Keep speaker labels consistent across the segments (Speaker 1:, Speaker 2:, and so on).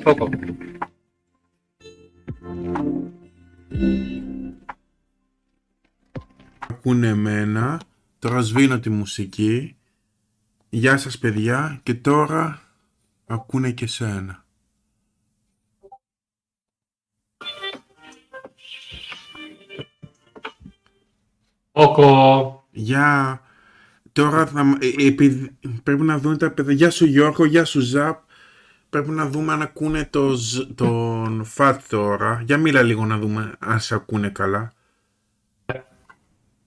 Speaker 1: Spoko.
Speaker 2: ακούνε εμένα, τώρα σβήνω τη μουσική. Γεια σας παιδιά και τώρα ακούνε και σένα.
Speaker 1: Όκο.
Speaker 2: Γεια. Τώρα θα, μ- ε, επει- πρέπει να δουν τα παιδιά. Γεια σου Γιώργο, γεια σου Ζαπ. Πρέπει να δούμε αν ακούνε το, ζ- τον Φατ τώρα. Για μίλα λίγο να δούμε αν σε ακούνε καλά.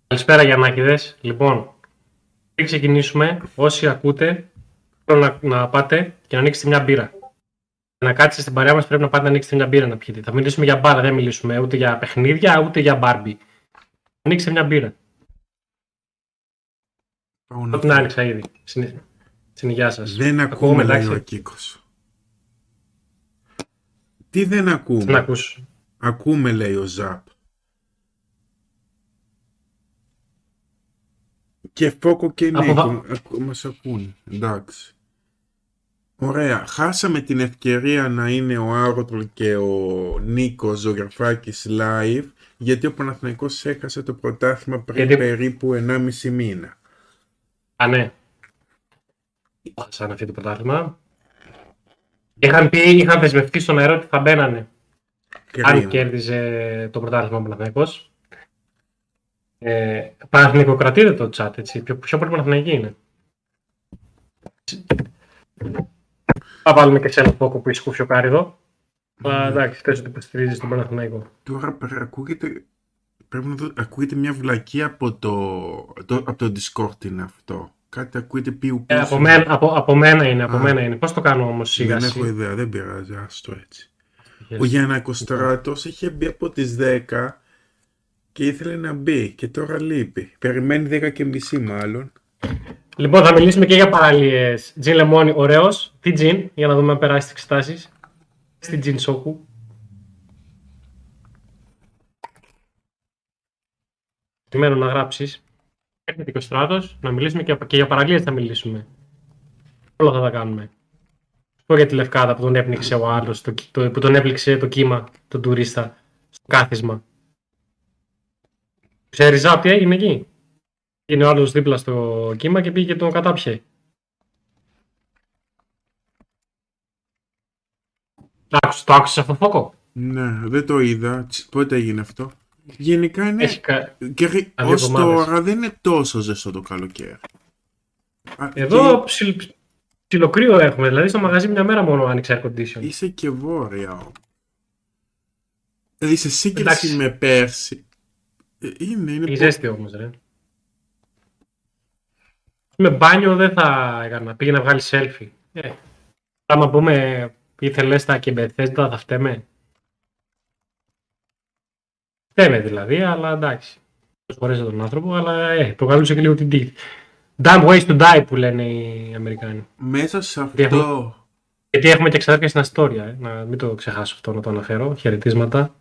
Speaker 1: Καλησπέρα Γιαννάκηδες. Λοιπόν, πριν ξεκινήσουμε, όσοι ακούτε, θέλω να, να πάτε και να ανοίξετε μια μπύρα. Για να κάτσετε στην παρέα μας πρέπει να πάτε να ανοίξετε μια μπύρα να πιείτε. Θα μιλήσουμε για μπάρα, δεν μιλήσουμε ούτε για παιχνίδια, ούτε για μπάρμπι. Ανοίξτε μια μπύρα.
Speaker 2: Πάω
Speaker 1: Εγώ
Speaker 2: να...
Speaker 1: την άνοιξα ήδη. Συν, συν υγειά σας.
Speaker 2: Δεν ακούμε, λέει ο Κίκος. Τι δεν ακούμε.
Speaker 1: Να ακούσω.
Speaker 2: Ακούμε, λέει ο Ζαπ. Και Φόκο και
Speaker 1: Από
Speaker 2: Νίκο
Speaker 1: βα-
Speaker 2: ακού- μας ακούνε. Εντάξει. Ωραία. Χάσαμε την ευκαιρία να είναι ο Άρωτολ και ο Νίκος Ζωγραφάκης live, γιατί ο Παναθηναϊκός έχασε το πρωτάθλημα πριν
Speaker 1: Γιατί-
Speaker 2: περίπου 1,5 μήνα.
Speaker 1: Α, ναι. Σαν αυτό το πρωτάθλημα. Είχαν, πει, είχαν δεσμευτεί στον αέρα ότι θα μπαίνανε. αν
Speaker 2: Κρίμα.
Speaker 1: κέρδιζε το πρωτάθλημα ο Παναθηναϊκός. Ε, Παναθηναϊκό κρατείτε το chat, έτσι. Πιο, πιο πολύ Παναθηναϊκή είναι. Θα βάλουμε και σε ένα φόκο που είσαι κουφιοκάριδο. Αλλά
Speaker 2: Ναι.
Speaker 1: εντάξει, πες ότι υποστηρίζεις τον Παναθηναϊκό.
Speaker 2: Τώρα πε- ακούγεται, πρέπει να δω, ακούγεται μια βλακή από το, το, από το Discord είναι αυτό. Κάτι ακούγεται πιου
Speaker 1: Ε,
Speaker 2: πιου.
Speaker 1: από, μένα, από, από μένα είναι, από
Speaker 2: Α.
Speaker 1: μένα είναι. Πώς το κάνω όμως σιγά
Speaker 2: Δεν
Speaker 1: σιγά. Ε.
Speaker 2: έχω ιδέα, δεν πειράζει, άστο έτσι. Ο Γιανακοστράτος είχε μπει από τις 10 και ήθελε να μπει και τώρα λείπει. Περιμένει 10 και μισή μάλλον.
Speaker 1: Λοιπόν, θα μιλήσουμε και για παραλίες. Τζιν Λεμόνι, ωραίος. Τι τζιν, για να δούμε αν περάσει τις εξετάσεις. Στη τζιν Σόκου. Περιμένω να γράψεις. Έρχεται και ο στράτος, να μιλήσουμε και, και για παραλίες θα μιλήσουμε. Όλα θα τα κάνουμε. Σου πω για τη λευκάδα που τον έπνιξε ο άλλος, το, κύ- το, που τον έπληξε το κύμα, τον τουρίστα, στο κάθισμα. Ξέρει, Ζάπ, τι έγινε εκεί. Είναι ο άλλος δίπλα στο κύμα και πήγε και τον κατάπιε. Άκουσες, το άκουσες αυτό το φόκο.
Speaker 2: Ναι, δεν το είδα. Τσ, Πότε έγινε αυτό. Γενικά είναι...
Speaker 1: Έχει κα...
Speaker 2: Και ρι-
Speaker 1: Α, δύο
Speaker 2: ως
Speaker 1: εβδομάδες.
Speaker 2: τώρα δεν είναι τόσο ζεστό το καλοκαίρι. Α,
Speaker 1: Εδώ ψιλ- ψιλοκρύο έχουμε. Δηλαδή στο μαγαζί μια μέρα μόνο άνοιξε air
Speaker 2: και
Speaker 1: condition.
Speaker 2: Είσαι και βόρεια όμως. Δηλαδή σε σύγκριση
Speaker 1: Εντάξει.
Speaker 2: με πέρσι. ε, Είναι, είναι
Speaker 1: Η
Speaker 2: πολύ-
Speaker 1: ζέστη όμως, ρε. Με μπάνιο δεν θα έκανα. Πήγε να βγάλει selfie. Ε, άμα πούμε ήθελες τα και Bethesda θα φταίμε. Φταίμε δηλαδή, αλλά εντάξει. Προσφορέσε τον άνθρωπο, αλλά ε, προκαλούσε και λίγο την τύχη. Dumb ways to die που λένε οι Αμερικάνοι.
Speaker 2: Μέσα σε αυτό
Speaker 1: Διαφωνώ. Γιατί έχουμε και εξάρτηση στην Αστόρια. Ε. Να μην το ξεχάσω αυτό να το αναφέρω. Χαιρετίσματα.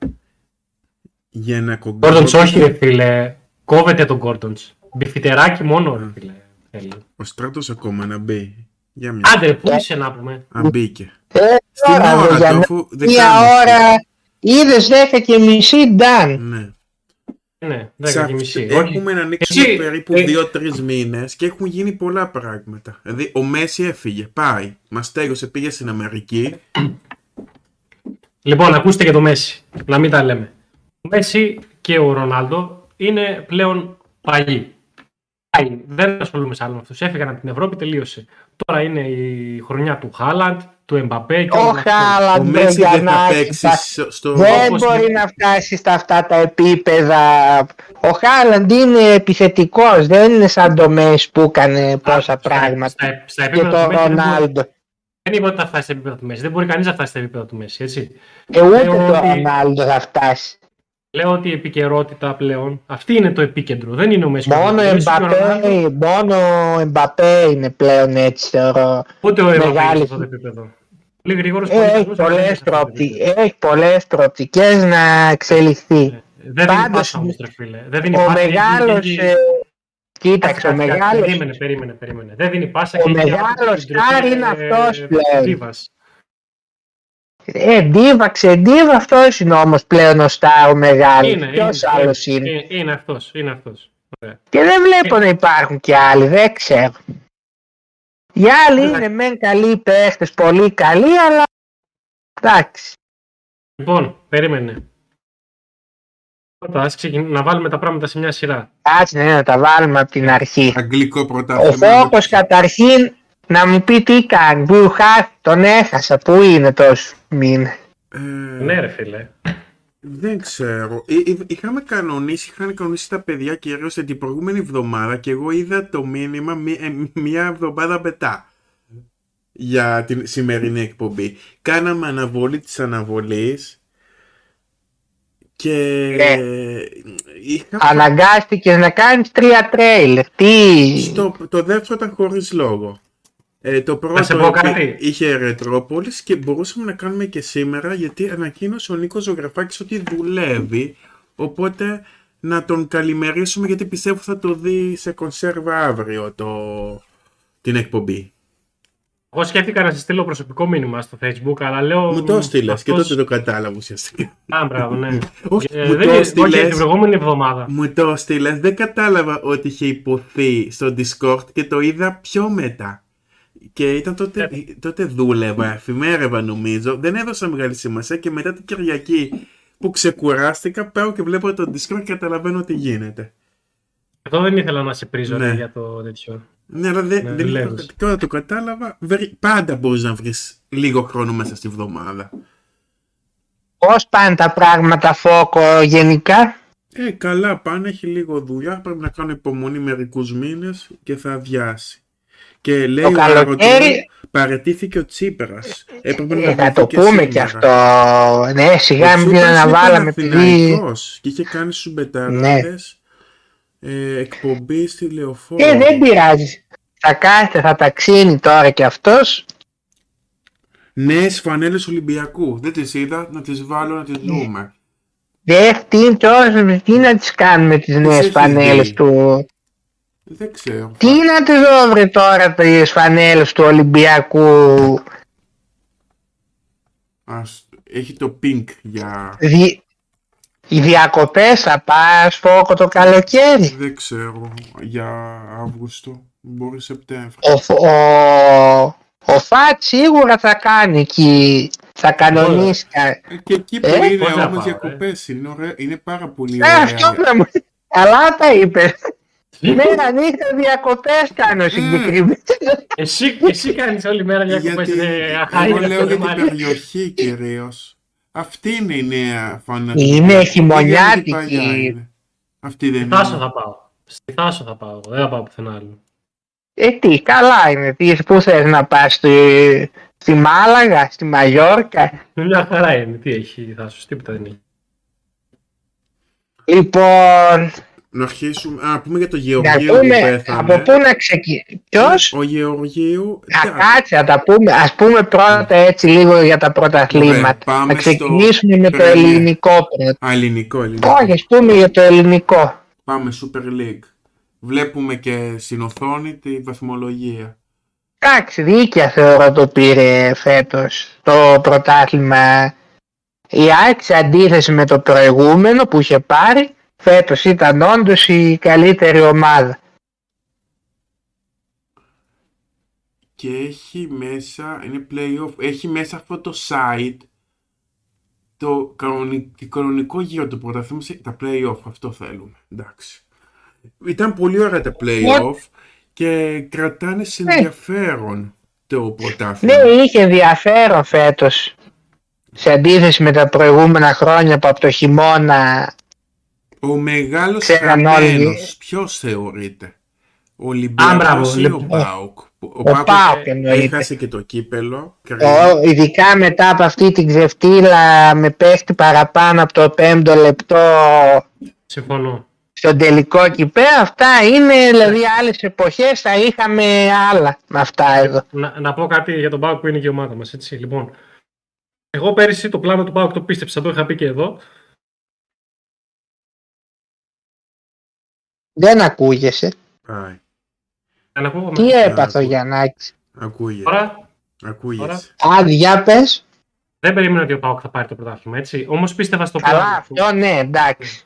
Speaker 2: για να
Speaker 1: Gordons
Speaker 2: κογκρώσει
Speaker 1: όχι ρε φίλε. Κόβεται τον Gordons. Μπιφιτεράκι μόνο ρε φίλε. Θέλει.
Speaker 2: ο στράτος ακόμα να μπει. Για μια.
Speaker 3: Ναι.
Speaker 1: Άντε, ρε, πού είσαι να πούμε.
Speaker 2: Αν μπήκε.
Speaker 3: Ε,
Speaker 2: Στην
Speaker 3: ώρα,
Speaker 2: ώρα
Speaker 3: για
Speaker 2: του,
Speaker 3: μέ-
Speaker 2: αφού δεν
Speaker 3: Μία
Speaker 2: κάνουμε.
Speaker 3: ναι. ώρα, είδες 10 και μισή, Νταν.
Speaker 2: Ναι.
Speaker 1: Ναι,
Speaker 2: Σε
Speaker 1: 10 και
Speaker 2: αυτή-
Speaker 1: μισή. Όχι.
Speaker 2: Έχουμε να ανοίξουμε
Speaker 1: Εσύ-
Speaker 2: περίπου
Speaker 1: ε-
Speaker 2: 2-3 μήνες και έχουν γίνει πολλά πράγματα. Δηλαδή, ο Μέση έφυγε, πάει. Μας τέλειωσε, πήγε στην Αμερική.
Speaker 1: Λοιπόν, ακούστε και το Μέση. Να μην τα λέμε. Ο Μέση και ο Ρονάλντο είναι πλέον παλιοί. Πάει. Δεν ασχολούμαι άλλο με αυτούς. Έφυγαν από την Ευρώπη, τελείωσε. Τώρα είναι η χρονιά του Χάλαντ, του Εμπαπέ και
Speaker 3: Ο
Speaker 1: όλων αυτών.
Speaker 2: ο
Speaker 3: Χάλαντ,
Speaker 2: Μέση δεν θα
Speaker 3: Γιαννάκη,
Speaker 2: παίξει
Speaker 3: τα-
Speaker 2: στο- στο.
Speaker 3: ναι, Δεν
Speaker 1: όπως
Speaker 3: μπορεί
Speaker 1: είναι.
Speaker 3: να φτάσεις στα αυτά τα επίπεδα. Ο Χάλαντ είναι επιθετικός, δεν είναι σαν το Μέση που έκανε πόσα
Speaker 1: Στα-
Speaker 3: πράγματα.
Speaker 1: Στα, στα
Speaker 3: Και
Speaker 1: επίπεδα
Speaker 3: το
Speaker 1: του Μέση δεν μπορεί-
Speaker 3: Ρονάλντο.
Speaker 1: δεν είπα ότι θα φτάσει στα επίπεδα του Μέση. Δεν μπορεί κανείς να φτάσει στα επίπεδα του Μέση, έτσι.
Speaker 3: Και Ε, ούτε
Speaker 1: Λέω
Speaker 3: το
Speaker 1: Ε, ότι-
Speaker 3: Ρονάλντο θα φτάσει.
Speaker 1: Λέω ότι η επικαιρότητα πλέον αυτή είναι το επίκεντρο. Δεν είναι ο Μέση.
Speaker 3: Μόνο
Speaker 1: Ο Μέση και ο Ρονάλντο,
Speaker 3: Εμπαπέ, μόνο Εμπαπέ είναι πλέον έτσι θεωρώ.
Speaker 1: Ούτε ο Εμπαπέ είναι
Speaker 3: Μεγάλη-
Speaker 1: σε αυτό το επίπεδο. Πολύ γρήγορο
Speaker 3: Ε, Έχει πολλές Ε, προοπτικές- έχει πολλές προοπτικές να εξελιχθεί.
Speaker 4: Ε,
Speaker 1: Δεν δίνει
Speaker 3: Πάντως,
Speaker 1: πάσα όμως, ρε φίλε. Δεν δίνει
Speaker 3: Ο
Speaker 1: πάσα, έχει-
Speaker 3: μεγάλος...
Speaker 1: έχει-
Speaker 3: ε, Κοίταξε, ο
Speaker 1: Κάτσε, κάτσε, κάτσε.
Speaker 3: μεγάλος...
Speaker 1: Περίμενε, περίμενε, περίμενε. Δεν δίνει πάσα.
Speaker 3: Ο
Speaker 1: και έχει
Speaker 3: μεγάλος
Speaker 4: ε,
Speaker 1: άποψη στην
Speaker 3: Κάρ
Speaker 1: τροπή,
Speaker 3: είναι
Speaker 1: ε,
Speaker 3: αυτός πλέον.
Speaker 1: Ρίβας.
Speaker 3: Ε, ντίβα, ξεντίβα, αυτός είναι όμως πλέον ο Στάρ ο μεγάλος.
Speaker 4: Είναι,
Speaker 3: Ποιο άλλος είναι.
Speaker 4: είναι. Είναι αυτός, είναι αυτός. Ωραία.
Speaker 3: Και δεν βλέπω να υπάρχουν και άλλοι, δεν ξέρω. Οι άλλοι
Speaker 4: Εντάξει.
Speaker 3: είναι μεν καλοί παίχτες, πολύ καλοί, αλλά. Εντάξει.
Speaker 4: Λοιπόν, περίμενε. Πρώτα, ας ξεκιν- να βάλουμε τα πράγματα σε μια σειρά.
Speaker 3: Κάτσε ναι, να τα βάλουμε από την αρχή.
Speaker 2: Αγγλικό
Speaker 3: Ο
Speaker 2: πρωτάθλημα.
Speaker 3: Φόκος καταρχήν να μου πει τι κάνει. Μπουχά, τον έχασα. Πού είναι τόσο μήνα.
Speaker 2: Ε,
Speaker 4: Ναι, ρε φίλε.
Speaker 2: Δεν ξέρω. Ε, ε, Είχαμε κανονίσει, είχαν κανονίσει τα παιδιά κυρίως την προηγούμενη εβδομάδα και εγώ είδα το μήνυμα μη- ε, μία εβδομάδα μετά για την σημερινή εκπομπή. Κάναμε αναβολή της αναβολής και
Speaker 3: Ναι.
Speaker 2: είχα...
Speaker 3: Αναγκάστηκες να κάνεις τρία τρέιλερ. Τι.
Speaker 2: Στο, το δεύτερο ήταν χωρίς λόγο. Ε, το πρώτο
Speaker 4: σε πω κάτι.
Speaker 2: είχε- είχε Ρετρόπολης και μπορούσαμε να κάνουμε και σήμερα γιατί ανακοίνωσε ο Νίκος Ζωγραφάκης ότι δουλεύει. Οπότε να τον καλημερίσουμε γιατί πιστεύω θα το δει σε κονσέρβα αύριο το... την εκπομπή.
Speaker 4: Εγώ σκέφτηκα να σε στείλω προσωπικό μήνυμα στο facebook, αλλά λέω...
Speaker 2: μου το στείλες και
Speaker 4: αυτός-
Speaker 2: τότε το κατάλαβα ουσιαστικά.
Speaker 4: Α, μπράβο, ναι.
Speaker 2: Όχι,
Speaker 4: Ε,
Speaker 2: μου
Speaker 4: δεν
Speaker 2: το
Speaker 4: είναι- Όχι,
Speaker 2: στείλες.
Speaker 4: την προηγούμενη εβδομάδα.
Speaker 2: Μου το στείλες, δεν κατάλαβα ότι είχε υποθεί στο Discord και το είδα πιο μετά. Και ήταν τότε,
Speaker 4: Ε.
Speaker 2: τότε δούλευα, εφημέρευα νομίζω, δεν έδωσα μεγάλη σημασία και μετά την Κυριακή που ξεκουράστηκα πάω και βλέπω το Discord και καταλαβαίνω τι γίνεται.
Speaker 4: Εδώ δεν ήθελα να σε πρίζω
Speaker 2: Ναι.
Speaker 4: ρε, για το τέτοιο.
Speaker 2: Ναι, αλλά δεν,
Speaker 4: Ναι,
Speaker 2: δεν είχα
Speaker 4: δουλεύεις.
Speaker 2: και όταν το κατάλαβα, βρε- πάντα μπορείς να βρεις λίγο χρόνο μέσα στη βδομάδα.
Speaker 3: Πώς πάνε τα πράγματα, Φόκο, γενικά.
Speaker 2: Ε, καλά πάνε, έχει λίγο δουλειά, πρέπει να κάνω υπομονή μερικούς μήνες και θα αδειάσει. Και λέει ο
Speaker 3: καλοκαίρι-
Speaker 2: Αρωτήρης, παρετήθηκε ο Τσίπρας. Έπρεπε να
Speaker 3: Ε, θα
Speaker 2: βρεθεί
Speaker 3: το
Speaker 2: και
Speaker 3: πούμε
Speaker 2: σήμερα.
Speaker 3: και αυτό. Ναι,
Speaker 2: Ο
Speaker 3: σιγά μην την
Speaker 2: Τσίπρας είναι
Speaker 3: αναβάλαμε. Επειδή...
Speaker 2: Παναθηναϊκός και είχε
Speaker 3: Ναι.
Speaker 2: κάνει στους μπεταράδες ε, εκπομπή στη Λεωφόρο.
Speaker 3: Ε, δεν πειράζει. Θα κάθεται, θα ταξίνει τώρα και αυτός.
Speaker 2: Νέες φανέλες Ολυμπιακού. Δεν τις είδα, να τις βάλω να τις
Speaker 3: Ε.
Speaker 2: δούμε.
Speaker 3: Δεν τι, τώρα, τι να τις κάνουμε τις νέες
Speaker 2: έχει
Speaker 3: φανέλες
Speaker 2: δει.
Speaker 3: του.
Speaker 2: Δεν ξέρω.
Speaker 3: Τι να τις δω βρε τώρα τις φανέλες του Ολυμπιακού.
Speaker 2: Ας- έχει το pink για...
Speaker 3: Δι... Οι διακοπές θα πας φόκο το καλοκαίρι.
Speaker 2: Δεν ξέρω. Για Αύγουστο. Μπορεί Σεπτέμβριο.
Speaker 3: Ο, Φ- ο, ο Φατ σίγουρα θα κάνει εκεί. Θα κανονίσει. κα-
Speaker 2: Και εκεί που
Speaker 3: Ε,
Speaker 2: είναι
Speaker 4: πώς να
Speaker 2: όμως
Speaker 4: πάω,
Speaker 2: διακοπές είναι, ωραία- είναι πάρα πολύ
Speaker 3: Ε,
Speaker 2: ωραία.
Speaker 3: αυτό να μου... Καλά τα είπε.
Speaker 1: Ναι.
Speaker 3: Ναι, Μέρα νύχτα διακοπές κάνω συγκεκριμένα.
Speaker 4: Εσύ, εσύ κάνεις όλη μέρα διακοπές.
Speaker 2: Γιατί
Speaker 4: ε,
Speaker 2: εγώ
Speaker 4: αχάριστα,
Speaker 2: λέω για την
Speaker 4: μάλιστα.
Speaker 2: περιοχή κυρίως. Αυτή είναι η νέα φανατική.
Speaker 3: Είναι
Speaker 2: Η παλιά
Speaker 3: χειμωνιάτικη.
Speaker 2: είναι. Αυτή δεν
Speaker 4: Στη Θάσο
Speaker 2: είναι.
Speaker 4: Ε, θα πάω. Στη Θάσο θα πάω. Δεν θα πάω πουθενά άλλο.
Speaker 3: Ε, τι, καλά είναι. Τι, πού θες να πας, στη, στη Μάλαγα, στη Μαγιόρκα.
Speaker 4: Είναι μια χαρά είναι. Τι έχει η Θάσος, τίποτα δεν έχει.
Speaker 3: Λοιπόν,
Speaker 2: Να αρχίσουμε. Α, πούμε για το
Speaker 3: να
Speaker 2: Γεωργίου που
Speaker 3: πούμε
Speaker 2: πέθανε.
Speaker 3: από πού να ξεκινήσει. Ποιος,
Speaker 2: Ο Γεωργίου.
Speaker 3: να
Speaker 2: Τα-
Speaker 3: κάτσε, να τα πούμε. Ας πούμε πρώτα έτσι λίγο για τα
Speaker 2: Ωραία,
Speaker 3: πρωταθλήματα.
Speaker 2: πάμε
Speaker 3: Να ξεκινήσουμε
Speaker 2: στο
Speaker 3: με το
Speaker 2: Premier.
Speaker 3: ελληνικό πρώτα.
Speaker 2: Α, ελληνικό, ελληνικό.
Speaker 3: Όχι, ας πούμε για το ελληνικό.
Speaker 2: Πάμε Super League. Βλέπουμε και στην οθόνη τη βαθμολογία.
Speaker 3: Εντάξει, δίκαια θεωρώ το πήρε φέτος το πρωτάθλημα. Η ΑΕΚ σε αντίθεση με το προηγούμενο που είχε πάρει, φέτος ήταν όντως η καλύτερη ομάδα.
Speaker 2: και έχει μέσα, είναι playoff, έχει μέσα αυτό το site το κανονικό, κανονικό γύρο του πρωταθλήματος, τα playoff, αυτό θέλουμε, εντάξει. Ήταν πολύ ωραία τα playoff και κρατάνε σε
Speaker 3: Ναι.
Speaker 2: ενδιαφέρον το πρωτάθλημα.
Speaker 3: Ναι, είχε ενδιαφέρον φέτος. Σε αντίθεση με τα προηγούμενα χρόνια που από το χειμώνα
Speaker 2: Ο μεγάλος
Speaker 3: Ξέραν όλοι.
Speaker 2: χαμένος, ποιος θεωρείται, ο Ολυμπιακός
Speaker 4: μπράβο,
Speaker 2: ή ο
Speaker 4: λοιπόν.
Speaker 2: Πάουκ. Ο
Speaker 3: ε, ο Πάοκ εννοείται.
Speaker 2: έχασε και το κύπελο, κρίμα.
Speaker 3: Ο- ειδικά μετά από αυτή την ξεφτύλα με παίχτη παραπάνω από το πέμπτο λεπτό
Speaker 4: Συμφωνώ.
Speaker 3: στον τελικό κυπέ, αυτά είναι, δηλαδή άλλες εποχές θα είχαμε άλλα με αυτά εδώ.
Speaker 4: Να, να πω κάτι για τον Πάουκ που είναι και η ομάδα μας. Έτσι, λοιπόν. Εγώ πέρυσι το πλάνο του Πάουκ το πίστεψα, το είχα πει και εδώ.
Speaker 3: Δεν ακούγεσαι.
Speaker 2: Πάει.
Speaker 4: Να ακούγομαι.
Speaker 3: Τι έπαθε ο
Speaker 2: ακούω.
Speaker 3: Γιαννάκης.
Speaker 2: Ακούγε,
Speaker 4: Τώρα,
Speaker 2: ακούγες.
Speaker 4: Ωραία.
Speaker 3: Α, διά πες.
Speaker 1: Δεν περίμενα ότι ο Πάοκ θα πάρει το πρωτάθλημα, έτσι. Όμως πίστευα στο
Speaker 3: Καλά,
Speaker 1: πλάνο. του.
Speaker 3: αυτό ναι, εντάξει.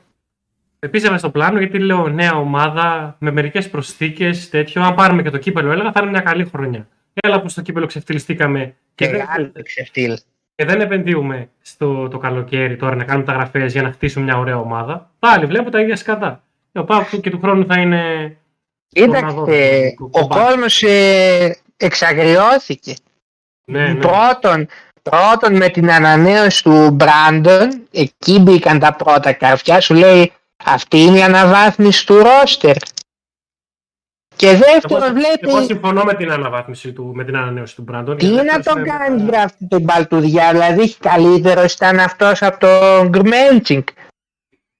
Speaker 1: Ε, Πίστευα στο πλάνο γιατί λέω νέα ομάδα με μερικές προσθήκες, τέτοιο. Αν πάρουμε και το κύπελο, έλεγα θα είναι μια καλή χρονιά. Έλα που στο κύπελο ξεφτυλιστήκαμε και,
Speaker 3: Και
Speaker 1: δεν,
Speaker 3: άλλο το ξεφτύλ.
Speaker 1: και δεν επενδύουμε στο το καλοκαίρι τώρα να κάνουμε τα γραφές για να χτίσουμε μια ωραία ομάδα. Πάλι βλέπω τα ίδια σκατά. Ε, Ο Πάοκ του και του χρόνου θα είναι.
Speaker 3: Κοίταξε,
Speaker 1: Τον
Speaker 3: ο
Speaker 1: Μαδόρα.
Speaker 3: κόσμος ε, εξαγριώθηκε.
Speaker 1: Ναι, ναι.
Speaker 3: Πρώτον, πρώτον με την ανανέωση του Μπράντον, εκεί μπήκαν τα πρώτα καρφιά, σου λέει αυτή είναι η αναβάθμιση του ρόστερ. Και δεύτερον
Speaker 1: Εγώ-
Speaker 3: βλέπει,
Speaker 1: Εγώ συμφωνώ με την αναβάθμιση του, με την ανανέωση του Μπραντον.
Speaker 3: τι
Speaker 1: γιατί
Speaker 3: να
Speaker 1: αυτός
Speaker 3: τον
Speaker 1: είναι-
Speaker 3: κάνει μπρα αυτή τον Παλτουδιά, δηλαδή καλύτερος ήταν αυτός από τον Γκρμέντσινγκ.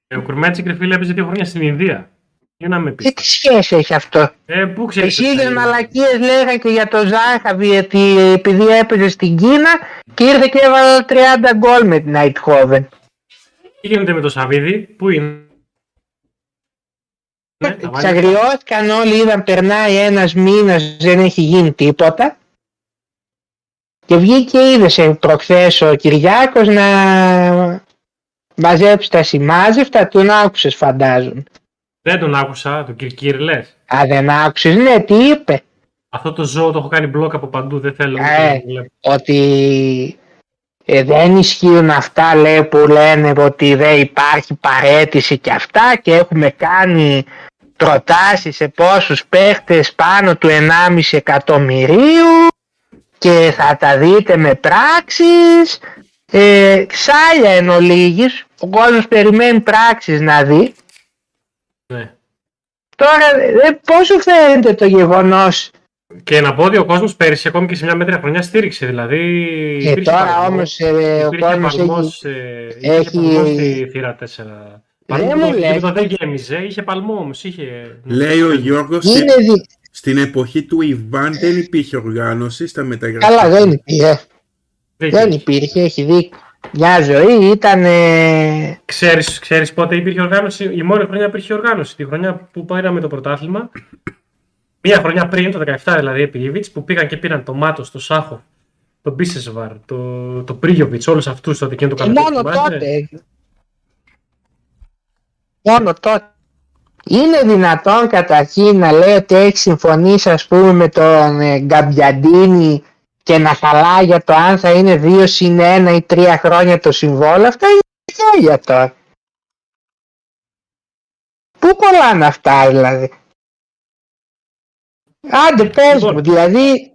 Speaker 1: Ε, Ο Κουρμέτσικ, ρε φίλε, έπαιζε δύο χρόνια στην Ινδία. Τι να με
Speaker 3: Τι,
Speaker 1: πεις.
Speaker 3: τι σχέση έχει αυτό.
Speaker 1: Ε, πού ξέρεις.
Speaker 3: Εσύ ίδιες μαλακίες λέγανε και για τον Ζάχαβη γιατί επειδή έπαιζε στην Κίνα και ήρθε και έβαλε 30 γκολ με την Αιτχόβεν.
Speaker 1: Τι γίνεται με το Σαββίδι, πού είναι.
Speaker 3: Ε,
Speaker 1: Ναι, τα βάλει.
Speaker 3: Ξαγριώθηκαν όλοι, είδαν περνάει ένας μήνας, δεν έχει γίνει τίποτα. Και βγήκε είδε σε προχθές ο Κυριάκος να μαζέψει τα σημάζευτα, τον άκουσες φαντάζομαι.
Speaker 1: Δεν τον άκουσα, τον Κυρκύρ λες.
Speaker 3: Α, δεν άκουσες, ναι, τι είπε.
Speaker 1: Αυτό το ζώο το έχω κάνει μπλοκ από παντού, δεν θέλω. να
Speaker 3: Ε.
Speaker 1: το βλέπω.
Speaker 3: ότι ε, δεν ισχύουν αυτά λέει, που λένε ότι δεν υπάρχει παρέτηση και αυτά και έχουμε κάνει προτάσεις σε πόσους παίχτες πάνω του 1,5 εκατομμυρίου και θα τα δείτε με πράξεις ε, ξάλια εν ολίγης ο κόσμος περιμένει πράξεις να δει
Speaker 1: Ναι.
Speaker 3: τώρα ε, πόσο φαίνεται το γεγονός
Speaker 1: Και να πω ότι ο κόσμος πέρυσι, ακόμη και σε μια μέτρια χρονιά, στήριξε. Δηλαδή.
Speaker 3: ε,
Speaker 1: υπήρχε
Speaker 3: τώρα
Speaker 1: παραγωγός,
Speaker 3: όμως ε, ο
Speaker 1: υπήρχε
Speaker 3: κόσμος έχει
Speaker 1: παλμός, ε, υπήρχε
Speaker 3: έχει- Ε,
Speaker 1: παλμός στη θύρα 4. Παρόλο
Speaker 3: Δεν
Speaker 1: που
Speaker 3: μου
Speaker 1: το
Speaker 3: λες.
Speaker 1: γήπεδο δεν γέμιζε, είχε παλμό όμως. Είχε...
Speaker 2: Λέει ο Γιώργος, στη-
Speaker 3: είναι δι...
Speaker 2: στην εποχή του Ιβάν δεν υπήρχε οργάνωση στα μεταγραφικά.
Speaker 3: Καλά, δεν υπήρχε.
Speaker 1: Δίκιο.
Speaker 3: Δεν υπήρχε, έχει δίκιο. Μια ζωή ήταν. ε,
Speaker 1: Ξέρεις, ξέρεις πότε υπήρχε οργάνωση, η μόνη χρονιά που υπήρχε οργάνωση, τη χρονιά που πήραμε το πρωτάθλημα, μία χρονιά πριν, το 17 δηλαδή, επί Ιβιτς, που πήγαν και πήραν το Μάτος, το Σάχο, τον Μπίσεσβαρ, το, το Πρίγιοβιτς, όλους αυτούς τότε εκείνο το
Speaker 3: Και
Speaker 1: καλοκαίρι,
Speaker 3: μόνο
Speaker 1: θυμάσαι?
Speaker 3: τότε. Μόνο τότε. Είναι δυνατόν καταρχήν να λέει ότι έχει συμφωνήσει ας πούμε με τον ε, Γκαμπιαντίνη και να χαλά για το αν θα είναι 2 συν 1 ή 3 χρόνια το συμβόλαιο. Αυτά είναι χέλια τώρα. Πού κολλάνε αυτά δηλαδή. Άντε πες
Speaker 1: Λοιπόν.
Speaker 3: μου, δηλαδή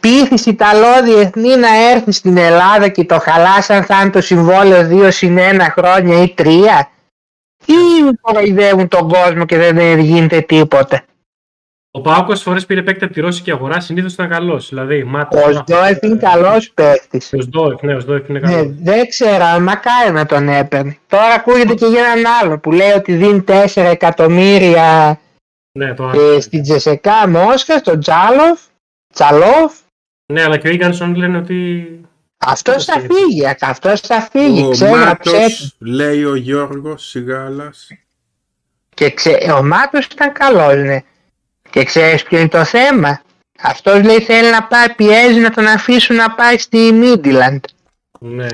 Speaker 3: πείθεις Ιταλό διεθνή να έρθει στην Ελλάδα και το χαλάσαν θα είναι το συμβόλαιο 2 συν 1 χρόνια ή 3 ή κοροϊδεύουν τον κόσμο και δεν γίνεται τίποτα.
Speaker 1: Ο Πάοκος φορές πήρε παίκτη από τη Ρώσικη αγορά, συνήθως ήταν καλός, δηλαδή Μάτος.
Speaker 3: Ο Σδόεφ είναι καλός παίκτης.
Speaker 1: Ο Σδόεφ, ναι, ο Σδόεφ είναι
Speaker 3: Ναι,
Speaker 1: καλός.
Speaker 3: δεν ξέρω, μακάρι να τον έπαιρνε. Τώρα ακούγεται και για έναν άλλο που λέει ότι δίνει 4 εκατομμύρια
Speaker 1: Ναι, το
Speaker 3: ε, στην Τζεσεκά Μόσχα, στον Τζάλοφ, Τσαλόφ.
Speaker 1: ναι, αλλά και ο Ίγκανσον λένε ότι...
Speaker 3: Αυτός θα
Speaker 1: Ξέρετε.
Speaker 3: φύγει, αυτός θα φύγει.
Speaker 2: Ο
Speaker 3: Ξέγραψε
Speaker 2: Μάτος, λέει ο Γιώργος Σιγάλας.
Speaker 3: Και ξε... ο Μάτος ήταν καλός, ναι. Και ξέρεις ποιο είναι το θέμα. Αυτός λέει θέλει να πάει, πιέζει να τον αφήσουν να πάει στη Μίντιλαντ.
Speaker 1: Ναι,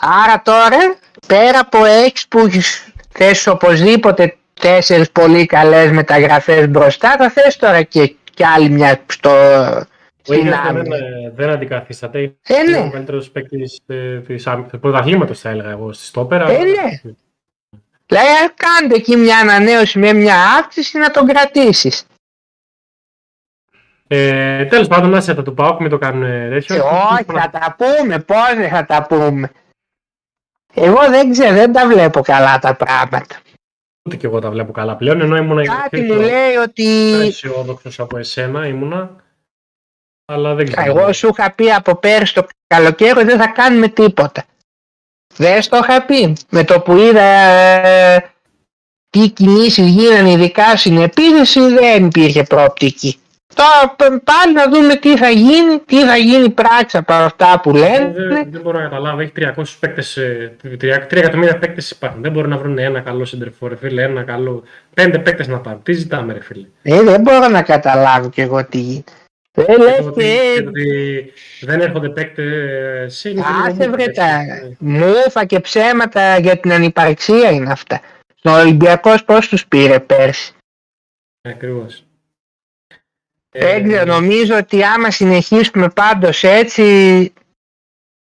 Speaker 3: Άρα τώρα, πέρα από έξι που έχεις θέσει οπωσδήποτε τέσσερις πολύ καλές μεταγραφές μπροστά, θα θες τώρα και, και άλλη μια στο...
Speaker 1: ο
Speaker 3: στην
Speaker 1: Ίγκανσον
Speaker 3: άμυνα.
Speaker 2: ναι.
Speaker 1: δεν, δεν αντικαθίσταται,
Speaker 3: Ε,
Speaker 1: Είναι ο
Speaker 3: ναι.
Speaker 1: καλύτερο παίκτη του πρωταθλήματος, θα έλεγα εγώ, στη Στόπερα.
Speaker 3: Ε, ναι. Λέει, «Α, κάντε εκεί μια ανανέωση με μια αύξηση να τον κρατήσεις.
Speaker 1: Ε, Τέλος πάντων, άσε τα του Πάουκ, μην το κάνουν ε, τέτοιο.
Speaker 3: Ε, όχι, θα τα πούμε, πώς δεν θα τα πούμε. Εγώ δεν ξέρω, δεν τα βλέπω καλά τα πράγματα.
Speaker 1: Ούτε και εγώ τα βλέπω καλά πλέον, ενώ ήμουν
Speaker 3: Κάτι μου λέει ότι
Speaker 1: αισιόδοξος από εσένα, ήμουνα. Αλλά δεν ξέρω.
Speaker 3: εγώ σου είχα πει από πέρσι το καλοκαίρι ότι δεν θα κάνουμε τίποτα. Δεν στο είχα πει. Με το που είδα ε, τι κινήσεις γίνανε ειδικά στην επίδεση δεν υπήρχε προοπτική. Τώρα π- πάλι να δούμε τι θα γίνει, τι θα γίνει πράξη από αυτά που
Speaker 1: Ε,
Speaker 3: λένε.
Speaker 1: Δεν, δεν μπορώ να καταλάβω. Έχει 300 παίκτε. 3, 3 εκατομμύρια παίκτες υπάρχουν. Δεν μπορούν να βρουν ένα καλό σεντερφόρ, ρε φίλε. Ένα καλό. Πέντε παίκτες να πάρουν. Τι ζητάμε, ρε φίλε.
Speaker 3: Ε, δεν μπορώ να καταλάβω κι εγώ τι γίνεται. Δεν λες
Speaker 1: Ότι-
Speaker 3: και...
Speaker 1: ότι δεν έρχονται ε, παίκτε.
Speaker 3: Άσε βρε τα...
Speaker 1: ε,
Speaker 3: Μούφα και ψέματα για την ανυπαρξία είναι αυτά. Ο Ολυμπιακός πώς τους πήρε πέρσι.
Speaker 1: Ακριβώς. Ε,
Speaker 3: Ε, Δεν ξέρω, νομίζω ότι άμα συνεχίσουμε πάντως έτσι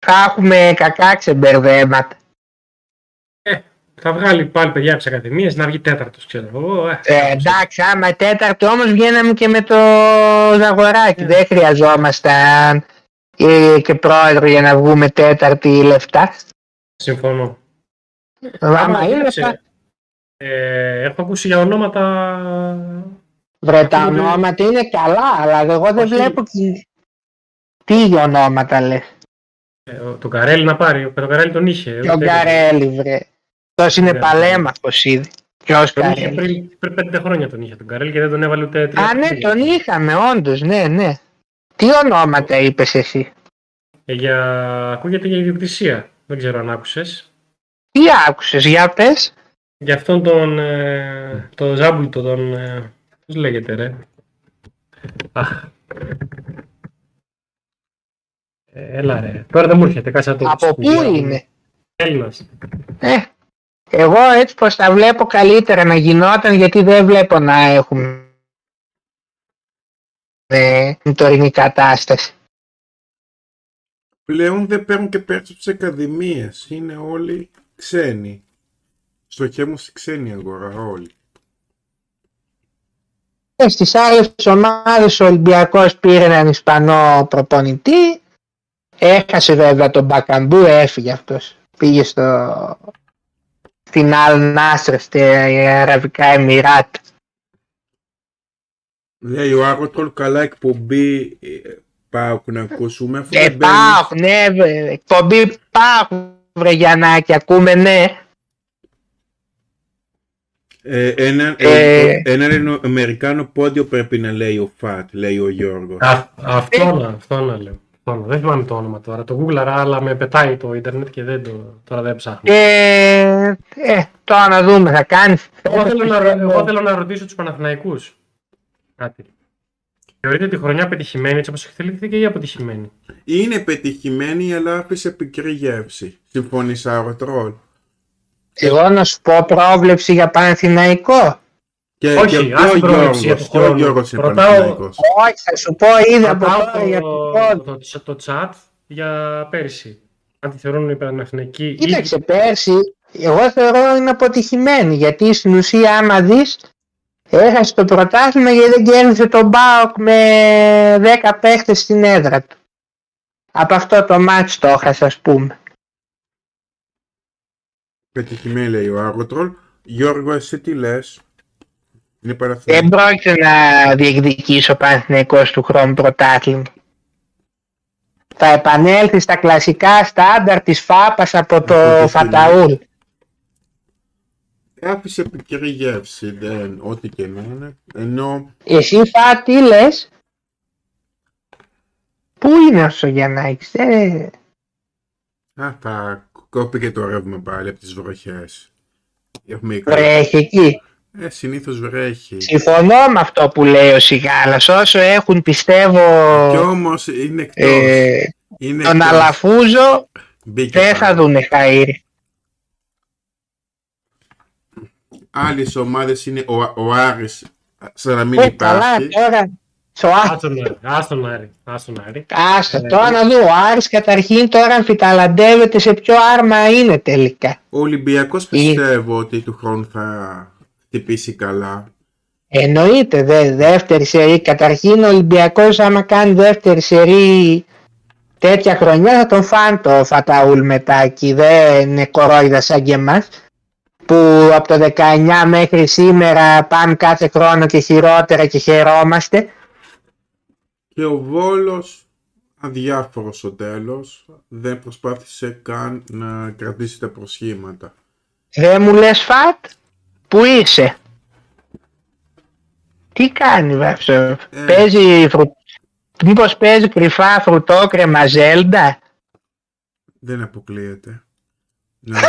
Speaker 3: θα έχουμε κακά ξεμπερδέματα.
Speaker 1: Θα βγάλει πάλι παιδιά από τις ακαδημίες να βγει τέταρτος, ξέρω εγώ. ε,
Speaker 3: Ε, εντάξει, άμα τέταρτο όμως βγαίναμε και με το Ζαγοράκι.
Speaker 1: Ε.
Speaker 3: Δεν χρειαζόμασταν ε, και πρόεδρο για να βγούμε τέταρτη ή λεφτά.
Speaker 1: Συμφωνώ.
Speaker 3: Άμα
Speaker 1: Άμα,
Speaker 3: είναι
Speaker 1: κοίταξε,
Speaker 3: λεφτά.
Speaker 1: ε, έχω ακούσει για ονόματα.
Speaker 3: Βρε τα
Speaker 1: Άμα δεν-
Speaker 3: ονόματα είναι καλά, αλλά εγώ δεν
Speaker 1: Όχι.
Speaker 3: βλέπω τι- τι για ονόματα λες.
Speaker 1: ε, ο- τον Καρέλη να πάρει. Ο τον Καρέλη τον είχε.
Speaker 3: Και ο
Speaker 1: ούτε-
Speaker 3: Γκαρέλη, βρε. Αυτός είναι
Speaker 1: Ναι.
Speaker 3: παλέμαχος ήδη. Ποιος
Speaker 1: Τον είχε
Speaker 3: Γκαρέλη.
Speaker 1: πριν, πριν πέντε χρόνια τον είχε τον Καρέλη και δεν τον έβαλε ούτε τρία.
Speaker 3: Α, ναι,
Speaker 1: παιχνίδια.
Speaker 3: τον είχαμε, όντως, ναι, ναι. Τι ονόματα είπες εσύ.
Speaker 1: Ε, για... Ακούγεται για ιδιοκτησία. Δεν ξέρω αν άκουσες.
Speaker 3: Τι άκουσες, για πες.
Speaker 1: Για αυτόν τον. Ε, τον Ζάμπλουτο, τον. Ε, Πώς λέγεται, ρε. Αχ. Ε, Έλα ρε. Τώρα δεν μου έρχεται. Κάτσε να το
Speaker 3: Από πού είναι.
Speaker 1: Έλληνας.
Speaker 3: Ε, εγώ έτσι πως τα βλέπω καλύτερα να γινόταν γιατί δεν βλέπω να έχουμε ε, την τωρινή κατάσταση.
Speaker 2: Πλέον δεν παίρνουν και παίρνουν από τις ακαδημίες. Είναι όλοι ξένοι. Στοχεύουν στη ξένη αγορά όλοι.
Speaker 3: Ε, στις άλλες ομάδες ο Ολυμπιακός πήρε έναν Ισπανό προπονητή. Έχασε βέβαια τον Μπακαμπού, έφυγε αυτός. Πήγε στο... στην Αλ Νάσρ, στα Αραβικά Εμμυράτα.
Speaker 2: Λέει ο Άγωτολ καλά εκπομπή ε, πάω να ακούσουμε αφού
Speaker 3: Ε,
Speaker 2: δεν μπαίνουν.
Speaker 3: Πάοχ, ναι, βρε, εκπομπή Πάοχ, βρε Γιαννάκη, ακούμε, ναι.
Speaker 2: Ε, ένα,
Speaker 3: Ε.
Speaker 2: ε, έναν Αμερικάνο πόντιο πρέπει να λέει ο Φατ, λέει ο Γιώργος.
Speaker 1: Α, αυτό να, αυτό να λέω. Αυτό να. Δεν θυμάμαι το όνομα τώρα. Το Google αλλά με πετάει το Ιντερνετ και δεν το. Τώρα δεν ψάχνω.
Speaker 3: Ε, ε, τώρα να δούμε, θα κάνεις.
Speaker 1: Εγώ θέλω, να, ρω- εγώ θέλω να ρωτήσω τους Παναθηναϊκούς κάτι. Θεωρείτε τη χρονιά πετυχημένη έτσι όπως εκτελήθηκε ή αποτυχημένη.
Speaker 2: Είναι πετυχημένη αλλά άφησε πικρή γεύση. Συμφωνείς Άγωτολ.
Speaker 3: Εγώ να σου πω πρόβλεψη για Παναθηναϊκό.
Speaker 2: Και,
Speaker 1: Όχι,
Speaker 2: και
Speaker 1: άσε
Speaker 2: ο
Speaker 1: την προβλέψη για
Speaker 2: Γιώργος, και
Speaker 1: τον
Speaker 2: ο
Speaker 1: χρόνο.
Speaker 2: Γιώργος είναι
Speaker 1: Ρωτάω-
Speaker 2: Παναθηναϊκός.
Speaker 3: Όχι, θα σου πω, είδα από
Speaker 1: Πατάω
Speaker 3: τώρα για λοιπόν. την
Speaker 1: το,
Speaker 3: πόλη.
Speaker 1: το, το, chat για πέρυσι. Αν τη θεωρούν οι Παναθηναϊκοί.
Speaker 3: Κοίταξε, πέρσι, εγώ θεωρώ είναι αποτυχημένη, γιατί στην ουσία άμα δεις, έχασε το πρωτάθλημα γιατί δεν κέρδισε τον Μπάοκ με 10 παίχτες στην έδρα του. Από αυτό το μάτς το έχασε, ας πούμε.
Speaker 2: Πετυχημένη λέει ο Άγωτολ. Γιώργο, εσύ τι λες. Είναι
Speaker 3: Δεν
Speaker 2: παραθυμία.
Speaker 3: πρόκειται να διεκδικήσει ο Παναθηναϊκός του χρόνου πρωτάθλημα. Θα επανέλθει στα κλασικά στάνταρ της ΦΑΠΑΣ από το
Speaker 2: Αποτυχημένη.
Speaker 3: Φαταούλ.
Speaker 2: Άφησε πικρή γεύση, δεν, ό,τι και να είναι. Ενώ
Speaker 3: Εσύ θα τι λες Πού είναι ο Γιαννάκης ε,
Speaker 2: α, θα κόπηκε το ρεύμα πάλι από τις βροχές. Έχουμε εικόνα.
Speaker 3: Βρέχει εκεί
Speaker 2: Ε, συνήθως βρέχει.
Speaker 3: Συμφωνώ με αυτό που λέει ο Σιγάλας Όσο έχουν πιστεύω
Speaker 2: Κι όμως είναι εκτός.
Speaker 3: ε,
Speaker 2: είναι
Speaker 3: Τον
Speaker 2: εκτός.
Speaker 3: Αλαφούζο
Speaker 2: Μπήκε
Speaker 3: Δεν θα
Speaker 2: πάλι.
Speaker 3: δούνε χαΐρι
Speaker 2: Άλλες ομάδες είναι ο, ο Άρης, σαν να μην
Speaker 3: Ε, Καλά
Speaker 2: υπάρχει.
Speaker 3: τώρα στο Ά-
Speaker 1: Άστον Άρη. Άστον Άρη. Άστον Άρη.
Speaker 3: Άστα,
Speaker 1: Ε,
Speaker 3: τώρα να δω, ο Άρης καταρχήν τώρα αμφιταλαντεύεται σε ποιο άρμα είναι τελικά.
Speaker 2: Ο Ολυμπιακός πιστεύω ότι του χρόνου θα χτυπήσει καλά.
Speaker 3: Εννοείται, δε, δεύτερη σερή. Καταρχήν ο Ολυμπιακός άμα κάνει δεύτερη σερή τέτοια χρονιά θα τον φάνε το Φαταούλ μετά εκεί. Δεν είναι κορόιδα σαν και εμάς που από το 19 μέχρι σήμερα πάμε κάθε χρόνο και χειρότερα και χαιρόμαστε.
Speaker 2: Και ο Βόλος αδιάφορος στο τέλος, δεν προσπάθησε καν να κρατήσει τα προσχήματα.
Speaker 3: Δεν μου λες Φατ, που είσαι. Τι κάνει βάψε,
Speaker 2: Ε.
Speaker 3: παίζει φρου... Μήπως παίζει κρυφά φρουτόκρεμα Ζέλντα.
Speaker 2: Δεν αποκλείεται. Να-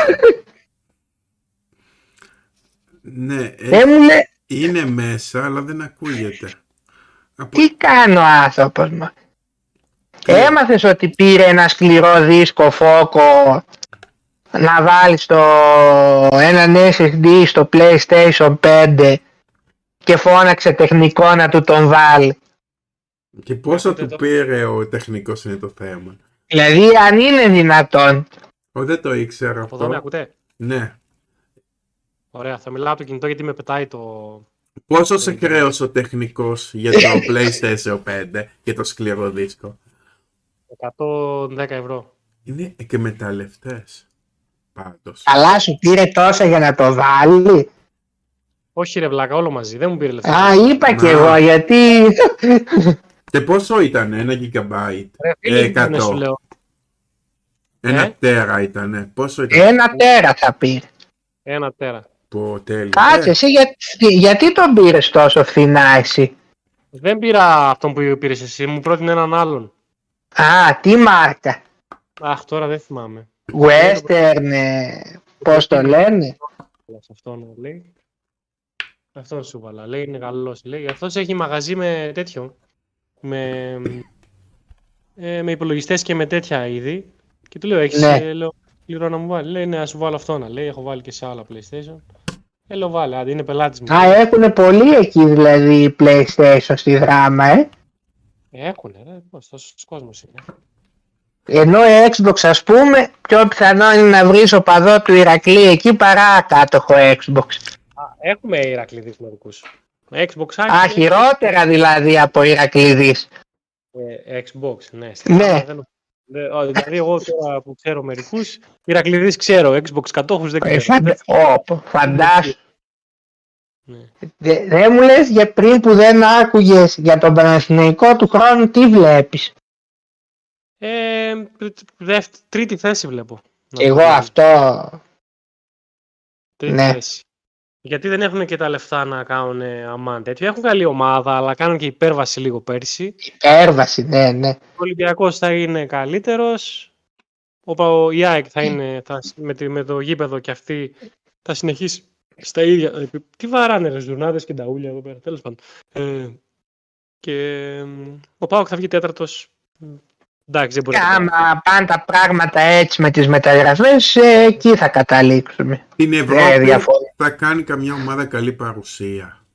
Speaker 2: ναι, ε,
Speaker 3: Δεν Ε, μου λες...
Speaker 2: Ναι, είναι μέσα αλλά δεν ακούγεται. Από...
Speaker 3: Τι κάνει ο άνθρωπος μας. Έμαθες ότι πήρε ένα σκληρό δίσκο φόκο να βάλει στο έναν SSD στο PlayStation 5 και φώναξε τεχνικό να του τον βάλει.
Speaker 2: Και πόσο
Speaker 1: Ακούτε
Speaker 2: του
Speaker 1: το.
Speaker 2: πήρε ο τεχνικός είναι το θέμα.
Speaker 3: Δηλαδή αν είναι δυνατόν.
Speaker 2: Ω, δεν το ήξερα
Speaker 1: Από εδώ με
Speaker 2: αυτό.
Speaker 1: ακούτε.
Speaker 2: Ναι.
Speaker 1: Ωραία, θα μιλάω από το κινητό γιατί με πετάει το.
Speaker 3: Ε, ναι.
Speaker 2: Πόσο σε κρέωσε ο τεχνικός για το PlayStation 5 και το σκληρό δίσκο.
Speaker 1: 110 ευρώ.
Speaker 2: Είναι εκμεταλλευτές. Πάντως.
Speaker 3: Αλλά σου πήρε τόσα για να το βάλει.
Speaker 1: Όχι ρε βλάκα, όλο μαζί. Δεν μου πήρε λεφτά.
Speaker 3: Α, είπα κι
Speaker 2: Να.
Speaker 3: εγώ γιατί...
Speaker 2: Και πόσο ήταν, ένα gigabyte.
Speaker 1: Ρε φίλε,
Speaker 2: Ε, εκατό.
Speaker 1: ναι, σου λέω.
Speaker 2: Ένα
Speaker 1: Ε?
Speaker 2: τέρα ήταν. Πόσο ήταν.
Speaker 3: Ένα τέρα θα πήρε.
Speaker 1: Ένα τέρα.
Speaker 2: Το τέλειο.
Speaker 3: Κάτσε εσύ γιατί, γιατί τον πήρες τόσο φθηνά εσύ.
Speaker 1: Δεν πήρα αυτόν που πήρες εσύ, μου πρότεινε έναν άλλον.
Speaker 3: Α, τι μάρκα.
Speaker 1: Αχ, τώρα δεν θυμάμαι.
Speaker 3: Western, ε, πώς το λένε.
Speaker 1: Αλλά σε αυτόν λέει. Αυτόν σου βάλα. Λέει είναι καλός. Λέει αυτός έχει μαγαζί με τέτοιο. Με, ε, με υπολογιστές και με τέτοια είδη. Και του λέω: Έχεις
Speaker 3: Ναι.
Speaker 1: ε, λέω, πληρώ να μου βάλει. Λέει: Ναι, να σου βάλω αυτόν. Λέει: Έχω βάλει και σε άλλα PlayStation. Ε, λέω: Βάλε, άντε, είναι πελάτης μου.
Speaker 3: Α, ε. έχουν πολύ εκεί δηλαδή PlayStation στη δράμα, ε.
Speaker 1: Ε, έχουνε, ρε. Πώς, τόσος κόσμος είναι.
Speaker 3: Ενώ η Xbox ας πούμε, πιο πιθανό είναι να βρεις οπαδό του Ηρακλή εκεί παρά κάτοχο Xbox.
Speaker 1: Έχουμε Ηρακλή δυσμερικούς. Xbox,
Speaker 3: Α, χειρότερα δηλαδή από Ηρακλήδης.
Speaker 1: Ε, Xbox, ναι.
Speaker 3: Ναι.
Speaker 1: Δεν- δεν- ο, Δηλαδή, εγώ τώρα που ξέρω μερικούς, Ηρακλειδής ξέρω, Xbox κατόχους δεν
Speaker 3: Ε,
Speaker 1: ξέρω.
Speaker 3: φαντα... Ω, φαντάσου.
Speaker 1: Ναι.
Speaker 3: Δε- Δεν μου λες για πριν που δεν άκουγες για τον Παναθηναϊκό του χρόνου τι βλέπεις.
Speaker 1: Ε, δευ- τρίτη θέση βλέπω. Να
Speaker 3: Εγώ
Speaker 1: το πω.
Speaker 3: αυτό
Speaker 1: Τρίτη
Speaker 3: ναι.
Speaker 1: θέση. Γιατί δεν έχουν και τα λεφτά να κάνουν ε, αμάν τέτοιο. Έχουν καλή ομάδα, αλλά κάνουν και υπέρβαση λίγο πέρσι.
Speaker 3: υπέρβαση, ναι, ναι.
Speaker 1: Ο Ολυμπιακός θα είναι καλύτερος. Ο, Πα- ο η ΑΕΚ θα είναι θα, συ- με, τη- με το γήπεδο και αυτή θα συνεχίσει στα ίδια. επί- Τι βαράνε ρε Ζουρνάδες και Νταούλια εδώ πέρα, τέλος πάντων. Ε, και μ, ο ΠΑΟΚ θα βγει τέταρτος. Μ, Εντάξει, δεν μπορεί
Speaker 3: Και
Speaker 1: να το κάνει.
Speaker 3: Ε, Άμα πάνε τα πράγματα έτσι με τις μεταγραφές, ε, εκεί θα καταλήξουμε.
Speaker 2: Την
Speaker 3: Ε,
Speaker 2: Ευρώπη
Speaker 3: διαφορά.
Speaker 2: θα κάνει καμιά ομάδα καλή παρουσία.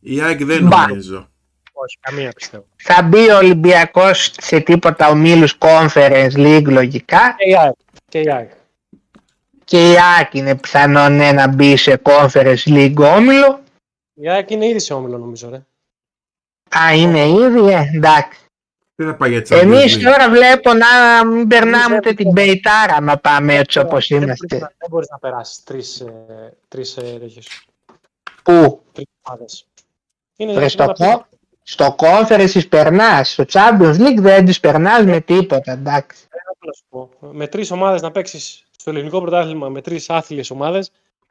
Speaker 2: Η ΑΕΚ δεν
Speaker 3: Μπα.
Speaker 2: νομίζω.
Speaker 1: Όχι, καμία πιστεύω.
Speaker 3: Θα μπει ο Ολυμπιακός σε τίποτα ομίλους Conference League λογικά
Speaker 1: Και η ΑΕΚ. Και η ΑΕΚ.
Speaker 3: και η ΑΕΚ είναι πιθανόν ναι, να μπει σε Conference League όμιλο.
Speaker 1: Η ΑΕΚ είναι ήδη σε όμιλο νομίζω ρε.
Speaker 3: Α, είναι ήδη, ε, εντάξει.
Speaker 2: Δεν θα πάει για Champions
Speaker 3: Εμείς
Speaker 2: League.
Speaker 3: τώρα βλέπω να μην περνάμε
Speaker 1: Εμείς
Speaker 3: ούτε
Speaker 1: δεν-
Speaker 3: την Πεϊτάρα να πάμε έτσι όπως
Speaker 1: Δεν μπορείς
Speaker 3: είμαστε.
Speaker 1: να- Δεν μπορείς να περάσεις τρεις, ε, τρεις ε, τέτοιους,
Speaker 3: Πού,
Speaker 1: τρεις ομάδες. Είναι
Speaker 3: ρε, στο,
Speaker 1: ένα-
Speaker 3: κο- στο Conference τις περνάς, στο Champions League δεν τις περνάς με τίποτα, εντάξει.
Speaker 1: να σου πω. Με τρεις ομάδες να παίξεις στο ελληνικό πρωτάθλημα με τρεις άθλιες ομάδες,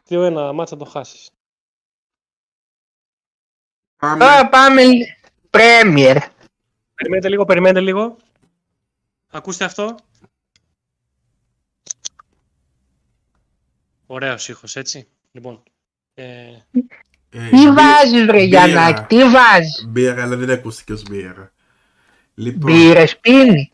Speaker 1: δύο ένα μάτσα το χάσεις. Ε.
Speaker 2: Πάμε.
Speaker 3: Τώρα πάμε Πρέμιερ.
Speaker 1: Περιμένετε λίγο, περιμένετε λίγο. Ακούστε αυτό. Ωραίος ήχος, έτσι. Λοιπόν. Ε,
Speaker 2: Ε,
Speaker 3: Τι βάζεις ρε
Speaker 2: μπύρα.
Speaker 3: Γιαννάκη, τι βάζεις.
Speaker 2: Μπύρα, αλλά δεν ακούστηκες ως μπύρα. Λοιπόν,
Speaker 3: Μπύρες πίνει.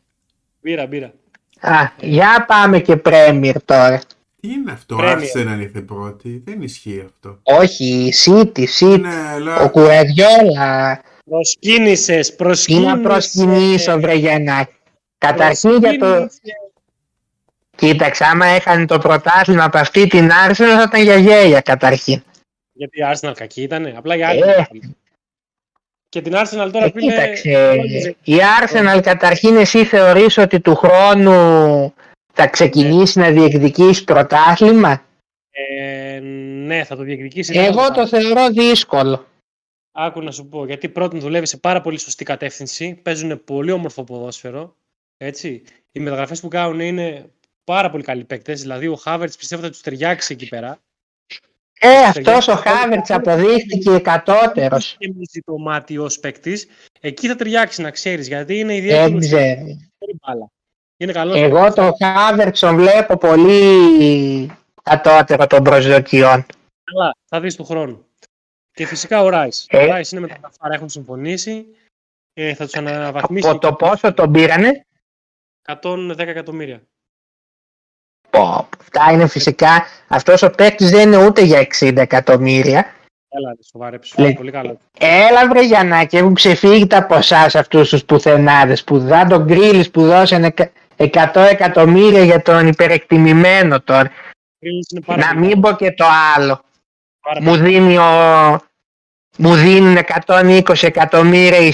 Speaker 1: μπύρα, μπύρα.
Speaker 3: Α, για πάμε και Πρέμιερ τώρα.
Speaker 2: τι είναι αυτό,
Speaker 1: Premier.
Speaker 2: άρχισε να ήρθε πρώτη. Δεν ισχύει αυτό.
Speaker 3: Όχι, City, City.
Speaker 2: Ναι,
Speaker 3: Ε, Ο
Speaker 2: αλλά
Speaker 3: Κουραδιόλα.
Speaker 1: Προσκύνησε,
Speaker 3: Τι
Speaker 1: προσκύνησε.
Speaker 3: να
Speaker 1: ε,
Speaker 3: προσκυνήσω βρε Γιαννάκη. Καταρχήν για το...
Speaker 1: προσκύνησες.
Speaker 3: Κοίταξε, άμα έχανε το πρωτάθλημα από αυτή την Arsenal θα ήταν για γέλια καταρχήν.
Speaker 1: Γιατί η Arsenal κακή ήταν, απλά για
Speaker 3: Ε.
Speaker 1: Arsenal. Και την Arsenal
Speaker 3: Ε,
Speaker 1: τώρα που είναι. Ε.
Speaker 3: κοίταξε, η Arsenal καταρχήν εσύ θεωρείς ότι του χρόνου θα ξεκινήσει να διεκδικήσει πρωτάθλημα.
Speaker 1: Ε, ναι, θα το διεκδικήσει.
Speaker 3: Εγώ το θεωρώ δύσκολο.
Speaker 1: Άκου να σου πω, γιατί πρώτον δουλεύει σε πάρα πολύ σωστή κατεύθυνση, παίζουν πολύ όμορφο ποδόσφαιρο, έτσι. Οι μεταγραφές που κάνουν είναι πάρα πολύ καλοί παίκτες, δηλαδή ο Χάβερτς πιστεύω θα τους ταιριάξει εκεί πέρα.
Speaker 3: Ε,
Speaker 1: Στεριά.
Speaker 3: αυτός ο Χάβερτς αποδείχθηκε εκατότερος.
Speaker 1: Και μυζεί το μάτι ως παίκτης, εκεί θα ταιριάξει να ξέρεις, γιατί είναι
Speaker 3: Ε, Δεν
Speaker 1: ιδιαίτερο
Speaker 3: ξέρω.
Speaker 1: στην μπάλα. Είναι καλός.
Speaker 3: Εγώ το Χάβερτς τον βλέπω πολύ κατώτερο των προσδοκιών.
Speaker 1: Καλά, θα δεις του χρόνου. Και φυσικά ο Ράις.
Speaker 3: Ε.
Speaker 1: Ο Ράις είναι με τα έχουν συμφωνήσει. ε, θα τους αναβαθμίσει.
Speaker 3: Από το πόσο τον πήρανε.
Speaker 1: 110 εκατομμύρια.
Speaker 3: Πω, αυτά είναι φυσικά. Αυτός ο παίκτης δεν είναι ούτε για 60 εκατομμύρια.
Speaker 1: Έλα, ρε, σοβαρέψου.
Speaker 3: Λέει.
Speaker 1: Πολύ καλά.
Speaker 3: Έλα βρε Γιαννάκη, έχουν ξεφύγει τα ποσά σε αυτούς τους πουθενάδες που δά τον Γκρίλης που δώσανε εκα- 100 εκατομμύρια για τον υπερεκτιμημένο τώρα.
Speaker 1: Γκρίλης είναι πάρα
Speaker 3: Να
Speaker 1: πολύ
Speaker 3: μην
Speaker 1: καλό,
Speaker 3: πω και το άλλο.
Speaker 1: πάρα
Speaker 3: Μου δίνει ο... Μου δίνουν 120 εκατομμύρια η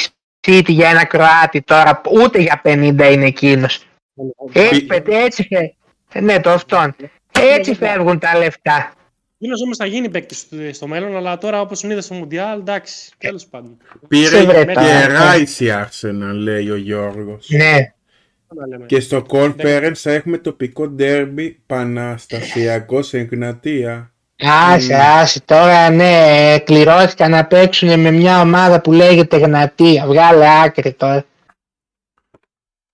Speaker 3: City για ένα Κροάτι τώρα, που ούτε για 50 είναι εκείνος.
Speaker 1: πολύ καλό.
Speaker 3: Έτσι, παιδε, έτσι φε- Ναι, το αυτόν. Έτσι φεύγουν τα λεφτά.
Speaker 1: Γκρίλος όμως θα γίνει παίκτη στο μέλλον, αλλά τώρα όπως τον είδα στο Μουντιάλ, εντάξει, τέλος πάντων.
Speaker 2: Πήρε
Speaker 3: σε βρε,
Speaker 2: και
Speaker 3: τα-
Speaker 2: Rice η Arsenal, λέει ο Γιώργος.
Speaker 3: Ναι.
Speaker 1: Τι να λέμε.
Speaker 2: Και στο
Speaker 1: Ναι.
Speaker 2: Conference θα έχουμε τοπικό ντέρμπι Παναστασιακό σε Εγνατία.
Speaker 3: Άσε, άσε, τώρα ναι, κληρώθηκαν να παίξουν με μια ομάδα που λέγεται Γνατία. Βγάλε άκρη τώρα.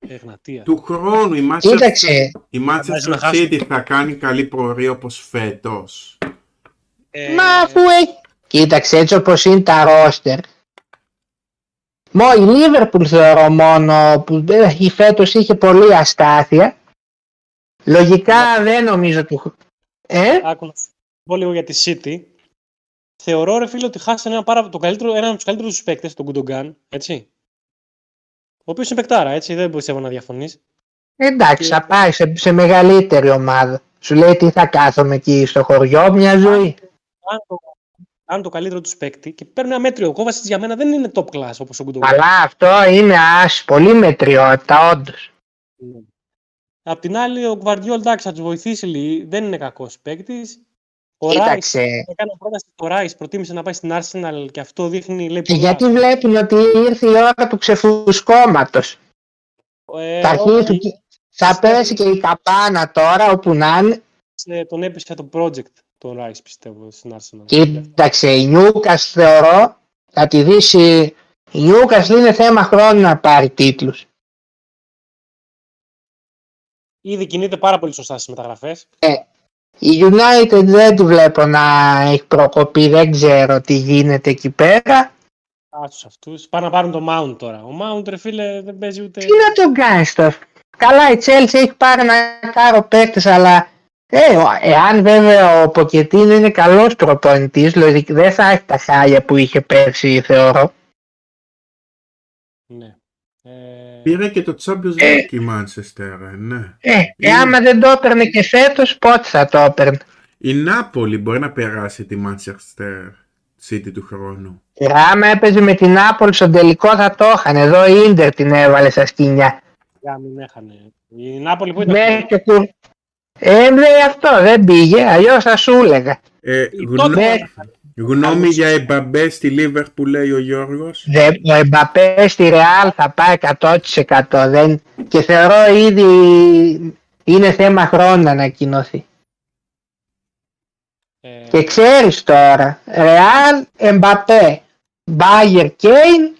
Speaker 1: Ε, Εγνατία.
Speaker 2: Του χρόνου η Manchester,
Speaker 3: Κοίταξε,
Speaker 2: η
Speaker 1: Φαντάζει
Speaker 2: Manchester
Speaker 1: να χάσει.
Speaker 2: City θα κάνει καλή πορεία όπως φέτος.
Speaker 1: Ε,
Speaker 3: μα αφού έχει... Κοίταξε, έτσι όπως είναι τα ρόστερ. Μό, η Λίβερπουλ θεωρώ μόνο που ε, η φέτος είχε πολύ αστάθεια. Λογικά δεν νομίζω του... Ε,
Speaker 1: Άκου να σου πω λίγο για τη City. Θεωρώ, ρε φίλε, ότι χάσανε ένα πάρα, το καλύτερο, έναν από τους καλύτερους τους παίκτες, τον Κουντογκάν, έτσι. Ο οποίος είναι παικτάρα, έτσι, δεν πιστεύω να διαφωνείς.
Speaker 3: εντάξει, θα πάει σε, σε μεγαλύτερη ομάδα. Σου λέει τι θα κάθομαι εκεί στο χωριό μια ζωή.
Speaker 1: Αν το, αν το καλύτερο τους παίκτη και παίρνει ένα μέτριο. Ο Κόβασιτ για μένα δεν είναι top class όπως ο Κουντογκάν.
Speaker 3: Αλλά αυτό είναι άσχη, πολύ μετριότητα, όντως.
Speaker 1: Ναι. Απ' την άλλη, ο Γκβαρδιόλ εντάξει, θα τους βοηθήσει λίγο. Δεν είναι κακός παίκτης. Ο Ράι
Speaker 3: Κοίταξε.
Speaker 1: έκανε πρόταση στο Ράι, προτίμησε να πάει στην Arsenal και αυτό δείχνει. Λέει,
Speaker 3: Και
Speaker 1: πολλά.
Speaker 3: γιατί βλέπουν ότι ήρθε η ώρα του ξεφουσκώματο.
Speaker 1: Ε,
Speaker 3: θα,
Speaker 1: όχι,
Speaker 3: αρχίσουν και- θα πέσει και η καπάνα τώρα όπου να είναι.
Speaker 1: ε, τον έπεισε το project τον Ράι, πιστεύω, στην Arsenal.
Speaker 3: Κοίταξε, η Νιούκα θεωρώ θα τη δύσει. Η Νιούκα είναι θέμα χρόνου να πάρει τίτλους.
Speaker 1: Ήδη κινείται πάρα πολύ σωστά στις μεταγραφές.
Speaker 3: Η United δεν τη βλέπω να έχει προκοπεί, δεν ξέρω τι γίνεται εκεί πέρα.
Speaker 1: Άσου αυτούς. Πάνε να πάρουν το Mount τώρα. Ο Mount, ρε φίλε, δεν παίζει ούτε.
Speaker 3: Τι να τον κάνεις τώρα. Καλά, η Chelsea έχει πάρει ένα κάρο παίκτη, αλλά ε, ο- εάν βέβαια ο Ποκετίνο είναι καλός προπονητής, δεν θα έχει τα χάλια που είχε πέρσι, θεωρώ.
Speaker 1: Ναι. Ε,
Speaker 2: Πήρε και το Champions League η Manchester, ε, ναι.
Speaker 3: Ε, ε, άμα δεν το έπαιρνε και φέτος, πότε θα το έπαιρνε.
Speaker 2: Η Νάπολη μπορεί να περάσει τη Manchester City του χρόνου.
Speaker 3: Ε, Άμα έπαιζε με την Άπολη στον τελικό θα το είχαν. Εδώ η Ίντερ την έβαλε στα σκηνιά.
Speaker 1: για μην έχανε. Η Νάπολη που ήταν.
Speaker 3: Μέχρι και του... Ε, δε, αυτό δεν πήγε, αλλιώς θα σου έλεγα.
Speaker 2: Ε, γνω-
Speaker 1: τότε-
Speaker 3: Ναι.
Speaker 2: Γνώμη για Εμπαμπέ στη Λίβερ που λέει ο Γιώργος.
Speaker 3: Δε, ο Εμπαπέ στη Ρεάλ θα πάει 100% δεν, και θεωρώ ήδη είναι θέμα χρόνου να ανακοινωθεί.
Speaker 1: Ε,
Speaker 3: Και ξέρεις τώρα, Ρεάλ, Εμπαπέ, Μπάγερ, Κέιν,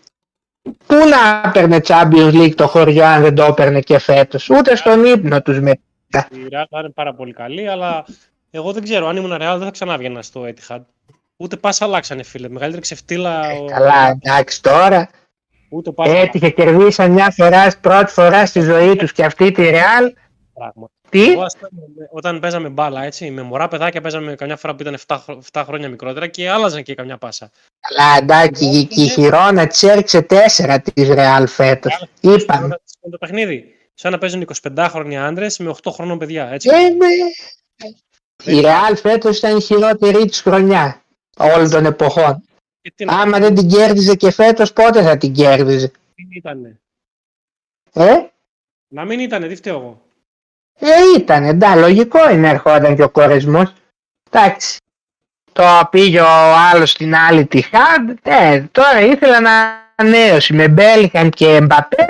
Speaker 3: πού να έπαιρνε Champions League το χωριό αν δεν το έπαιρνε και φέτος, ούτε στον ύπνο τους με.
Speaker 1: Η Real θα είναι πάρα πολύ καλή, αλλά εγώ δεν ξέρω. Αν ήμουν Real δεν θα ξανάβγαινα στο Etihad. Ούτε πα αλλάξανε, φίλε. Μεγαλύτερη ξεφτύλα. ο-
Speaker 3: Ε, Καλά, Ε, εντάξει τώρα,
Speaker 1: Ούτε πα αλλάξανε
Speaker 3: έτυχε, κερδίσαν μια φορά, πρώτη φορά στη ζωή τους και αυτή τη Ρεάλ,
Speaker 1: πράγμα.
Speaker 3: τι,
Speaker 1: Εγώ, ας πούμε, όταν παίζαμε μπάλα, έτσι, με μωρά παιδάκια παίζαμε καμιά φορά που ήταν 7, χρο- 7 χρόνια μικρότερα και άλλαζαν και καμιά πάσα.
Speaker 3: Καλά, εντάξει, η- και η Χιρόνα της έριξε τέσσερα της Ρεάλ φέτος. Είπαμε.
Speaker 1: Σαν το παιχνίδι. Σαν να παίζουν 25 χρόνια άντρες με 8 χρόνων παιδιά. Έτσι.
Speaker 3: Ε, ε, Η Ρεάλ φέτος ήταν η χειρότερη της χρονιά όλων των εποχών.
Speaker 1: και τι να
Speaker 3: Άμα δεν την κέρδιζε και φέτος, πότε θα την κέρδιζε.
Speaker 1: μην ήτανε.
Speaker 3: Ε,
Speaker 1: Να μην ήτανε, τι φταίω εγώ.
Speaker 3: ε ήταν, εντάξει, λογικό είναι ερχόταν και ο κορεσμός. Εντάξει. Το πήγε ο άλλος στην άλλη τη Χάντ. Ε, τώρα ήθελα να ανανέωση με Μπέλιχαμ και Μπαπέ.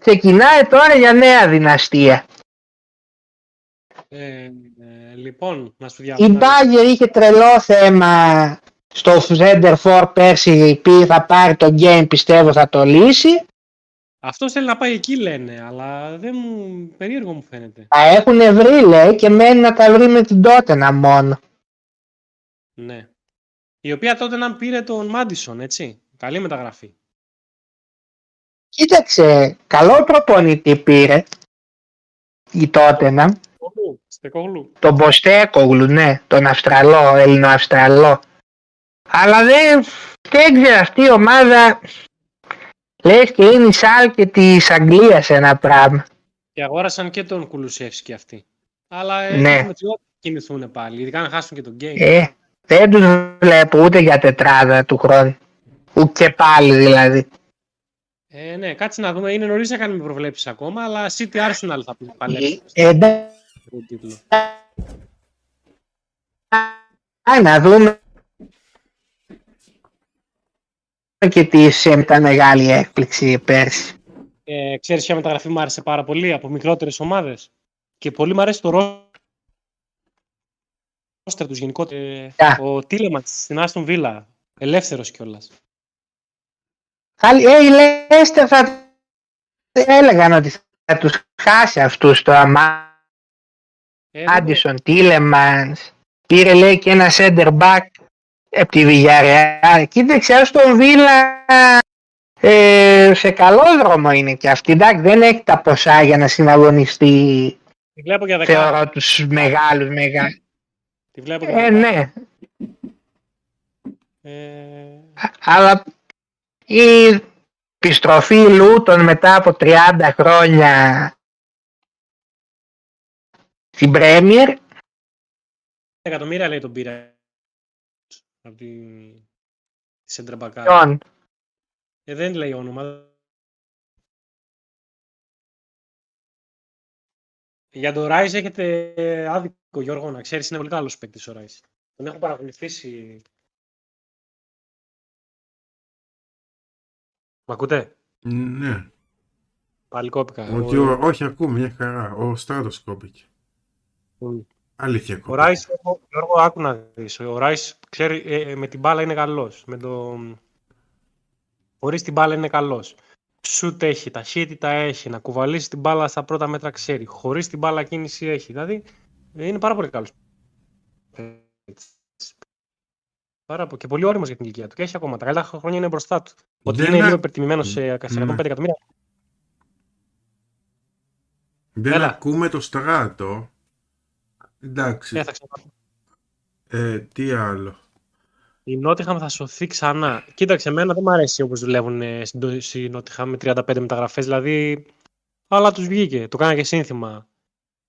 Speaker 3: Ξεκινάει τώρα για νέα δυναστεία.
Speaker 1: Ε, ε, λοιπόν, να σου
Speaker 3: Η
Speaker 1: διαβάσω.
Speaker 3: Μπάγκερ είχε τρελό θέμα στο Center 4 πέρσι. Πει θα πάρει το game, πιστεύω θα το λύσει.
Speaker 1: Αυτό θέλει να πάει εκεί, λένε, αλλά δεν μου. περίεργο μου φαίνεται.
Speaker 3: Τα έχουν βρει, λέει, και μένει να τα βρει με την Τότενα μόνο.
Speaker 1: Ναι. Η οποία τότε να πήρε τον Μάντισον, έτσι. Καλή μεταγραφή.
Speaker 3: Κοίταξε, καλό προπονητή πήρε η Τότενα,
Speaker 1: Στεκόγλου, Στεκόγλου.
Speaker 3: τον Μποστέκογλου, ναι, τον Αυστραλό, Ελληνοαυστραλό. Αλλά δεν, δεν ξέρω, αυτή η ομάδα λες και είναι η Σάλκε της Αγγλίας ένα πράγμα.
Speaker 1: Και αγόρασαν και τον Κουλουσεύσκι αυτοί. Αλλά ε,
Speaker 3: Ναι.
Speaker 1: έχουμε ότι κινηθούν πάλι, ειδικά να χάσουν και τον Γκέι.
Speaker 3: Ε, δεν τους βλέπω ούτε για τετράδα του χρόνου. Ούτε πάλι δηλαδή.
Speaker 1: Ε, ναι, κάτσε να δούμε. Είναι νωρίς να κάνουμε προβλέψεις ακόμα, αλλά City Arsenal θα πει παλέψει
Speaker 3: Ε, εντάξει.
Speaker 1: στον τίτλο.
Speaker 3: Α, να δούμε και τη ΣΕΜ ήταν μεγάλη έκπληξη πέρσι.
Speaker 1: Ε, ξέρεις ποια μεταγραφή μου άρεσε πάρα πολύ από μικρότερες ομάδες. Και πολύ μου αρέσει το ρόστερ τους γενικότερα. Ε,
Speaker 3: Ποια?
Speaker 1: Ο Τίλεμαντς στην Άστον Βίλα. Ελεύθερος κιόλας.
Speaker 3: Άλλη, ε, η Λέστερ θα έλεγαν ότι θα τους χάσει αυτούς το αμά.
Speaker 1: Ε,
Speaker 3: Άντισον, Τίλεμανς, πήρε λέει και ένα center back από τη Villarreal. Κοίταξε, ας τον Βίλα ε, σε καλό δρόμο είναι και αυτή. Εντάξει, δεν έχει τα ποσά για να συναγωνιστεί,
Speaker 1: Τη βλέπω για δεκάδα.
Speaker 3: θεωρώ, τους μεγάλους, μεγάλους.
Speaker 1: Τη βλέπω για
Speaker 3: Ε,
Speaker 1: δεκάδα.
Speaker 3: ναι,
Speaker 1: Ε,
Speaker 3: αλλά η επιστροφή Λούτων μετά από 30 χρόνια στην Πρέμιερ,
Speaker 1: εκατομμύρια λέει τον πήρα. Από την... τη Σεντραμπακά.
Speaker 3: ποιον,
Speaker 1: Ε, δεν λέει όνομα. Για τον Ράις έχετε άδικο, Γιώργο, να ξέρεις, είναι πολύ καλός παίκτης ο Ράις. Τον έχω παρακολουθήσει. Μ' ακούτε?
Speaker 2: Ναι.
Speaker 1: Πάλι κόπηκα.
Speaker 2: Ο Γιώ- όχι, ακούμε μια χαρά. Ο Στράτος κόπηκε.
Speaker 1: Ο-
Speaker 2: Αλήθεια
Speaker 1: ο
Speaker 2: κόπηκε.
Speaker 1: Ράις, Γιώργο- Γιώργο, άκου να δεις. Ο Ράις, ξέρει, ε, ε, με την μπάλα είναι καλός. Με το... Χωρίς την μπάλα είναι καλός. Σουτ έχει, ταχύτητα έχει, να κουβαλήσει την μπάλα στα πρώτα μέτρα ξέρει. Χωρίς την μπάλα κίνηση έχει. Δηλαδή, ε, είναι πάρα πολύ καλός. Πάρα πο- και πολύ όριμος για την ηλικία του. Και έχει ακόμα τα καλά χρόνια είναι μπροστά του. Ότι
Speaker 2: Δεν
Speaker 1: είναι
Speaker 2: α-
Speaker 1: λίγο υπερτιμημένος σε 105
Speaker 2: Ναι.
Speaker 1: εκατομμύρια.
Speaker 2: Δεν
Speaker 1: Έλα.
Speaker 2: ακούμε το Στράτο. Εντάξει.
Speaker 1: Ε, θα ξαναπάρω.
Speaker 2: Ε, τι άλλο.
Speaker 1: Η Νότιχαμ θα σωθεί ξανά. Κοίταξε, εμένα δεν μου αρέσει όπως δουλεύουν ε, στην Το- στη Νότιχαμ με 35 μεταγραφές. Δηλαδή, αλλά τους βγήκε. Το κάνα και σύνθημα.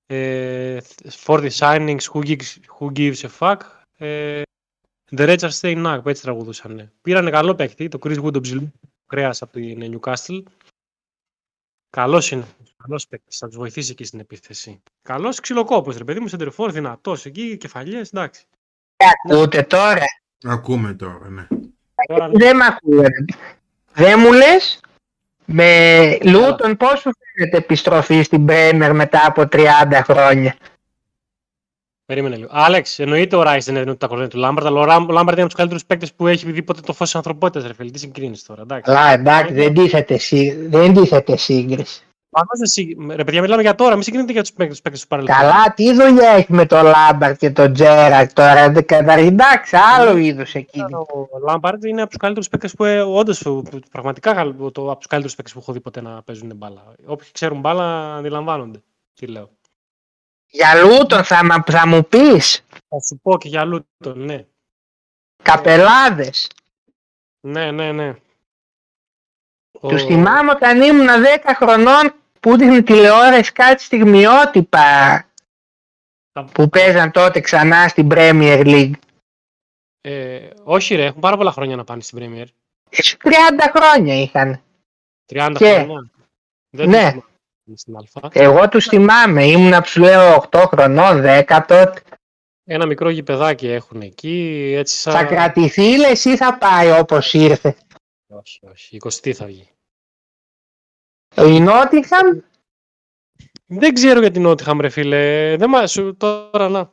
Speaker 1: Ε, for the signings, who gives, who gives a fuck. Ε, the Reds are staying up. Έτσι τραγουδούσαν. ναι. Πήρανε καλό παίκτη, το Chris Wood, τον ψηλό κρέας από την ε, Newcastle. Καλός είναι. Καλός παίκτης. Θα τους βοηθήσει εκεί στην επίθεση. Καλός ξυλοκόπος, ρε παιδί μου, σεντερφόρ, δυνατός εκεί, κεφαλιές, εντάξει.
Speaker 3: ακούτε τώρα,
Speaker 2: Ακούμε τώρα, ναι.
Speaker 1: Τώρα,
Speaker 3: δεν με ακούτε. Δεν μου λες, με Λούτον πώς σου φαίνεται επιστροφή στην Πρέμιερ μετά από 30 χρόνια.
Speaker 1: Περίμενε λίγο. Άλεξ, εννοείται ο Ράις δεν είναι τα κορδόνια του Λάμπαρτ, αλλά ο, Ραμ, ο Λάμπαρτ είναι από τους καλύτερους παίκτες που έχει δει ποτέ το φως της ανθρωπότητας, ρε φίλε. Τι συγκρίνεις τώρα, εντάξει.
Speaker 3: Αλλά εντάξει, δεν τίθεται, σύ- δεν τίθεται σύγκριση.
Speaker 1: Προφανώς δεν συ- Ρε παιδιά, μιλάμε για τώρα, μην συγκρίνετε για τους παίκτες τους παρελθόντος.
Speaker 3: Καλά, τι δουλειά έχει με τον Λάμπαρτ και τον Τζέρακ τώρα. δε- κατα- Εντάξει, άλλο είδου εκείνη.
Speaker 1: Ο Λάμπαρτ είναι από τους καλύτερους παίκτες που όντω πραγματικά καλ- το, από τους καλύτερους παίκτες που έχω δει ποτέ να παίζουν μπάλα. Όποιοι ξέρουν μπάλα αντιλαμβάνονται. Τι λέω.
Speaker 3: Για Λούτον θα, μα- θα μου πεις,
Speaker 1: Θα σου πω και για Λούτον, ναι.
Speaker 3: καπελάδες.
Speaker 1: Ναι, ναι, ναι. Ο-
Speaker 3: Του θυμάμαι όταν ήμουν 10 χρονών που δείχνει τηλεόραση κάτι στιγμιότυπα
Speaker 1: Τα-
Speaker 3: που παίζαν τότε ξανά στην Premier League.
Speaker 1: Ε, όχι, ρε, έχουν πάρα πολλά χρόνια να πάνε στην Πρέμιερ.
Speaker 3: 30 χρόνια είχαν.
Speaker 1: 30
Speaker 3: Και-
Speaker 1: χρονών. Δεν
Speaker 3: ναι. Ε.
Speaker 1: το θυμάμαι Στην αλφα.
Speaker 3: Εγώ τους θυμάμαι, ήμουν από λέω 8 χρονών, 10 τότε.
Speaker 1: Ένα μικρό γηπεδάκι έχουν εκεί, έτσι σαν...
Speaker 3: Θα κρατηθεί λες ή θα πάει όπως ήρθε.
Speaker 1: Όχι, όχι, 20 θα βγει.
Speaker 3: Η Νότιχαμ
Speaker 1: Δεν ξέρω για την Νότιχαμ, ρε φίλε. Δεν μα... σου... Τώρα, να.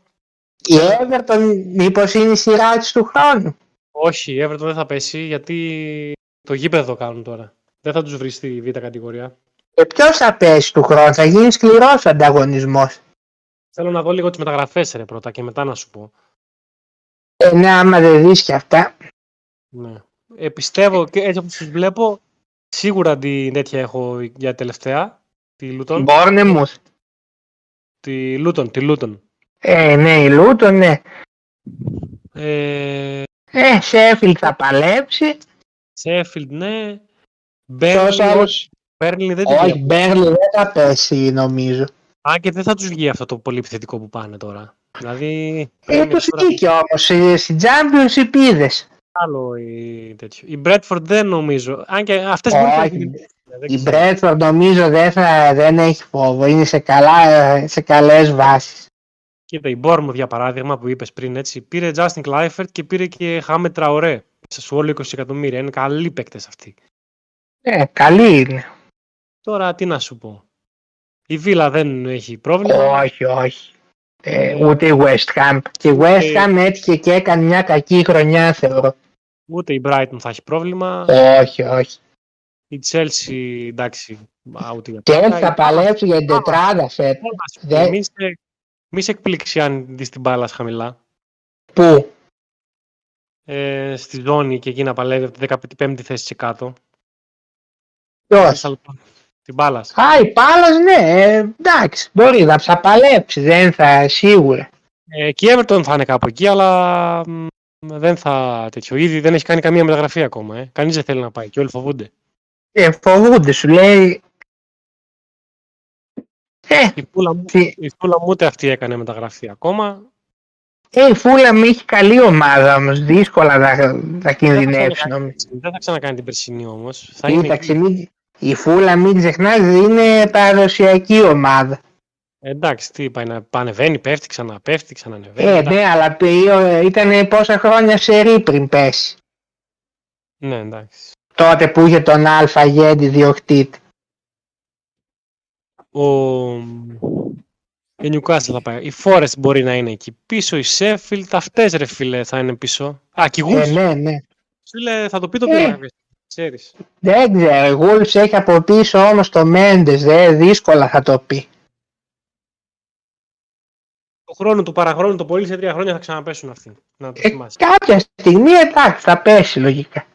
Speaker 3: Η Everton μήπως είναι η σειρά της του χρόνου.
Speaker 1: Όχι, η Everton δεν θα πέσει, γιατί το γήπεδο κάνουν τώρα. Δεν θα τους βρει στη β' κατηγορία.
Speaker 3: Και Ε, ποιος θα πέσει του χρόνου, θα γίνει σκληρός ανταγωνισμός.
Speaker 1: Θέλω να δω λίγο τις μεταγραφές, ρε, πρώτα και μετά να σου πω.
Speaker 3: Ε, ναι, άμα δεν δεις και αυτά.
Speaker 1: Ναι. Ε, πιστεύω και έτσι όπως τους βλέπω, Σίγουρα την τέτοια έχω για τελευταία. Τη Λούτον.
Speaker 3: Μπόρνεμουθ.
Speaker 1: Τη Λούτον, τη Λούτον.
Speaker 3: Ε, ναι, η Λούτον, ναι.
Speaker 1: Ε,
Speaker 3: Ε, Σέφιλ θα παλέψει.
Speaker 1: Σέφιλντ, ναι.
Speaker 3: Ποιος
Speaker 1: Μπέρνλι,
Speaker 3: άλλος.
Speaker 1: Μπέρνλι δεν την
Speaker 3: Όχι,
Speaker 1: βλέπω.
Speaker 3: Μπέρλι δεν θα πέσει νομίζω.
Speaker 1: Α, και δεν θα τους βγει αυτό το πολύ επιθετικό που πάνε τώρα. Δηλαδή,
Speaker 3: Ε,
Speaker 1: πρέπει
Speaker 3: τους
Speaker 1: τώρα
Speaker 3: βγήκε όμως. ε, Στην Championship είδες.
Speaker 1: άλλο η, τέτοιο. η Bradford δεν νομίζω. Αν και αυτές
Speaker 3: Όχι.
Speaker 1: μπορεί να γίνουν. Δεν
Speaker 3: Η
Speaker 1: ξέρω.
Speaker 3: Bradford νομίζω δεν, θα, δεν έχει φόβο. Είναι σε, καλά, ε, σε καλές βάσεις.
Speaker 1: Κοίτα, η Bournemouth για παράδειγμα που είπες πριν έτσι, πήρε Justin Clifford και πήρε και Χάμε Τραωρέ. Σε όλο 20 εκατομμύρια. Είναι καλοί παίκτες αυτοί.
Speaker 3: Ε, καλή είναι.
Speaker 1: Τώρα τι να σου πω. Η Villa δεν έχει πρόβλημα.
Speaker 3: Όχι, όχι. Ε, ούτε η West Ham. Και η West Ham έτυχε και έκανε μια κακή χρονιά θεωρώ.
Speaker 1: Ούτε η Brighton θα έχει πρόβλημα.
Speaker 3: ε. Όχι, όχι.
Speaker 1: Η Chelsea, εντάξει, α, ούτε για
Speaker 3: Και
Speaker 1: πλάκα.
Speaker 3: έτσι θα παλέψει για την τετράδα φέτος.
Speaker 1: Όλα, ας πούμε,
Speaker 3: δεν-
Speaker 1: Μη σε, μη σε εκπλήξει αν δεις την μπάλα χαμηλά.
Speaker 3: Πού?
Speaker 1: Ε, στη ζώνη και εκεί να παλεύει από τη 15η θέση και κάτω.
Speaker 3: Ποιος?
Speaker 1: Την μπάλας.
Speaker 3: Α, η Πάλας ναι, ε, εντάξει, μπορεί να ψαπαλέψει, δεν θα σίγουρα.
Speaker 1: Ε, και η Everton θα είναι κάπου εκεί, αλλά μ, δεν θα τέτοιο. Ήδη δεν έχει κάνει καμία μεταγραφή ακόμα. Ε. Κανείς δεν θέλει να πάει και όλοι φοβούνται.
Speaker 3: Ε, φοβούνται, σου λέει. Ε,
Speaker 1: Η Fulham μου,
Speaker 3: τι-
Speaker 1: η Fulham ούτε αυτή έκανε μεταγραφή ακόμα.
Speaker 3: ε, η Φούλα μου έχει καλή ομάδα όμως. Δύσκολα θα, θα
Speaker 1: Δεν θα
Speaker 3: κινδυνεύσει
Speaker 1: ξανακάνει-
Speaker 3: νομίζω.
Speaker 1: Δεν θα ξανακάνει την περσινή όμως. Θα είναι
Speaker 3: Κοίταξε,
Speaker 1: εκεί.
Speaker 3: μην- η Φούλα, μην ξεχνάς, είναι παραδοσιακή ομάδα.
Speaker 1: Ε, Εντάξει, τι πάει να ανεβαίνει, πέφτει, ξαναπέφτει, ξανανεβαίνει.
Speaker 3: Ε,
Speaker 1: εντάξει.
Speaker 3: ναι, αλλά ήταν πόσα χρόνια σε ρή πριν πέσει.
Speaker 1: ναι, εντάξει.
Speaker 3: Τότε που είχε τον Αλφα Γέντη διοκτήτη.
Speaker 1: ο... Η Newcastle θα πάει. Η Forest μπορεί να είναι εκεί πίσω. Η Sheffield, αυτές ρε φίλε θα είναι πίσω. Α, και η
Speaker 3: Ε,
Speaker 1: Wolves.
Speaker 3: ναι, ναι.
Speaker 1: Φίλε, θα το πει το
Speaker 3: Ε.
Speaker 1: πήρα. Ξέρεις.
Speaker 3: Δεν ξέρω, η Wolves έχει από πίσω όμως το Μέντες, δε, δύσκολα θα το πει. Ε,
Speaker 1: Το χρόνο του παραχρόνου, το πολύ σε τρία χρόνια θα ξαναπέσουν αυτοί. Να το
Speaker 3: Ε,
Speaker 1: θυμάσαι.
Speaker 3: κάποια στιγμή εντάξει θα πέσει λογικά.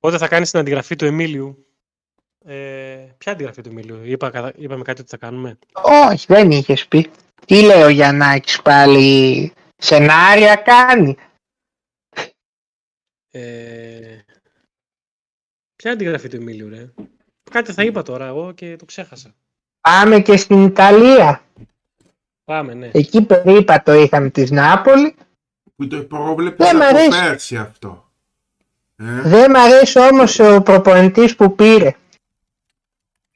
Speaker 1: Όταν θα κάνεις την αντιγραφή του Εμίλιου. Ε, ποια αντιγραφή του Εμίλιου, είπα, κατα- είπαμε κάτι ότι θα κάνουμε.
Speaker 3: Όχι, δεν είχες πει. Τι λέει ο Γιαννάκης πάλι, σενάρια κάνει.
Speaker 1: Ε, ποια αντιγραφή του Εμίλιου, ρε. Κάτι θα είπα τώρα εγώ και το ξέχασα.
Speaker 3: Πάμε και στην Ιταλία.
Speaker 1: Πάμε, ναι.
Speaker 3: Εκεί περίπα το είχαμε της Νάπολη.
Speaker 2: Που το πρόβλεπε
Speaker 3: Δεν Ναι, μ'
Speaker 2: από
Speaker 3: αρέσει.
Speaker 2: πέρσι αυτό. Ε,
Speaker 3: Δεν μ' αρέσει όμως ο προπονητής που πήρε.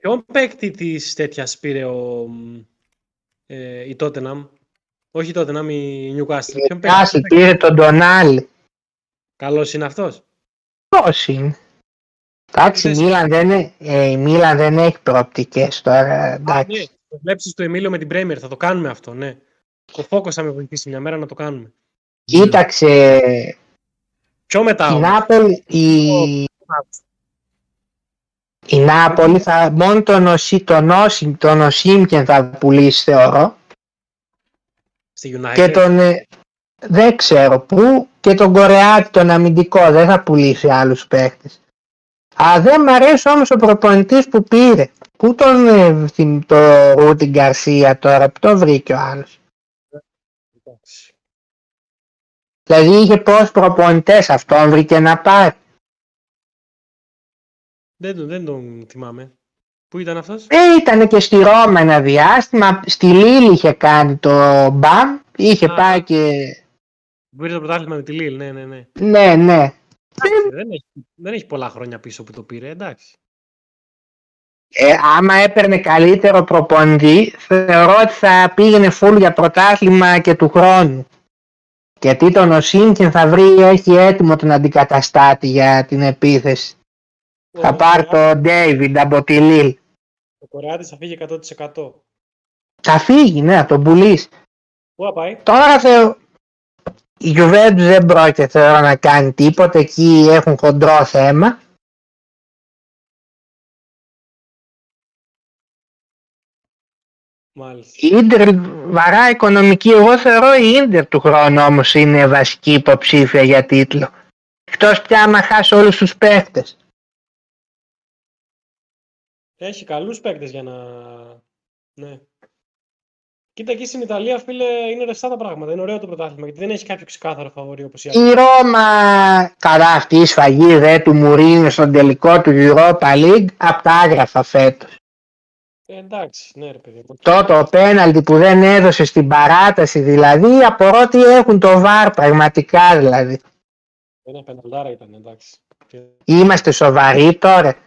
Speaker 1: Ποιον παίκτη της τέτοιας πήρε ο, μ, ε, η Tottenham. Όχι η Tottenham, η Newcastle.
Speaker 3: Ε,
Speaker 1: Ποιον
Speaker 3: Κάσι πήρε τον Ντονάλι.
Speaker 1: Καλός είναι αυτός.
Speaker 3: Πώς είναι. Εντάξει, η
Speaker 1: Είδες.
Speaker 3: Μίλαν δεν, ε- ε, η Μίλαν δεν έχει προοπτικές τώρα.
Speaker 1: Ναι,
Speaker 3: Εντάξει.
Speaker 1: το βλέψει του Εμίλιο με την Πρέμιερ. Θα το κάνουμε αυτό, ναι. Ο Φόκο θα με βοηθήσει μια μέρα να το κάνουμε.
Speaker 3: Κοίταξε,
Speaker 1: Πιο μετά.
Speaker 3: η
Speaker 1: όμως.
Speaker 3: Νάπολη, η, Η Νάπολη θα, μόνο τον, Οσί, τον, Όσιμ, τον Οσίμκεν θα πουλήσει θεωρώ
Speaker 1: Στη United.
Speaker 3: και τον ε, δεν ξέρω πού και τον Κορεάτη τον αμυντικό δεν θα πουλήσει άλλους παίχτες. Α, δεν μ' αρέσει όμως ο προπονητής που πήρε. Πού τον ε, την- το Ρούτιν Γκαρσία τώρα, που τον βρήκε ο άλλος.
Speaker 1: Εντάξει.
Speaker 3: Δηλαδή είχε πόσους προπονητές αυτόν βρήκε να πάρει.
Speaker 1: Δεν, τον, δεν τον θυμάμαι. Πού ήταν αυτός.
Speaker 3: Ε, ήταν και στη Ρώμα ένα διάστημα, στη Λίλη είχε κάνει το μπαμ, είχε
Speaker 1: Α.
Speaker 3: πάει και...
Speaker 1: Πήρε το πρωτάθλημα με τη Λίλ. Ναι, ναι, ναι.
Speaker 3: Ναι, ναι.
Speaker 1: Εντάξει, δεν, έχει, δεν έχει πολλά χρόνια πίσω που το πήρε. Εντάξει.
Speaker 3: ε, άμα έπαιρνε καλύτερο προπονητή, θεωρώ ότι θα πήγαινε φουλ για πρωτάθλημα και του χρόνου. Γιατί τον Οσίνκιν θα βρει, έχει έτοιμο τον αντικαταστάτη για την επίθεση. θα
Speaker 1: Ο-
Speaker 3: πάρει τον Ντέιβιντ από τη Λίλ.
Speaker 1: Ο Κορεάτη θα φύγει 100%.
Speaker 3: Θα φύγει, ναι, θα τον πουλήσει.
Speaker 1: Πού θα πάει.
Speaker 3: Τώρα θεωρώ... Η Juventus δεν πρόκειται θεωρώ να κάνει τίποτα, εκεί έχουν χοντρό θέμα. Η
Speaker 1: Μάλιστα.
Speaker 3: Ίντερ βαρά οικονομική. Εγώ θεωρώ η Ίντερ του χρόνου όμως είναι βασική υποψήφια για τίτλο. Εκτός πια άμα χάσει όλους τους παίχτες.
Speaker 1: Έχει καλούς παίκτες για να... Ναι. Κοίτα εκεί στην Ιταλία, φίλε, είναι ρευστά τα πράγματα. Είναι ωραίο το πρωτάθλημα γιατί δεν έχει κάποιο ξεκάθαρο φαβορή όπως η άλλη.
Speaker 3: Η Ρώμα, καλά αυτή η σφαγή δε του Μουρίνιο στον τελικό του Europa League, απ' τα άγραφα φέτος.
Speaker 1: Ε, εντάξει, ναι ρε παιδί. μου.
Speaker 3: Το το πέναλτι που δεν έδωσε στην παράταση δηλαδή, απορώ ότι έχουν το βαρ πραγματικά δηλαδή.
Speaker 1: Ένα πενταλτάρα ήταν, εντάξει. Και-
Speaker 3: Είμαστε σοβαροί τώρα.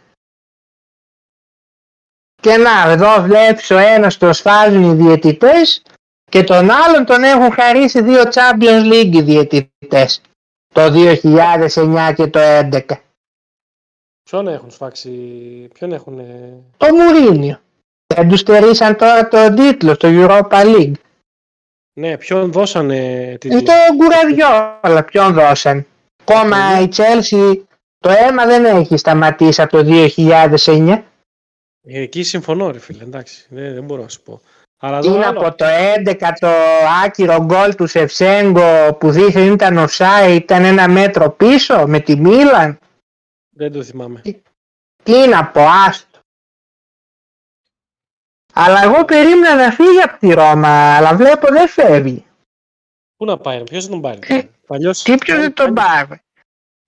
Speaker 3: Και να, εδώ βλέπεις ο ένας τον σφάζουν οι διαιτητές και τον άλλον τον έχουν χαρίσει δύο Champions League οι διαιτητές. Το 2009 και το 2011.
Speaker 1: Ποιον έχουν σφάξει, ποιον έχουν... ε,
Speaker 3: Το Μουρίνιο. Δεν τους στερήσαν τώρα το τίτλο στο Europa League.
Speaker 1: Ναι, ποιον δώσανε τη
Speaker 3: Ε, το Γκουραδιόλα ποιον δώσαν. Ακόμα η Chelsea το αίμα δεν έχει σταματήσει από το 2009.
Speaker 1: Ε, Εκεί συμφωνώ, ρε φίλε, εντάξει. Δεν, δεν μπορώ να σου πω. Αλλά εδώ
Speaker 3: Είναι
Speaker 1: άλλο.
Speaker 3: από το 11 το άκυρο γκολ του Σευσέγκο που δείχνει ήταν offside, ήταν ένα μέτρο πίσω με τη Μίλαν.
Speaker 1: Δεν το θυμάμαι.
Speaker 3: Τι να πω, άστο. Αλλά εγώ περίμενα να φύγει από τη Ρώμα, αλλά βλέπω δεν φεύγει.
Speaker 1: Πού να πάει, ποιο δεν τον πάρει.
Speaker 3: Ε,
Speaker 1: Παλιός,
Speaker 3: Τι ποιος δεν τον πάρει.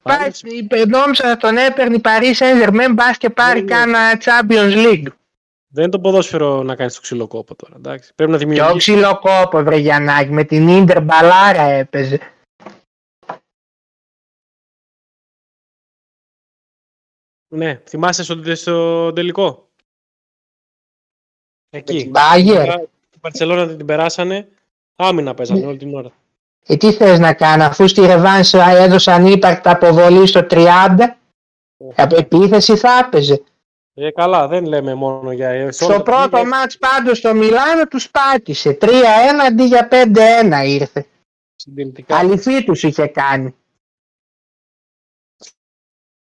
Speaker 1: Πάλι-
Speaker 3: Πάει- Νόμιζα να τον έπαιρνε η Paris Saint Germain, μπας και πάρει
Speaker 1: Ναι, ναι.
Speaker 3: κάνα Champions League.
Speaker 1: Δεν είναι το ποδόσφαιρο να κάνεις το ξυλοκόπο τώρα. Εντάξει. Πρέπει να
Speaker 3: Πιο
Speaker 1: δημιουργήσει.
Speaker 3: ξύλο κόπο, βρε Γιαννάκη, με την Ίντερ μπαλάρα έπαιζε.
Speaker 1: Ναι, θυμάσαι στο, στο τελικό. Εκεί.
Speaker 3: Μπάγερ.
Speaker 1: Την Παρσελόνα την περάσανε. Άμυνα
Speaker 3: Ναι.
Speaker 1: παίζανε όλη την ώρα.
Speaker 3: Ε, τι θες να κάνω, αφού στη Ρεβάνς έδωσαν ύπαρκτα αποβολή στο 30, από επίθεση θα έπαιζε.
Speaker 1: Ε, καλά, δεν λέμε μόνο για. ε, σε όλα
Speaker 3: Στο
Speaker 1: τα
Speaker 3: πρώτο
Speaker 1: παιχνίδια.
Speaker 3: μάτς πάντως στο Μιλάνο τους πάτησε. 3-1 αντί για 5-1 ήρθε.
Speaker 1: Συντηρητικά.
Speaker 3: Αληφή τους είχε κάνει.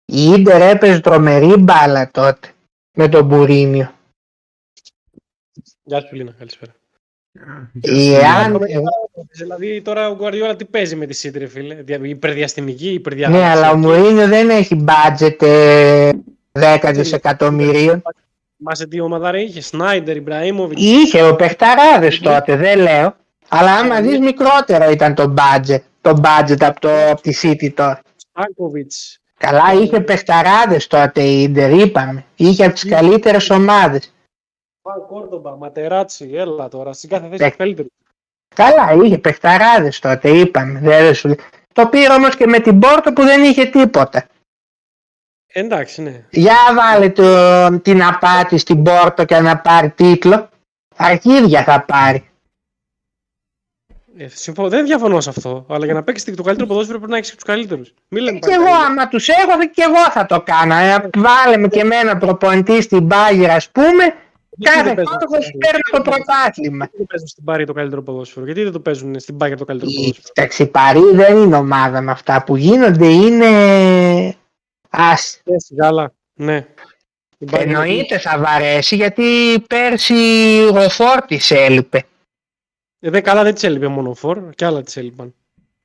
Speaker 3: Η Ίντερ έπαιζε τρομερή μπάλα τότε με τον Μπουρίνιο.
Speaker 1: Γεια σου, Λίνα, καλησπέρα.
Speaker 2: Ε,
Speaker 3: Η Εάν... Ε,
Speaker 1: Δηλαδή τώρα ο Γκουαριόλα τι παίζει με τη Σίτρε, φίλε. Δια- Υπερδιαστημική, υπερδιαστημική.
Speaker 3: Ναι, αλλά ο Μουρίνιο δεν έχει budget ε, 10 δισεκατομμυρίων.
Speaker 1: Θυμάσαι τι ομάδα είχε. Σνάιντερ, Ιμπραήμοβιτ.
Speaker 3: Είχε ο Πεχταράδες τότε, δεν λέω. Αλλά άμα δεις μικρότερο ήταν το budget, το budget από, το, από τη City τώρα.
Speaker 1: Στάνκοβιτ.
Speaker 3: Καλά είχε Πεχταράδες τότε η Ιντερ, είπαμε. Είχε από τις καλύτερες ομάδες.
Speaker 1: Παν Κόρντομπα, Ματεράτσι, έλα τώρα. Στην κάθε θέση
Speaker 3: Τεκ.
Speaker 1: του Φέλτερ.
Speaker 3: Καλά είχε Πεχταράδες τότε, είπαμε. Δεν σου... λέω. Το πήρε όμως και με την Πόρτο που δεν είχε τίποτα.
Speaker 1: Εντάξει, ναι.
Speaker 3: Για βάλε το, την απάτη στην Πόρτο και να πάρει τίτλο. Αρχίδια θα πάρει.
Speaker 1: Ε, συμφω- Δεν διαφωνώ σε αυτό. Αλλά για να παίξεις το καλύτερο ποδόσφαιρο πρέπει να έχεις τους καλύτερους. Μην λέμε
Speaker 3: Και
Speaker 1: πάλι
Speaker 3: εγώ,
Speaker 1: καλύτερο.
Speaker 3: άμα τους έχω, και εγώ θα το κάνω. Ε, βάλε με και εμένα προπονητή στην Πάγερ, ας πούμε.
Speaker 1: Γιατί
Speaker 3: Κάθε
Speaker 1: δεν παίζουν
Speaker 3: χρόνο
Speaker 1: στην Bayern?
Speaker 3: παίρνω το πρωτάθλημα.
Speaker 1: Γιατί δεν παίζουν στην Πάρη το καλύτερο ποδόσφαιρο. Γιατί δεν το παίζουν στην Πάρη το
Speaker 3: Ε.
Speaker 1: καλύτερο ποδόσφαιρο.
Speaker 3: Εντάξει, η Παρή δεν είναι ομάδα με αυτά που γίνονται. Είναι. Ας,
Speaker 1: Ε, σιγά, αλλά, Ναι. Στην Bayern-
Speaker 3: εννοείται θα βαρέσει γιατί πέρσι ο Φόρτης έλειπε.
Speaker 1: Ε, δε, καλά δεν της έλειπε μόνο ο Φορ και άλλα της έλειπαν.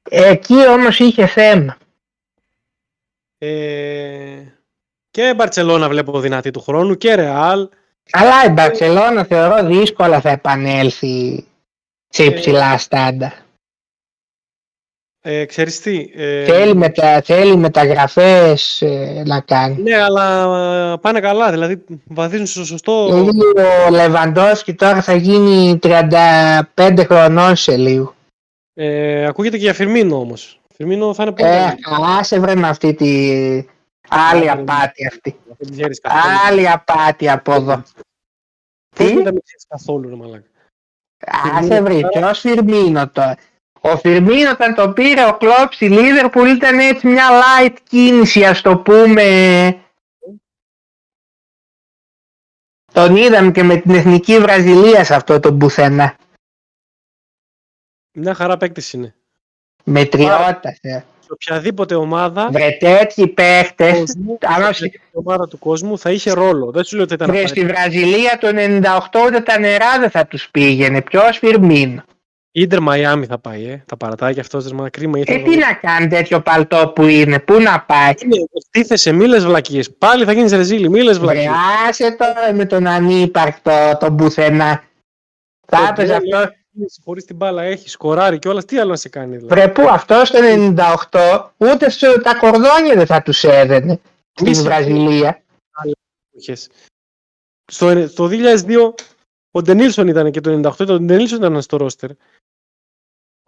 Speaker 3: Εκεί όμως είχε θέμα.
Speaker 1: Ε, και Μπαρσελόνα βλέπω δυνατή του χρόνου και Ρεάλ.
Speaker 3: Αλλά η Μπαρσελόνα θεωρώ δύσκολα θα επανέλθει σε υψηλά στάντα.
Speaker 1: Ε, ξέρεις τι. ε,
Speaker 3: Θέλει, μετα, θέλει μεταγραφές ε, να κάνει.
Speaker 1: Ναι, αλλά πάνε καλά. Δηλαδή βαθίζουν στο σωστό.
Speaker 3: Δηλαδή ο Λεβαντόφσκι τώρα θα γίνει 35 χρονών σε λίγο.
Speaker 1: Ε, ακούγεται και για Φιρμίνο όμως. Φιρμίνο θα είναι πολύ.
Speaker 3: Ε,
Speaker 1: καλός.
Speaker 3: άσε βρε με αυτή τη άλλη απάτη αυτή.
Speaker 1: Δεν ξέρεις καθόλου.
Speaker 3: Άλλη απάτη από εδώ.
Speaker 1: Πώς
Speaker 3: Τι?
Speaker 1: μην τα μην ξέρεις καθόλου, ρε μαλάκα.
Speaker 3: Άσε βρε, ποιος Φιρμίνο τώρα. Ο Φιρμίνο όταν το πήρε ο Κλόψη Λίδερ που ήταν έτσι μια light κίνηση ας το πούμε. Τον είδαμε και με την Εθνική Βραζιλία σε αυτό το πουθενά.
Speaker 1: Μια χαρά παίκτης είναι.
Speaker 3: Μετριότητα. ε.
Speaker 1: Σε οποιαδήποτε ομάδα.
Speaker 3: Βρε τέτοιοι παίχτες.
Speaker 1: κόσμου,
Speaker 3: αλλά
Speaker 1: σε
Speaker 3: στη-
Speaker 1: οποιαδήποτε ομάδα του κόσμου θα είχε ρόλο. Δεν σου λέω ότι ναι. ήταν
Speaker 3: Βρε στη
Speaker 1: απαραίτητο.
Speaker 3: Βραζιλία το 98 ούτε τα νερά δεν θα τους πήγαινε. Ποιος Φιρμίνο.
Speaker 1: Ίντερ Μαϊάμι θα πάει, ε. Τα παρατάει και αυτό μα κρίμα.
Speaker 3: Ε,
Speaker 1: ήθελα
Speaker 3: τι να κάνει τέτοιο παλτό που είναι, πού να πάει.
Speaker 1: Είναι, Τίθεσαι, μη λες βλακίες. Πάλι θα γίνεις ρεζίλη, μη λες
Speaker 3: Βρε,
Speaker 1: βλακίες.
Speaker 3: άσε τώρα με τον ανύπαρκτο, τον πουθενά.
Speaker 1: Το
Speaker 3: Θα έπαιζε
Speaker 1: γκολ
Speaker 3: αυτό.
Speaker 1: έχεις, Χωρίς την μπάλα έχεις, σκοράρει και όλα. Τι άλλο να σε κάνει, δηλαδή.
Speaker 3: Βρε που αυτό το 98 ούτε στο, τα κορδόνια δεν θα τους έδαινε στην
Speaker 1: Μη σε-
Speaker 3: Βραζιλία.
Speaker 1: που είχες. Στο, το 2002 ο Ντενίλσον ήταν και το 98, ο Ντενίλσον ήταν στο ρόστερ.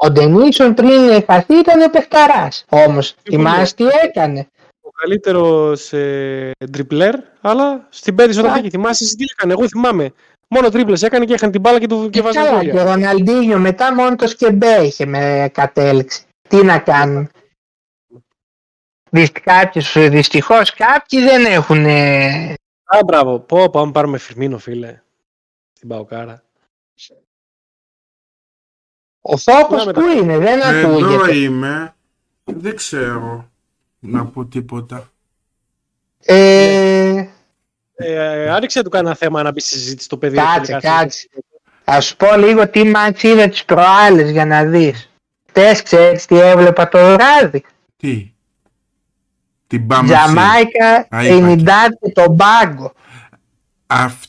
Speaker 3: Ο Ντενίσον πριν χαθεί ήταν παιχταράς. Όμως θυμάσαι τι έκανε.
Speaker 1: Ο καλύτερος ε, τριπλέρ, αλλά στην πέτη όταν
Speaker 3: Α.
Speaker 1: πήγε. Θυμάσαι εσύ τι έκανε. Εγώ θυμάμαι. Μόνο τρίπλες έκανε και είχαν την μπάλα και, του, και
Speaker 3: Και
Speaker 1: βάζανε
Speaker 3: Ε, καλά,
Speaker 1: γκολ.
Speaker 3: και ο Ροναλντίνιο μετά μόνο το σκεμπέ είχε με κατέληξη. Τι να κάνουν. Δυσ- Κάποιους, δυστυχώς κάποιοι δεν έχουν ε,
Speaker 1: Α, μπράβο. Πω, πάμε πάρουμε Φιρμίνο, φίλε. Στην Παοκάρα.
Speaker 3: Ο φόκος
Speaker 1: Μιλάμε
Speaker 3: που είναι, δεν
Speaker 2: Ε, Εδώ
Speaker 3: ακούγεται.
Speaker 2: είμαι. Δεν ξέρω να πω τίποτα.
Speaker 3: Ε,
Speaker 1: Ε, άνοιξε του κανένα θέμα να μπει στη συζήτηση το παιδί.
Speaker 3: κάτσε,
Speaker 1: τελικά.
Speaker 3: κάτσε. Ας σου πω λίγο τι μάτς είδα τις προάλλες για να δεις. Τες ξέρεις τι έβλεπα το βράδυ.
Speaker 2: Τι. Την πάμε εσύ.
Speaker 3: Τζαμάικα,
Speaker 2: Α, είπα και.
Speaker 3: Ινιντάτ και τον Μπάγκο.
Speaker 2: Αυτ...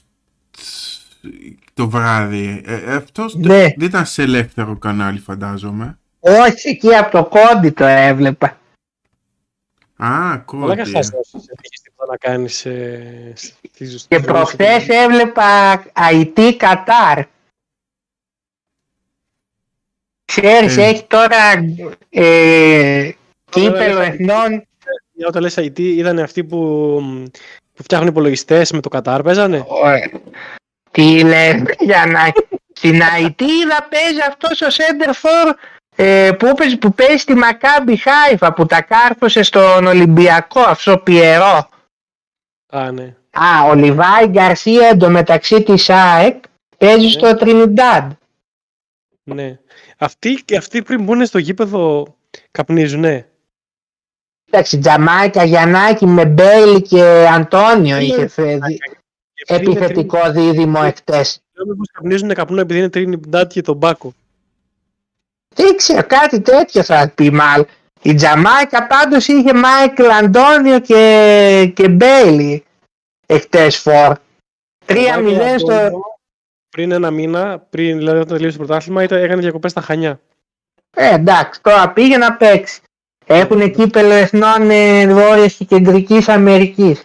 Speaker 2: Το βράδυ. Ε, αυτός
Speaker 3: Ναι.
Speaker 2: δεν ήταν σε ελεύθερο κανάλι, φαντάζομαι.
Speaker 3: Όχι, εκεί από το κόντι το έβλεπα.
Speaker 2: Α,
Speaker 1: Αλλά
Speaker 2: κόλλη.
Speaker 1: καθάστε όσου έχει τίποτα να κάνεις ε, στη ζωή
Speaker 3: Και προχθές έβλεπα Αϊτή Κατάρ. Ξέρεις,
Speaker 2: Ε.
Speaker 3: έχει τώρα ε, κύπελο
Speaker 1: Ωραία,
Speaker 3: εθνών.
Speaker 1: Ε, Όταν λες IT, ήταν αυτοί που, που φτιάχνουν υπολογιστές με το Κατάρ, παίζανε.
Speaker 3: Ωραία. Τι λες, για να... Στην Αϊτή είδα παίζει αυτός ο Σέντερφορ ε, που, παίζει, που παίζει στη Μακάμπι Χάιφα που τα κάρφωσε στον Ολυμπιακό, αυτό ο Πιερό.
Speaker 1: Α, ναι.
Speaker 3: Α, ο Λιβάη Γκαρσία εντωμεταξύ της ΑΕΚ παίζει στο Τρινιντάντ.
Speaker 1: ναι. Αυτοί, και αυτοί πριν μπουν στο γήπεδο καπνίζουν, ναι.
Speaker 3: Εντάξει, Τζαμάικα, Γιαννάκη με Μπέιλι και Αντώνιο
Speaker 1: Ναι.
Speaker 3: είχε φε-
Speaker 1: Και επειδή είναι
Speaker 3: επιθετικό δίδυμο εχθές.
Speaker 1: τρίμηνοι, Μήπως καπνίζουν καπνό επειδή είναι τρίνι ντάτ και τον μπάκο.
Speaker 3: Δεν ξέρω, κάτι τέτοιο θα πει μάλλον. Η Τζαμάικα πάντως είχε Μάικλ Αντώνιο και, και Μπέιλι εχθές φορ. 3-0 στο...
Speaker 1: Πριν ένα μήνα, πριν δηλαδή όταν τελείωσε το πρωτάθλημα, ήταν, έκανε διακοπές στα Χανιά.
Speaker 3: Ε, εντάξει, τώρα πήγε να παίξει. Έχουν κύπελο εθνών ε, Βόρειας και Κεντρικής Αμερικής.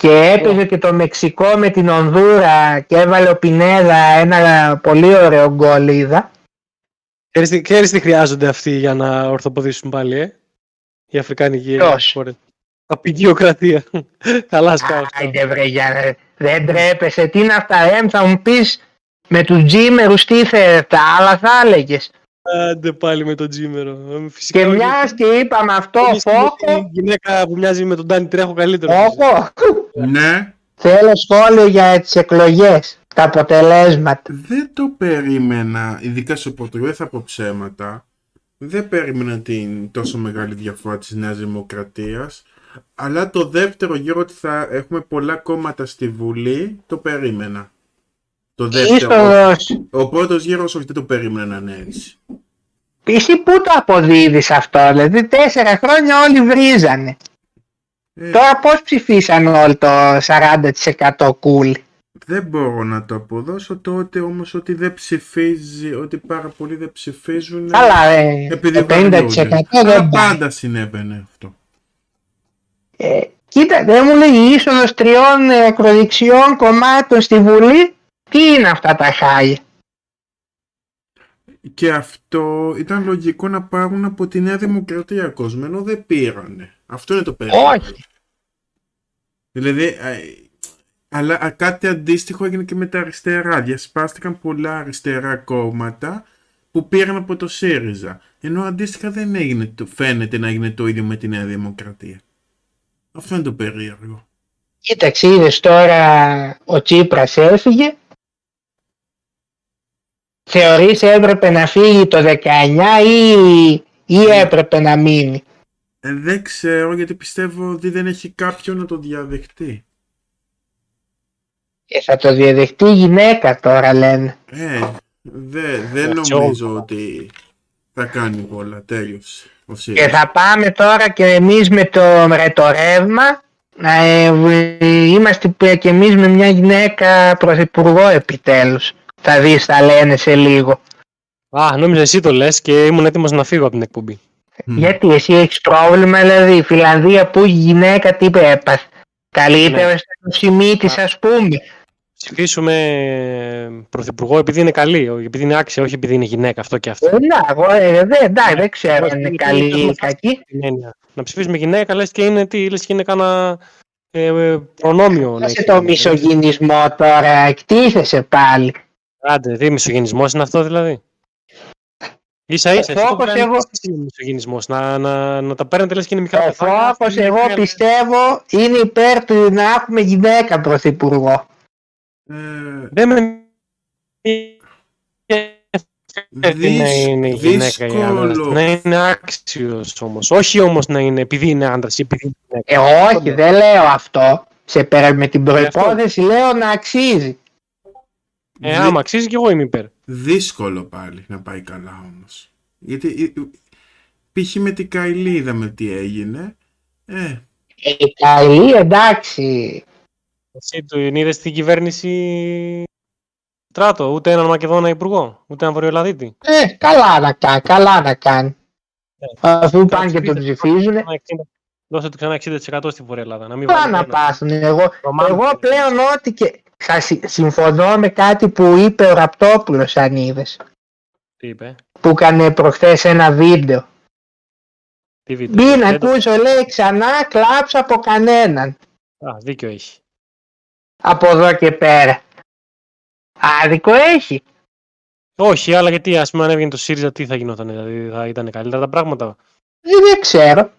Speaker 3: Και έπαιζε και το Μεξικό με την Ονδούρα και έβαλε ο Πινέδα ένα πολύ ωραίο γκολ είδα.
Speaker 1: Ξέρεις, τι- ξέρεις τι χρειάζονται αυτοί για να ορθοποδήσουν πάλι, ε? Οι Αφρικάνικοι
Speaker 3: Ποιος?
Speaker 1: χώρες. Απικιοκρατία. Καλά σκάω. αυτά.
Speaker 3: Άιντε βρε Γιάννε, δεν τρέπεσαι, τι είναι αυτά, εμ, θα μου πεις με τους τζίμερους τι θε, τα άλλα θα έλεγες.
Speaker 1: Άντε πάλι με τον Τζίμερο. Ε, Φυσικά
Speaker 3: Και
Speaker 1: όχι.
Speaker 3: μιας και είπαμε αυτό,
Speaker 1: Εμείς και
Speaker 3: φόκο,
Speaker 1: Η γυναίκα που μοιάζει με τον Ντάνι Τρέχο καλύτερο.
Speaker 3: φόκο,
Speaker 2: Ναι.
Speaker 3: θέλω σχόλιο για τις εκλογές, τα αποτελέσματα.
Speaker 2: Δεν το περίμενα, ειδικά στο Πορτογαλία, δεν θα πω ψέματα. Δεν περίμενα την τόσο μεγάλη διαφορά της Νέας Δημοκρατίας. Αλλά το δεύτερο γύρο ότι θα έχουμε πολλά κόμματα στη Βουλή, το περίμενα. Το δεύτερο.
Speaker 3: Ίσως,
Speaker 2: Ο πρώτος γύρος όχι δεν το περίμενα να είναι έτσι.
Speaker 3: Εσύ πού το αποδίδεις αυτό, δηλαδή τέσσερα χρόνια όλοι βρίζανε.
Speaker 2: Ε,
Speaker 3: Τώρα πώς ψηφίσαν όλοι το 40% κούλι.
Speaker 2: δεν μπορώ να το αποδώσω τότε όμως ότι δεν ψηφίζει, ότι πάρα πολλοί δεν ψηφίζουν.
Speaker 3: Αλλά ε,
Speaker 2: επειδή
Speaker 3: το 50% δεν
Speaker 2: Αλλά
Speaker 3: πάει.
Speaker 2: πάντα συνέβαινε αυτό.
Speaker 3: Ε, κοίτα, δεν μου λέει η είσοδος τριών ε, ακροδεξιών κομμάτων στη Βουλή. Τι είναι αυτά τα χάλια.
Speaker 2: Και αυτό ήταν λογικό να πάρουν από τη Νέα Δημοκρατία κόσμο, ενώ δεν πήρανε. Αυτό είναι το περίεργο.
Speaker 3: Όχι.
Speaker 2: Δηλαδή, α, αλλά α, κάτι αντίστοιχο έγινε και με τα αριστερά. Διασπάστηκαν πολλά αριστερά κόμματα που πήραν από το ΣΥΡΙΖΑ. Ενώ αντίστοιχα δεν έγινε, το- φαίνεται να έγινε το ίδιο με τη Νέα Δημοκρατία. Αυτό είναι το περίεργο.
Speaker 3: Κοίταξε, είδες τώρα ο Τσίπρας έφυγε. Θεωρείς έπρεπε να φύγει το 19 ή, ή έπρεπε να μείνει.
Speaker 2: Ε, δεν ξέρω γιατί πιστεύω ότι δεν έχει κάποιον να το διαδεχτεί.
Speaker 3: Ε, θα το διαδεχτεί η γυναίκα τώρα λένε.
Speaker 2: Ε, Δε, δεν
Speaker 4: Τσιόλ.
Speaker 2: νομίζω ότι θα κάνει πολλά. Τέλειωσε. Ο Σύριος.
Speaker 3: Και θα πάμε τώρα και εμείς με το, με το ρεύμα. να, ε, β- είμαστε π- και εμείς με μια γυναίκα πρωθυπουργό επιτέλους. Θα δεις τα λένε σε λίγο.
Speaker 1: Α, νόμιζα εσύ το λες και ήμουν έτοιμος να φύγω από την εκπομπή.
Speaker 2: Μμ.
Speaker 3: Γιατί εσύ έχεις πρόβλημα, δηλαδή η Φιλανδία που η γυναίκα τι έπαθε. Καλύτερο
Speaker 1: Ναι.
Speaker 3: ήταν ο Σιμίτης ας πούμε.
Speaker 1: Ψηφίσουμε ε, πρωθυπουργό επειδή είναι καλή, επειδή είναι άξια, όχι επειδή είναι γυναίκα, αυτό και αυτό.
Speaker 3: Ε, Να, εγώ ε, δεν, εντάξει, δεν ξέρω
Speaker 1: Μας
Speaker 3: αν είναι
Speaker 1: πει,
Speaker 3: καλή ή
Speaker 1: έχουμε
Speaker 3: κακή.
Speaker 1: Την έννοια. Να ψηφίσουμε γυναίκα, λες και είναι, τι, λες και είναι κάνα ε, προνόμιο.
Speaker 3: Άσε το μισογυνισμό τώρα, εκτίθεσαι πάλι.
Speaker 1: Άντε, τι μισογενισμός είναι αυτό δηλαδή. Ίσα ίσα.
Speaker 3: Ο φόκος εγώ-
Speaker 1: Είναι μισογενισμός. Να, να, να τα παίρνετε λες και είναι μικρά
Speaker 3: Ο
Speaker 1: παιδάκια,
Speaker 3: φόκος
Speaker 1: είναι
Speaker 3: εγώ
Speaker 1: μεγάλα.
Speaker 3: πιστεύω είναι υπέρ του να έχουμε γυναίκα πρωθυπουργό.
Speaker 2: Ε,
Speaker 1: Δεν με... Πρέπει να
Speaker 2: δύσ-
Speaker 1: είναι γυναίκα ή άντρας.
Speaker 2: δύσκολο.
Speaker 1: Να είναι άξιος όμως. Όχι όμως να είναι επειδή είναι άντρας ή επειδή είναι γυναίκα.
Speaker 3: Ε, όχι, δεν λέω αυτό. Σε πέρα με την
Speaker 1: αυτό.
Speaker 3: προϋπόθεση λέω να αξίζει.
Speaker 1: Ε,
Speaker 2: δύ-
Speaker 1: άμα αξίζει και εγώ είμαι υπέρ.
Speaker 2: Δύσκολο πάλι να πάει καλά όμως. Γιατί ε, ε, π.χ. με την Καηλή είδαμε τι έγινε. Ε,
Speaker 3: Ε, η Καηλή εντάξει.
Speaker 1: Εσύ του είδε στην κυβέρνηση Τράτο, ούτε έναν Μακεδόνα υπουργό, ούτε έναν Βορειοελλαδίτη.
Speaker 3: Ε, καλά να κάνει, καλά να κάνει.
Speaker 1: Ναι.
Speaker 3: Αφού πάνε και τον ψηφίζουν,
Speaker 1: Δώσε του ξανά 60% στη Βορεια Ελλάδα. Να μην
Speaker 3: πάνε
Speaker 1: βάλουμε
Speaker 3: να
Speaker 1: έναν.
Speaker 3: πάσουν. Εγώ,
Speaker 1: Ρωμάνο.
Speaker 3: εγώ πλέον ό,τι και... Θα συ- συμφωνώ με κάτι που είπε ο Ραπτόπουλος αν είδες,
Speaker 1: Τι είπε,
Speaker 3: που έκανε προχθές ένα βίντεο.
Speaker 1: τι βίντεο.
Speaker 3: Μπει να
Speaker 1: Δεν το-
Speaker 3: ακούσω λέει ξανά κλάψα από κανέναν.
Speaker 1: Α, δίκιο έχει.
Speaker 3: Από εδώ και πέρα. Άδικο έχει.
Speaker 1: Όχι, αλλά γιατί ας πούμε αν έβγαινε το ΣΥΡΙΖΑ, τι θα γινόταν, δηλαδή θα ήταν καλύτερα τα πράγματα.
Speaker 3: Ε, Δεν ξέρω.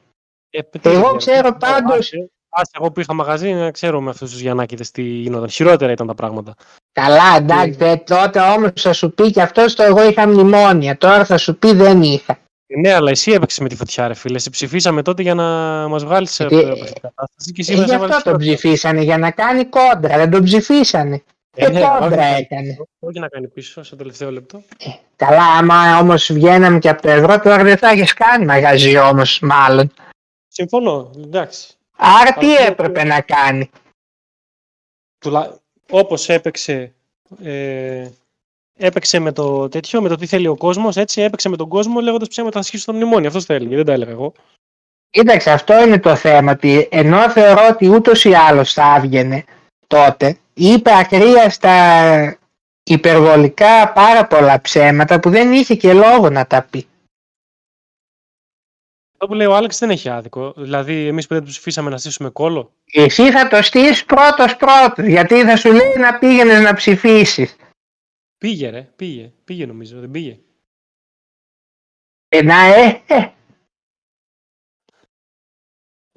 Speaker 1: Ε, τι
Speaker 3: Εγώ
Speaker 1: ξέρω,
Speaker 3: ξέρω
Speaker 1: τι-
Speaker 3: πάντως-
Speaker 1: άσε- Άσε, εγώ που είχα μαγαζί, να ξέρω με αυτούς τους Γιαννάκηδες τι γινόταν. Χειρότερα ήταν τα πράγματα.
Speaker 3: Καλά, εντάξει,
Speaker 1: Ε.
Speaker 3: δε- τότε όμως θα σου πει και αυτός το εγώ είχα μνημόνια. Τώρα θα σου πει δεν είχα.
Speaker 1: Ε, Ναι, αλλά εσύ έπαιξε με τη φωτιά, ρε φίλε. Σε ψηφίσαμε τότε για να μας βγάλεις
Speaker 3: Ε,
Speaker 1: από από αυτή την κατάσταση και
Speaker 3: Ε,
Speaker 1: σήμερα
Speaker 3: γι'
Speaker 1: σε
Speaker 3: αυτό
Speaker 1: έβαλες
Speaker 3: τον
Speaker 1: πρώτο.
Speaker 3: ψηφίσανε, για να κάνει κόντρα. Δεν τον ψηφίσανε.
Speaker 1: Ε,
Speaker 3: Ε,
Speaker 1: ναι,
Speaker 3: κόντρα
Speaker 1: όχι.
Speaker 3: έκανε. Ε,
Speaker 1: Όχι να κάνει πίσω στο τελευταίο λεπτό.
Speaker 3: Καλά, άμα όμως βγαίναμε και από το ευρώ, τώρα δεν θα έχεις κάνει μαγαζί όμως, μάλλον.
Speaker 1: Συμφωνώ, εντάξει.
Speaker 3: Άρα τι
Speaker 1: Αυτό-
Speaker 3: έπρεπε να κάνει.
Speaker 1: Τουλά... Όπως έπαιξε, ε, έπαιξε με το τέτοιο, με το τι θέλει ο κόσμος, έτσι έπαιξε με τον κόσμο λέγοντας ψέματα θα σχίσουν τα μνημόνια. Αυτό το έλεγε, δεν τα έλεγα εγώ.
Speaker 3: Κοίταξε, αυτό είναι το θέμα. Ότι ενώ θεωρώ ότι ούτως ή άλλως θα έβγαινε τότε, είπε ακρίαστα υπερβολικά πάρα πολλά ψέματα που δεν είχε και λόγο να τα πει.
Speaker 1: Αυτό που λέει ο Άλεξ δεν έχει άδικο. Δηλαδή, εμείς που δεν τους ψηφίσαμε να στήσουμε κόλλο.
Speaker 3: Εσύ θα το στείλει πρώτος πρώτος, γιατί θα σου λέει να πήγαινες να ψηφίσεις.
Speaker 1: Πήγε, ρε, πήγε. Πήγε νομίζω, δεν πήγε.
Speaker 3: Ε, να, ε, ε.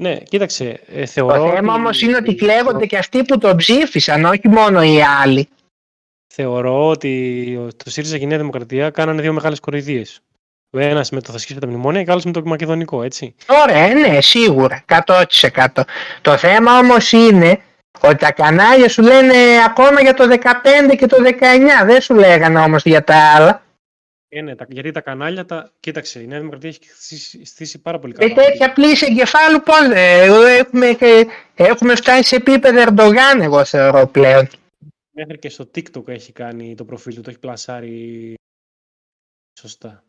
Speaker 1: Ναι, κοίταξε, ε,
Speaker 3: Το
Speaker 1: θεωρώ.
Speaker 3: θέμα όμως είναι ότι κλέβονται και αυτοί που τον ψήφισαν, όχι μόνο οι άλλοι.
Speaker 1: Θεωρώ ότι ο- το ΣΥΡΙΖΑ και η Νέα Δημοκρατία κάνανε δύο μεγάλες κοροϊδίες. Ο ένας με το θα σκίσουν τα μνημόνια και ο άλλος με το μακεδονικό, έτσι.
Speaker 3: Τώρα, ε, ναι, σίγουρα, 100%. Το θέμα όμως είναι ότι τα κανάλια σου λένε ακόμα για το 15 και το 19, δεν σου λέγανε όμως για τα άλλα.
Speaker 1: Ε, ναι, τα, γιατί τα κανάλια τα. Κοίταξε, η Νέα Δημοκρατία έχει στήσει, στήσει πάρα πολύ
Speaker 3: Με
Speaker 1: καλά.
Speaker 3: Ε, τέτοια πλήση εγκεφάλου πώς ε, έχουμε, και- έχουμε φτάσει σε επίπεδο Ερντογάν, εγώ θεωρώ πλέον.
Speaker 1: Μέχρι και στο TikTok έχει κάνει το προφίλ του, το έχει πλασάρει. Σωστά.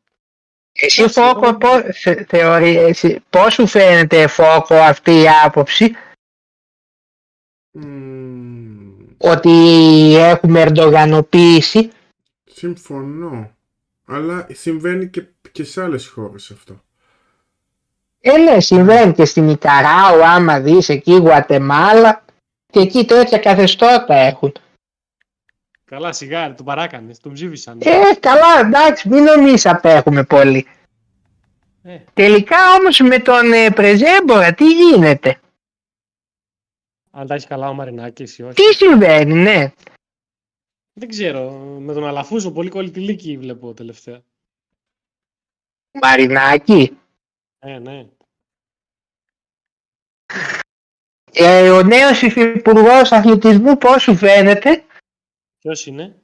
Speaker 3: Εσύ
Speaker 1: Εντάξει,
Speaker 3: Φόκο,
Speaker 1: εγώ-
Speaker 3: πώς, θε- θεωρεί, εσύ, πώς σου φαίνεται Φόκο αυτή η άποψη
Speaker 2: μ,
Speaker 3: ότι έχουμε ερντογανοποίηση.
Speaker 2: συμφωνώ. Αλλά συμβαίνει και, και σε άλλες χώρες αυτό.
Speaker 3: Ε, ναι, συμβαίνει και στην Ικαράου, άμα δεις εκεί Γουατεμάλα και εκεί τέτοια καθεστώτα έχουν.
Speaker 1: Καλά, σιγά, ρε, τον παράκανες, τον ψήφισαν.
Speaker 3: Ε, καλά, εντάξει, μην νομίζεις απέχουμε πολύ.
Speaker 1: Ε,
Speaker 3: Τελικά όμως με τον ε, Πρεζέμπορα τι γίνεται,
Speaker 1: αν τα έχεις καλά ο Μαρινάκης ή όχι.
Speaker 3: τι συμβαίνει, ναι.
Speaker 1: Δεν ξέρω. Με τον Αλαφούζο πολύ κολλητηλίκη βλέπω τελευταία.
Speaker 3: Μαρινάκη,
Speaker 1: Ε, ναι.
Speaker 3: ε, ο νέος υφυπουργός αθλητισμού πώς σου φαίνεται.
Speaker 1: Ποιος είναι.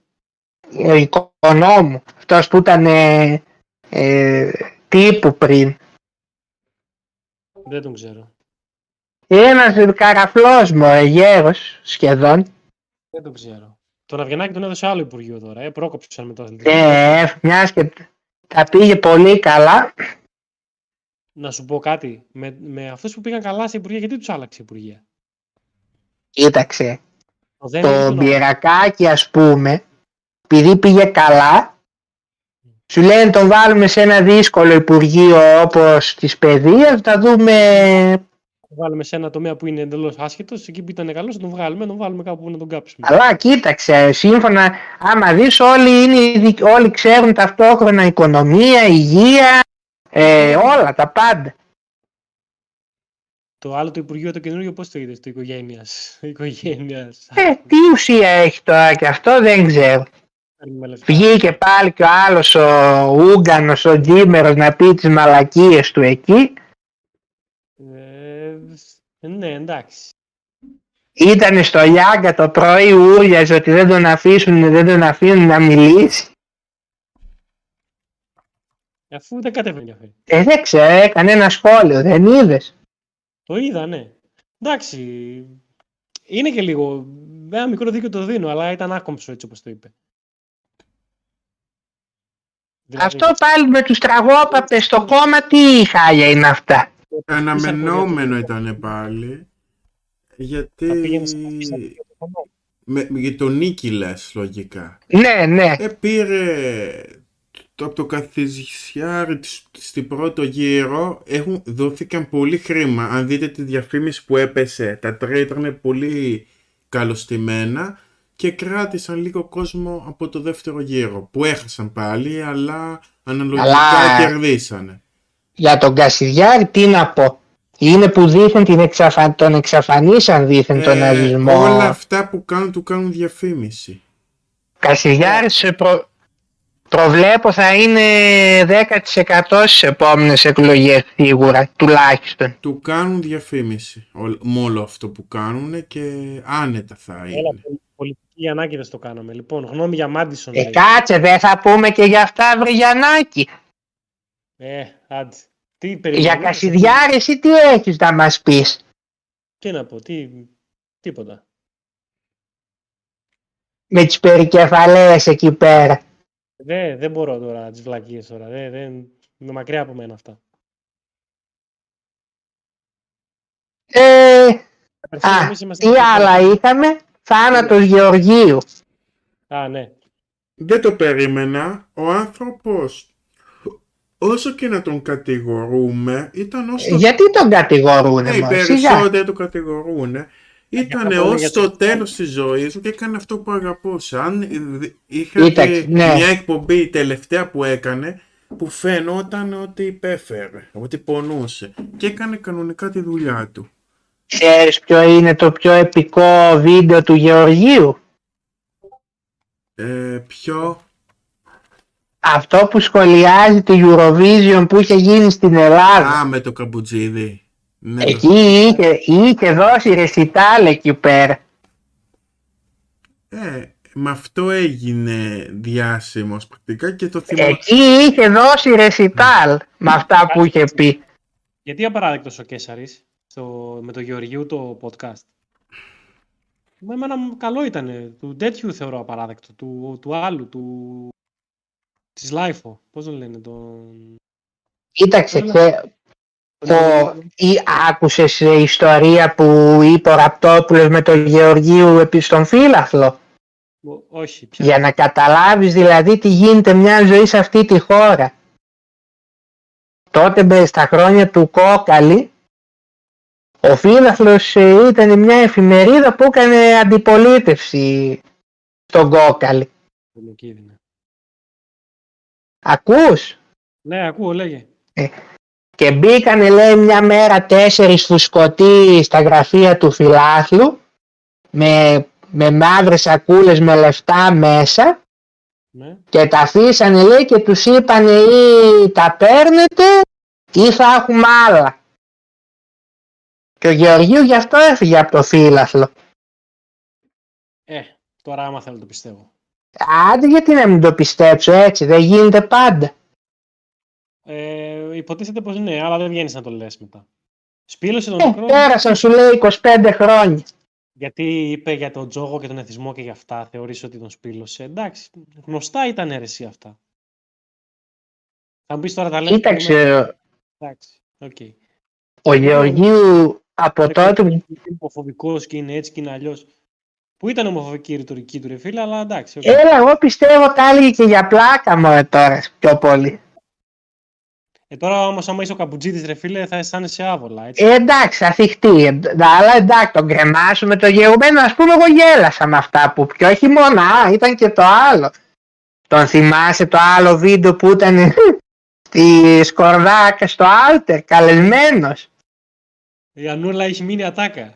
Speaker 3: Ε, ο οικονόμου, αυτός που ήταν ε, ε, τύπου πριν.
Speaker 1: Δεν τον ξέρω.
Speaker 3: Ένας καραφλός μου, ε, γέρος σχεδόν.
Speaker 1: Δεν τον ξέρω. Τον Αυγενάκη τον έδωσε άλλο Υπουργείο τώρα. Ε, πρόκοψαν με το αθλητικό.
Speaker 3: Ε, μιας και τα πήγε πολύ καλά.
Speaker 1: Να σου πω κάτι. Με, με αυτούς που πήγαν καλά σε Υπουργεία, γιατί τους άλλαξε η Υπουργεία.
Speaker 3: Κοίταξε,
Speaker 1: Το δεν
Speaker 3: το μπυρακάκι ας πούμε, επειδή πήγε καλά, σου λένε τον βάλουμε σε ένα δύσκολο υπουργείο όπως της παιδείας, θα δούμε
Speaker 1: βάλουμε σε ένα τομέα που είναι εντελώς άσχετος. Εκεί που ήταν καλός, να τον βγάλουμε, να τον βάλουμε κάπου που να τον κάψουμε.
Speaker 3: Αλλά κοίταξε, σύμφωνα, άμα δεις όλοι, είναι, ειδικ- όλοι ξέρουν ταυτόχρονα οικονομία, υγεία, ε, όλα τα πάντα.
Speaker 1: Το άλλο το Υπουργείο, το καινούργιο, πώς το είδες, το οικογένειας. Οικογένειας.
Speaker 3: Ε, τι ουσία έχει τώρα και αυτό δεν ξέρω. Βγήκε πάλι και ο άλλος ο Ούγκανος, ο Τζίμερος να πει τις μαλακίες του εκεί.
Speaker 1: Ναι, εντάξει.
Speaker 3: Ήταν στο Λιάγκα το πρωί ούρλιαζε ότι δεν τον αφήσουν, δεν τον αφήνουν να μιλήσει.
Speaker 1: Αφού δεν κατέβαινε αυτό.
Speaker 3: Ε, δεν ξέρω, έκανε ένα σχόλιο, δεν είδες.
Speaker 1: Το είδα, ναι. Εντάξει. Είναι και λίγο. Ένα μικρό δίκιο το δίνω, αλλά ήταν άκομψο έτσι όπως το είπε.
Speaker 2: Ναι,
Speaker 1: Δηλαδή,
Speaker 3: Αυτό πάλι με τους τραγόπαπες στο κόμμα τι χάλια είναι αυτά.
Speaker 2: Αναμενόμενο ήταν πάλι. Γιατί.
Speaker 1: θα πήγαινε σε κάποιο στρατηγικό κόμμα.
Speaker 2: Με, για τον νίκη λες, λογικά.
Speaker 3: Ναι, ναι.
Speaker 2: Ε, πήρε το, από το καθησιάρι της- στην πρώτο γύρο έχουν, δόθηκαν πολύ χρήμα. Αν δείτε τη διαφήμιση που έπεσε, τα τρία ήταν πολύ καλωστημένα και κράτησαν λίγο κόσμο από το δεύτερο γύρο που έχασαν πάλι αλλά αναλογικά
Speaker 3: Αλλά-
Speaker 2: κερδίσανε.
Speaker 3: Για τον Κασιδιάρη τι να πω. Είναι που δήθεν την εξαφα... τον εξαφανίσαν δήθεν τον
Speaker 2: Ε,
Speaker 3: ναζισμό.
Speaker 2: όλα αυτά που κάνουν του κάνουν διαφήμιση.
Speaker 3: Κασιδιάρης σε προ... προβλέπω θα είναι 10% στις επόμενες εκλογές σίγουρα, τουλάχιστον.
Speaker 2: Του κάνουν διαφήμιση όλο- με όλο αυτό που κάνουν και άνετα θα είναι.
Speaker 1: Έλα, πολι- πολιτική ανάγκη δεν στο κάναμε. Λοιπόν, γνώμη για Μάντισον.
Speaker 3: Ε,
Speaker 1: λέει.
Speaker 3: κάτσε, δεν θα πούμε και για αυτά, βρε Γιαννάκη.
Speaker 1: Ε, άντε. Τι
Speaker 3: Για
Speaker 1: περιμένουμε,
Speaker 3: Κασιδιάρη εσύ τι έχεις να μας πεις.
Speaker 1: Τι να πω, τι, τίποτα.
Speaker 3: Με τις περικεφαλαίες εκεί πέρα.
Speaker 1: Δε, δεν μπορώ τώρα τις βλακίες τώρα. Δε, δεν, είναι μακριά από μένα αυτά.
Speaker 3: Ε,
Speaker 1: Καταρχήν,
Speaker 3: α,
Speaker 1: εμείς είμαστε- Ναι.
Speaker 3: τι άλλα είχαμε. Θάνατος Γεωργίου.
Speaker 1: Α, ναι.
Speaker 2: Δεν το περίμενα. Ο άνθρωπος, όσο και να τον κατηγορούμε, ήταν ως το...
Speaker 3: Γιατί τον
Speaker 2: Ε,
Speaker 3: κατηγορούνε
Speaker 2: οι
Speaker 3: μόνο, σιγά.
Speaker 2: περισσότεροι τον κατηγορούν. Ήταν
Speaker 1: Αγαπάμε για
Speaker 2: ως το
Speaker 1: το-
Speaker 2: τέλος της ζωής του και έκανε αυτό που αγαπούσε. Αν δι- είχατε
Speaker 3: Κοίταξε, ναι.
Speaker 2: μια εκπομπή η τελευταία που έκανε, που φαινόταν ότι υπέφερε, ότι πονούσε. Και έκανε κανονικά τη δουλειά του.
Speaker 3: Ξέρεις ποιο είναι το πιο επικό βίντεο του Γεωργίου.
Speaker 2: Ε, ποιο...
Speaker 3: Αυτό που σχολιάζει τη Eurovision που είχε γίνει στην Ελλάδα.
Speaker 2: Α, με το καμπουτζίδι. Ναι, το-
Speaker 3: Εκεί είχε, είχε δώσει ρεσιτάλ εκεί πέρα.
Speaker 2: Ε, με αυτό έγινε διάσημος πρακτικά και το θυμάμαι.
Speaker 3: Εκεί είχε δώσει ρεσιτάλ με αυτά που είχε πει.
Speaker 1: Γιατί απαράδεκτος ο Κέσαρης στο, με το Γεωργίου το podcast. Με εμένα μου καλό ήταν. ε, Του τέτοιου θεωρώ απαράδεκτο. Του, του άλλου, του... Της Λάιφο. Πώς τον λένε τον...
Speaker 2: Ναι,
Speaker 3: Κοίταξε,
Speaker 1: Έλα.
Speaker 3: και το, ή, άκουσες ε, ιστορία που είπε ο Ραπτόπουλος με τον Γεωργίου επί στον φύλαθλο.
Speaker 1: Ο- Όχι, πια.
Speaker 3: Για να καταλάβεις δηλαδή τι γίνεται μια ζωή σε αυτή τη χώρα. Τότε με- στα χρόνια του Κόκαλη ο Φύλαθλος ε, ήταν μια εφημερίδα που έκανε αντιπολίτευση στον Κόκαλη.
Speaker 1: Κίνδυνο.
Speaker 3: Ακούς?
Speaker 1: Ναι, ακούω, λέγε.
Speaker 3: Και μπήκανε λέει μια μέρα τέσσερις φουσκωτοί στα γραφεία του Φυλάθλου με, με μαύρες σακούλες με λεφτά μέσα
Speaker 1: Ναι.
Speaker 3: Και τα αφήσανε λέει και τους είπανε ή τα παίρνετε ή θα έχουμε άλλα. Και ο Γεωργίου γι' αυτό έφυγε από το φύλαθλο.
Speaker 1: Ε, τώρα άμα θέλω το πιστεύω.
Speaker 3: Άντε, γιατί να μην το πιστέψω έτσι, δεν γίνεται πάντα.
Speaker 1: Ε, υποτίθεται πως ναι, αλλά δεν βγαίνεις να το λες μετά. Σπήλωσε τον
Speaker 3: Ε,
Speaker 1: Μακρόν
Speaker 3: πέρασαν σου λέει 25 χρόνια.
Speaker 1: γιατί είπε για τον τζόγο και τον εθισμό και για αυτά, θεωρείς ότι τον σπήλωσε. Εντάξει, γνωστά ήταν αίρεση αυτά. Θα μου πεις τώρα τα λέμε.
Speaker 3: Κοίταξε,
Speaker 1: Εντάξει, οκ.
Speaker 3: ο Γεωργίου από τότε που
Speaker 1: Είναι ομοφοβικός και είναι έτσι και είναι αλλιώς. Που ήταν ομοφοβική η ρητορική του, ρε φίλε, αλλά εντάξει. οκ.
Speaker 3: Έλα, εγώ πιστεύω τα έλεγε και για πλάκα μωρέ τώρα πιο πολύ.
Speaker 1: Ε, τώρα όμως, άμα είσαι ο καμπουτζίτη, ρε φίλε, θα αισθάνεσαι άβολα. Έτσι.
Speaker 3: Ε, εντάξει, αθιχτή, ε, αλλά εντάξει, τον κρεμάσουμε το γεγονός. Ας πούμε, εγώ γέλασα με αυτά που πιο όχι μόνο, α, ήταν και το άλλο. Τον θυμάσαι το άλλο βίντεο που ήταν ε, στη Σκορδάκα στο Άλτερ, καλεσμένος.
Speaker 1: Η Ανούλα έχει μείνει ατάκα.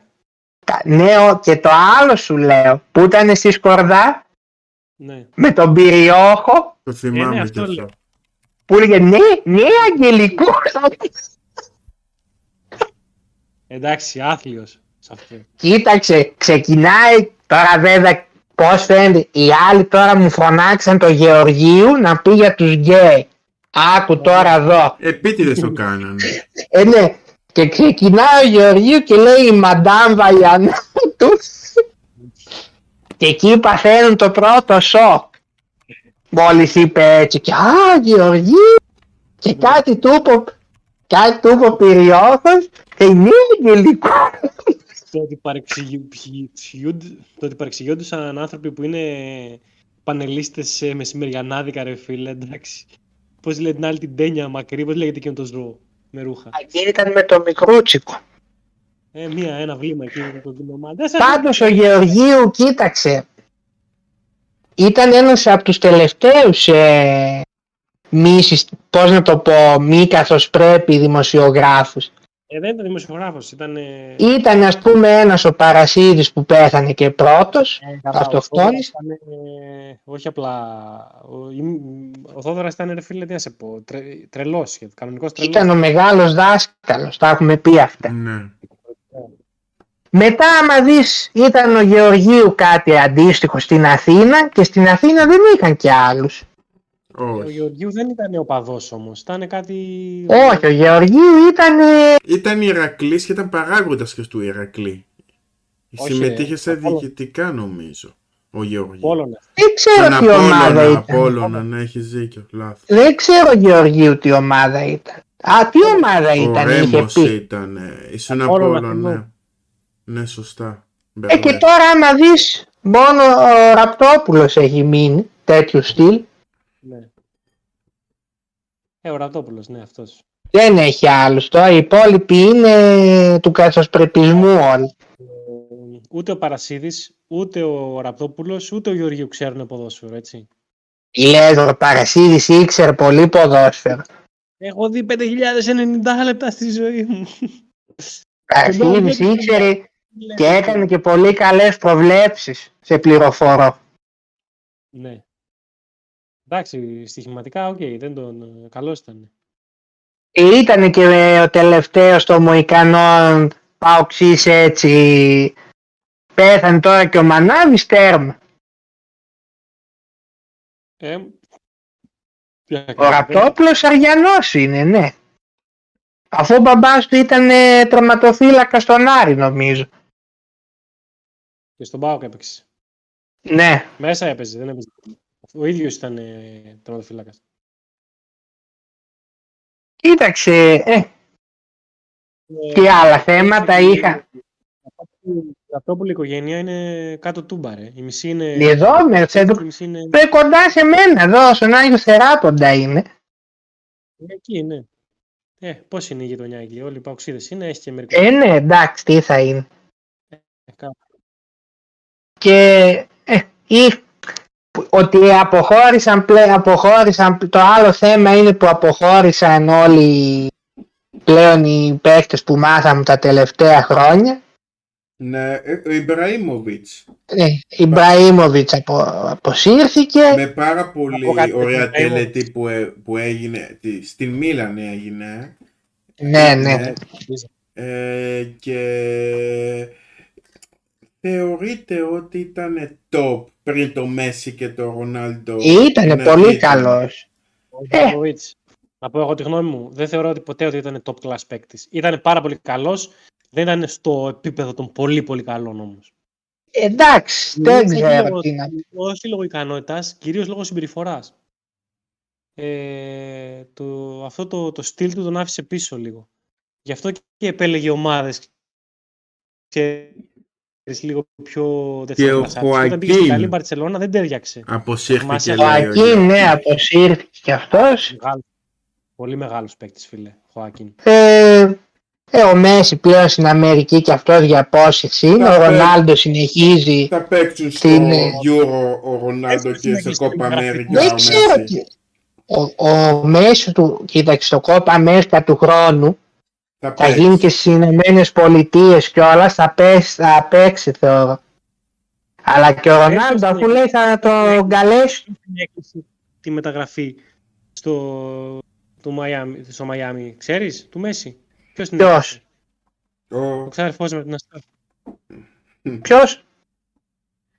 Speaker 3: Κα- Ναι, ο- και το άλλο σου λέω, που ήταν στη Σκορδά
Speaker 1: Ναι.
Speaker 3: με τον Πυριόχο,
Speaker 2: Το θυμάμαι
Speaker 1: αυτό
Speaker 2: κι αυτό.
Speaker 1: λέω.
Speaker 3: που έλεγε ναι, ναι, Αγγελικό.
Speaker 1: Εντάξει, άθλιος σε αυτό.
Speaker 3: Κοίταξε, ξεκινάει τώρα βέβαια πώς φαίνεται. Οι άλλοι τώρα μου φωνάξαν το Γεωργίου να πει για τους γκέι. Άκου τώρα εδώ.
Speaker 2: Επίτηδες το κάνανε.
Speaker 3: Ε, ναι. Και ξεκινάει ο Γεωργίου και λέει η Μαντάμ Βαλιανάτου. και εκεί παθαίνουν το πρώτο σοκ. Μόλις είπε έτσι και «Α, Γεωργίου» και κάτι του είπε, κάτι του είπε ο Πυριώθος και είναι αγγελικό.
Speaker 1: το ότι, παρεξηγιου- ψιούντ- το ότι παρεξηγιόντουσαν άνθρωποι που είναι πανελίστες σε μεσημεριανάδικα, ρε φίλε, εντάξει. Πώς λέει την άλλη την τένια μακρύ, πώς λέγεται εκείνο το ζώο με ρούχα.
Speaker 3: Εκείνη ήταν με το μικρούτσικο.
Speaker 1: Ε, μία, ένα βλήμα εκεί με το δίλωμα. Δεν σας-
Speaker 3: Πάντως ο Γεωργίου, κοίταξε, ήταν ένας από τους τελευταίους ε, μη, συ- πώς να το πω, μη καθώς πρέπει δημοσιογράφους.
Speaker 1: Ε, δεν ήταν δημοσιογράφος, ήταν. ε,
Speaker 3: Ήταν ας πούμε ένας ο Παρασίδης που πέθανε και πρώτος,
Speaker 1: Ε, καλά, ο
Speaker 3: αυτοκτόνης.
Speaker 1: Θόδωρας ήταν, ε, όχι απλά. Ο, η- ο Θόδωρας ήταν ρε φίλε, τι να σε πω. Τρε, τρελός σχεδόν. Κανονικός τρελός.
Speaker 3: Ήταν ο μεγάλος δάσκαλος, τα έχουμε πει αυτά.
Speaker 2: ναι.
Speaker 3: Μετά άμα δεις ήταν ο Γεωργίου κάτι αντίστοιχο στην Αθήνα και στην Αθήνα δεν είχαν και άλλους.
Speaker 1: Ο
Speaker 2: Όχι.
Speaker 1: Γεωργίου δεν ήταν ο παδός όμως. Ήταν κάτι.
Speaker 3: Όχι, ο Γεωργίου ήταν ε,
Speaker 2: Ήταν Ηρακλής και ήταν παράγοντας και του Ηρακλή.
Speaker 1: Όχι,
Speaker 2: Συμμετείχε
Speaker 1: ρε,
Speaker 3: ε,
Speaker 2: σε
Speaker 1: Απόλλωνα.
Speaker 2: διοικητικά νομίζω. Ο Γεώργιος.
Speaker 1: Πόλωνα.
Speaker 3: δεν ξέρω τι ομάδα ήταν.
Speaker 2: Απόλλωνα, να έχει δίκιο. Λάθος.
Speaker 3: Δεν ξέρω Γεωργίου τι ομάδα ήταν. Α, τι ομάδα
Speaker 2: Ο
Speaker 3: ήταν, είχε
Speaker 2: Ρέμος
Speaker 3: πει.
Speaker 2: ήταν. ε, Ήσουν
Speaker 1: Απόλλωνα,
Speaker 2: Απόλλωνα, ναι.
Speaker 1: θυμάμαι.
Speaker 2: Ναι, σωστά.
Speaker 3: Ε,
Speaker 2: ναι.
Speaker 3: και τώρα άμα δεις, μόνο ο Ραπτόπουλος έχει μείνει τέτοιου στυλ.
Speaker 1: Ναι. Ε, ο Ρατόπουλο, ναι, αυτός.
Speaker 3: Δεν έχει άλλους τώρα, οι υπόλοιποι είναι του καθοσπρεπισμού όλοι.
Speaker 1: Ούτε ο Παρασίδης, ούτε ο Ραπτόπουλος, ούτε ο Γεωργίου ξέρουν ποδόσφαιρο, έτσι.
Speaker 3: Λες ο Παρασίδης ήξερε πολύ ποδόσφαιρο.
Speaker 1: Έχω δει 5.090 λεπτά στη ζωή μου.
Speaker 3: Παρασίδης ήξερε και έκανε και πολύ καλές προβλέψεις σε πληροφόρο.
Speaker 1: Ναι. Εντάξει, στοιχηματικά, οκ, δεν τον. Καλός ήταν.
Speaker 3: Ήταν Ε, και ο τελευταίος των Μοϊκανών Παοξής έτσι. Πέθανε τώρα και ο Μανάβης τέρμα.
Speaker 1: Ε, τι να
Speaker 3: Ο
Speaker 1: κάνουμε,
Speaker 3: Ραπτόπουλος Αριανός είναι, ναι. Αφού ο μπαμπάς του ήταν ε, τερματοφύλακας στον Άρη νομίζω.
Speaker 1: δεν- Και στον Πάοκ έπαιξε.
Speaker 3: Ναι.
Speaker 1: Μέσα έπαιζε, δεν έπαιζε. Ο ίδιος ήταν ε, τερματοφύλακας.
Speaker 3: Κοίταξε, ε,
Speaker 1: Ε,
Speaker 3: τι άλλα θέματα είχα.
Speaker 1: Ραπτόπουλη οικογένεια είναι κάτω τούμπα, ρε. Η μισή είναι.
Speaker 3: Ναι, Εδώ με, σε,
Speaker 1: Η μισή είναι.
Speaker 3: ε, κοντά σε μένα, εδώ στον Άγιο Θεράποντα είναι.
Speaker 1: Εκεί, ναι. Ε, πώς είναι η γειτονιά εκεί, Όλοι οι παοξίδες είναι, έχει και Ε, μερικούς.
Speaker 3: Ε, ναι, εντάξει, τι θα είναι. και ε, ή, ότι αποχώρησαν, πλέ, αποχώρησαν το άλλο θέμα είναι που αποχώρησαν όλοι πλέον οι παίκτες που μάθαμε τα τελευταία χρόνια
Speaker 2: Ναι, ε, ο Ιμπραήμοβιτς.
Speaker 3: ε, η Μπραήμοβιτς απο, αποσύρθηκε
Speaker 2: Με πάρα
Speaker 1: πω κάτι
Speaker 2: πολύ
Speaker 1: τέτοιο,
Speaker 2: ωραία
Speaker 1: Ιμπραήμοβιτς.
Speaker 2: τελετή που, ε, που έγινε. τη- Στην Μίλαν έγινε. ναι,
Speaker 3: ναι ναι
Speaker 2: Ε, και θεωρείται ότι ήταν top πριν το Μέση και το Ρονάλντο.
Speaker 3: Ήταν
Speaker 2: να
Speaker 3: πολύ
Speaker 2: βγήκαν.
Speaker 3: καλός. Ε.
Speaker 1: Ο Ιτς. Να πω εγώ τη γνώμη μου. Δεν θεωρώ ότι ποτέ ότι ήταν top class παίκτης. Ήταν πάρα πολύ καλός. Δεν ήταν στο επίπεδο των πολύ πολύ καλών όμως.
Speaker 3: Εντάξει,
Speaker 1: Ναι,
Speaker 3: δεν ξέρω τι να
Speaker 1: Όχι λόγω ικανότητας, κυρίως λόγω συμπεριφοράς. Ε, το, αυτό το, το στυλ του τον άφησε πίσω λίγο. Γι' αυτό και επέλεγε ομάδες. Και λίγο πιο
Speaker 2: Και ο
Speaker 1: δευτερόλεπτα. Όταν πήγε στην
Speaker 2: Χοακίν.
Speaker 1: καλή Μπαρσελόνα δεν τέριαξε.
Speaker 2: Αποσύρθηκε
Speaker 1: Θυμάσαι,
Speaker 2: λέει. ο
Speaker 3: Φακή,
Speaker 2: Γιώργος.
Speaker 3: ναι, αποσύρθηκε κι αυτός.
Speaker 1: Μεγάλος. Πολύ μεγάλος παίκτης, φίλε. Χωάκιν.
Speaker 3: Ε, ε, ο Μέση πλέον στην Αμερική και αυτός για απόσυρση είναι. Ο
Speaker 2: Καφέ.
Speaker 3: Ρονάλντο συνεχίζει.
Speaker 2: Θα παίξουν στο
Speaker 3: Στην-
Speaker 2: Euro ο Ρονάλντο και στο
Speaker 1: συνεχίσει
Speaker 2: Copa
Speaker 1: την
Speaker 2: America.
Speaker 1: γραφική.
Speaker 2: ο
Speaker 3: Δεν ξέρω
Speaker 2: Μέση.
Speaker 3: τι. Ο, ο Μέση του, κοίταξε, το κόπα Αμέρικα του χρόνου
Speaker 2: Θα
Speaker 3: θα γίνει και
Speaker 2: παίξει.
Speaker 3: στι Ηνωμένε Πολιτείες και όλα, θα, παίξει- θα παίξει θεωρώ. Αλλά και ο Ρονάλντο, αφού λέει θα τον καλέσει.
Speaker 1: Έκλεισε τη μεταγραφή στο, του Μαϊάμι, στο Μαϊάμι, ξέρεις, του Μέση. Ποιος είναι
Speaker 3: Ποιος?
Speaker 1: έκλεισε?
Speaker 2: Ο-
Speaker 1: Ο ξάδερφός μου από την Αστόρια.
Speaker 3: Ποιος.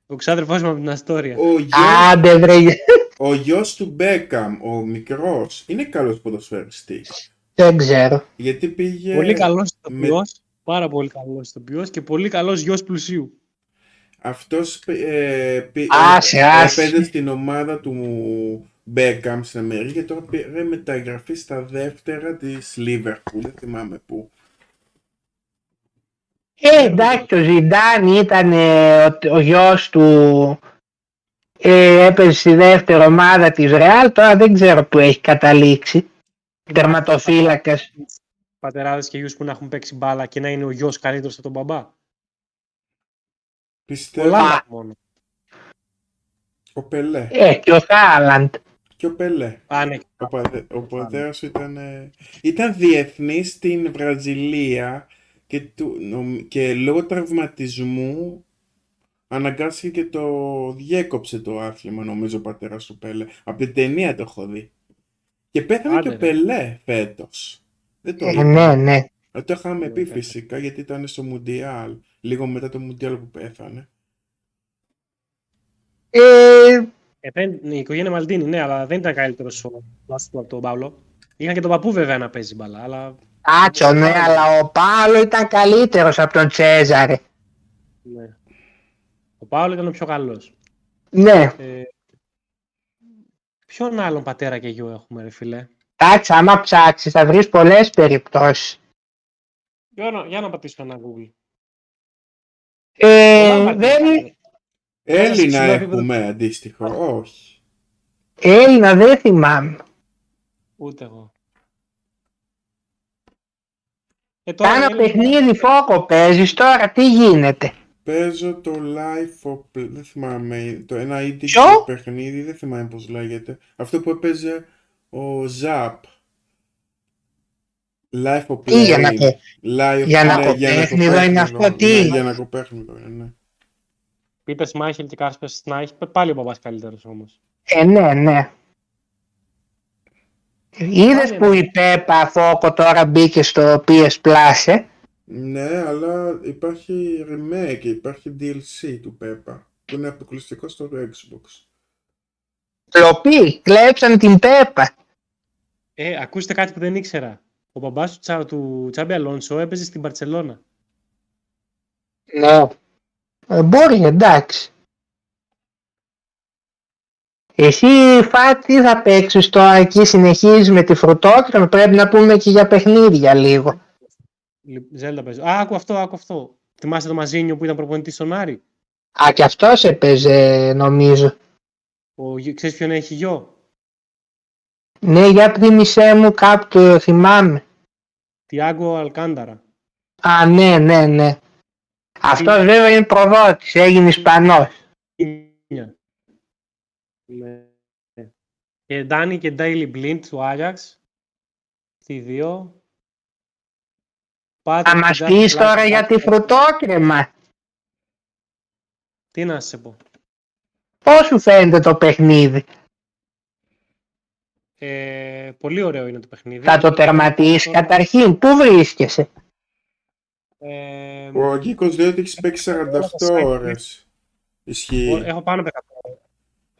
Speaker 1: Ο ξάδερφός μου από την Αστόρια.
Speaker 2: Ο γιος-
Speaker 3: Άντε, βρε.
Speaker 2: Ο γιος του Μπέκαμ, ο μικρός, είναι καλός ποδοσφαιριστής.
Speaker 3: Δεν ξέρω.
Speaker 2: Γιατί πήγε...
Speaker 1: Πολύ καλός ηθοποιός,
Speaker 2: με-
Speaker 1: πάρα πολύ καλός ηθοποιός και πολύ καλός γιος πλουσίου.
Speaker 2: Αυτός ε, πή-
Speaker 3: Άσε,
Speaker 2: ε,
Speaker 3: άσε.
Speaker 2: έπαιζε στην ομάδα του Μπέκαμ στην Αμερική και τώρα πήρε μεταγραφή στα δεύτερα της Λίβερπουλ, δεν θυμάμαι πού.
Speaker 3: Ε, εντάξει, ο Ζιντάν ήταν ο, ο γιος του. Ε, έπαιζε στη δεύτερη ομάδα της Ρεάλ. Τώρα δεν ξέρω που έχει καταλήξει. Τερματοφύλακας.
Speaker 1: Πατεράδες και γιους που να έχουν παίξει μπάλα και να είναι ο γιος καλύτερος από τον μπαμπά.
Speaker 2: Πιστεύω
Speaker 1: Πολλά μόνο.
Speaker 2: ο Πελέ.
Speaker 3: Ε, και ο Χάλαντ.
Speaker 2: Και ο Πελέ.
Speaker 1: Α, ναι.
Speaker 2: Ο, παδε, ο πατέρας του ήταν, ε, ήταν διεθνής στην Βραζιλία και, του, νομ- και λόγω τραυματισμού αναγκάστηκε και το διέκοψε το άθλημα νομίζω ο πατέρας του Πελέ. Από την ταινία το έχω δει. Και πέθανε
Speaker 1: Άντε,
Speaker 2: και ο
Speaker 1: ρε.
Speaker 2: Πελέ φέτος. Δεν το
Speaker 3: Ε,
Speaker 2: είδα.
Speaker 3: ναι, ναι.
Speaker 2: Ε, Το είχαμε
Speaker 1: Ναι,
Speaker 2: πει
Speaker 1: πέθανε.
Speaker 2: φυσικά γιατί ήταν στο Μουντιάλ. Λίγο μετά το Μουντιάλ που πέθανε.
Speaker 3: Ε,
Speaker 1: Ε, δεν- η οικογένεια Μαλτίνη, ναι, αλλά δεν ήταν καλύτερος ο Βάσκο από τον Παύλο. Είχαν και τον παππού βέβαια να παίζει μπαλά, αλλά
Speaker 3: Άτσο, ναι, αλλά ο Πάολο ήταν καλύτερος από τον Τσέζαρε.
Speaker 1: ναι. Ο Παύλο ήταν ο πιο καλός.
Speaker 3: Ναι,
Speaker 1: Ε, ποιον άλλον πατέρα και γιο έχουμε, ρε φιλέ.
Speaker 3: εντάξει, άμα ψάξεις, θα βρεις πολλές περιπτώσεις.
Speaker 1: Για να, για να πατήσω ένα Google.
Speaker 3: Ε,
Speaker 1: Πολλά
Speaker 3: δεν...
Speaker 1: πατέρα.
Speaker 2: Έλληνα
Speaker 1: ψηλό επίπεδο.
Speaker 2: έχουμε αντίστοιχο. Όχι.
Speaker 3: Έλληνα δεν θυμάμαι.
Speaker 1: Ούτε εγώ. Ε, τώρα
Speaker 3: Κάνα
Speaker 1: θέλω-
Speaker 3: παιχνίδι φόκο παίζεις τώρα, τι γίνεται.
Speaker 2: Παίζω το Life of Play, δεν θυμάμαι, το ένα ίδιο
Speaker 3: Ποιο?
Speaker 2: παιχνίδι, δεν θυμάμαι πώς λέγεται. Αυτό που έπαιζε ο Ζαπ. Life of Play.
Speaker 3: Τι για να το-
Speaker 2: Life
Speaker 3: για να
Speaker 2: ναι,
Speaker 3: το παιχνίδι είναι αυτό, τι?
Speaker 2: Ναι, για να κοπέχνιδο, είναι, ναι.
Speaker 1: Πίτερ Σμάχελ και Κάσπερ Σνάιχ, πάλι ο παπάς καλύτερος όμως.
Speaker 3: Ε, ναι, ναι. Είδες
Speaker 1: Πάλι
Speaker 3: που
Speaker 1: ναι.
Speaker 3: η Πέπα Φόκο τώρα μπήκε στο PS Plus, ε?
Speaker 2: Ναι, αλλά υπάρχει remake, υπάρχει DLC του Peppa, που είναι αποκλειστικό στο Xbox.
Speaker 3: Κλοπή, κλέψαν την Πέπα.
Speaker 1: Ε, ακούστε κάτι που δεν ήξερα. Ο μπαμπάς του, Τσα- του Τσάμπι Αλόνσο έπαιζε στην Παρσελώνα.
Speaker 3: Ναι. Ε, μπορεί, εντάξει. Εσύ Φάτι τι θα παίξεις τώρα εκεί συνεχίζεις με τη φρουτόκρον πρέπει να πούμε και για παιχνίδια λίγο.
Speaker 1: Λι- Zelda παίζω. Α, άκου αυτό, άκου αυτό. Θυμάστε το Μαζίνιο που ήταν προπονητής στον Άρη.
Speaker 3: Α και αυτός έπαιζε νομίζω.
Speaker 1: Ο... γιο- Ξέρεις ποιον έχει γιο.
Speaker 3: Ναι για θύμισέ μου κάπου το θυμάμαι.
Speaker 1: Τιάγκο Αλκάνταρα.
Speaker 3: Α ναι ναι ναι. Αυτός βέβαια είναι προδότης έγινε Ισπανός.
Speaker 1: Κίνια. Ναι. Και Ντάνι και Ντάιλι Μπλίντ του Άγιαξ. Τι δύο. Πάτε
Speaker 3: Θα μας
Speaker 1: ναι,
Speaker 3: πεις τώρα για τη φρουτόκρεμα.
Speaker 1: Τι να σε πω.
Speaker 3: Πώς σου φαίνεται το παιχνίδι.
Speaker 1: Ε, πολύ ωραίο Ναι, είναι το παιχνίδι. Ε,
Speaker 3: Θα το τερματίσεις καταρχήν. Πού βρίσκεσαι.
Speaker 1: Ε,
Speaker 2: Ο Γκίκο λέει ότι έχεις
Speaker 3: Ε,
Speaker 2: παίξει 48 ώρε.
Speaker 1: Ο-
Speaker 2: Ισχύει.
Speaker 1: Έχω πάνω από 100.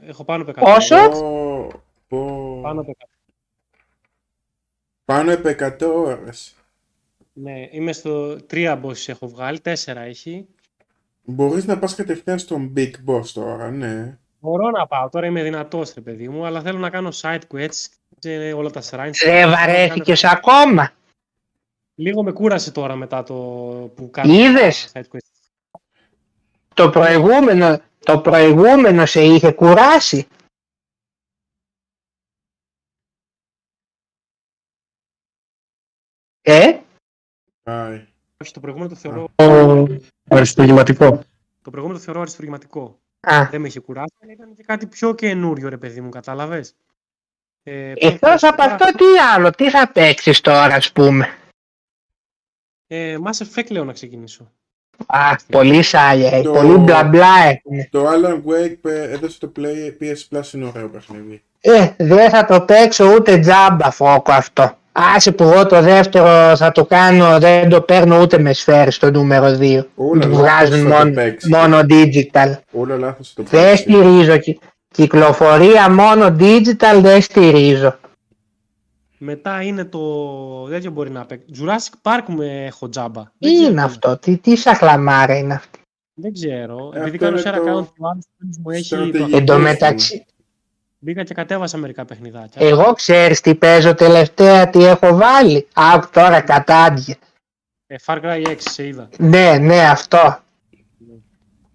Speaker 1: Έχω πάνω από 100.
Speaker 3: Πόσο?
Speaker 2: Πω, πω.
Speaker 1: Πάνω από 100.
Speaker 2: Πάνω από 100 ώρες.
Speaker 1: Ναι, είμαι στο τρία bosses έχω βγάλει, τέσσερα έχει.
Speaker 2: Μπορείς να πας κατευθείαν στον Big Boss τώρα, ναι.
Speaker 1: Μπορώ να πάω, τώρα είμαι δυνατός ρε παιδί μου, αλλά θέλω να κάνω side quests σε όλα τα shrines.
Speaker 3: Δεν βαρέθηκες ακόμα.
Speaker 1: Λίγο με κούρασε τώρα μετά το που
Speaker 3: Είδες?
Speaker 1: side quests.
Speaker 3: Το προηγούμενο, το προηγούμενο σε είχε κουράσει. Ε,
Speaker 2: Άι.
Speaker 1: Όχι, το προηγούμενο το θεωρώ,
Speaker 5: Αριστουργηματικό.
Speaker 1: το προηγούμενο το θεωρώ αριστουργηματικό.
Speaker 3: α,
Speaker 1: Δεν με είχε κουράσει, αλλά ήταν και κάτι πιο καινούριο ρε παιδί μου, κατάλαβες. Ε,
Speaker 3: εκτός από αυτό τι άλλο, τι θα παίξεις τώρα ας πούμε.
Speaker 1: Ε, Mass Effect λέω να ξεκινήσω.
Speaker 3: Α, πολύ σάλια, ε,
Speaker 2: Το-
Speaker 3: πολύ μπλα μπλα έχουν.
Speaker 2: Το Alan Wake ε, έδωσε το Play PS Plus είναι ωραίο παιχνίδι.
Speaker 3: Ε, δεν θα το παίξω ούτε τζάμπα φόκο αυτό. Άσε που εγώ το δεύτερο θα το κάνω, δεν το παίρνω ούτε με σφαίρες το νούμερο 2.
Speaker 2: Όλα λάθος
Speaker 3: Βγάζουν
Speaker 2: θα το
Speaker 3: μόνο,
Speaker 2: παίξεις.
Speaker 3: μόνο digital.
Speaker 2: Όλα λάθος θα το
Speaker 3: Δεν
Speaker 2: παίξεις.
Speaker 3: στηρίζω. κυ- Κυκλοφορία μόνο digital δεν στηρίζω.
Speaker 1: Μετά είναι το. Δεν μπορεί να παίξει. Jurassic Park με έχω τζάμπα.
Speaker 3: Τι
Speaker 1: Δεν ξέρω
Speaker 3: είναι
Speaker 1: τι
Speaker 3: αυτό, τι, τι σαχλαμάρα είναι αυτή.
Speaker 1: Δεν ξέρω.
Speaker 2: Ε, αυτό
Speaker 1: Επειδή κάνω
Speaker 2: είναι
Speaker 1: share
Speaker 2: το
Speaker 1: account του άλλου friends μου έχει.
Speaker 2: στρατηγικό.
Speaker 1: Το...
Speaker 3: Εν τω μεταξύ,
Speaker 1: Μπήκα και κατέβασα μερικά παιχνιδάκια.
Speaker 3: εγώ ξέρεις τι παίζω τελευταία, τι έχω βάλει. Άκου τώρα κατάντια.
Speaker 1: Ε, Far Cry 6 σε είδα.
Speaker 3: Ναι, ναι, αυτό.
Speaker 2: Α,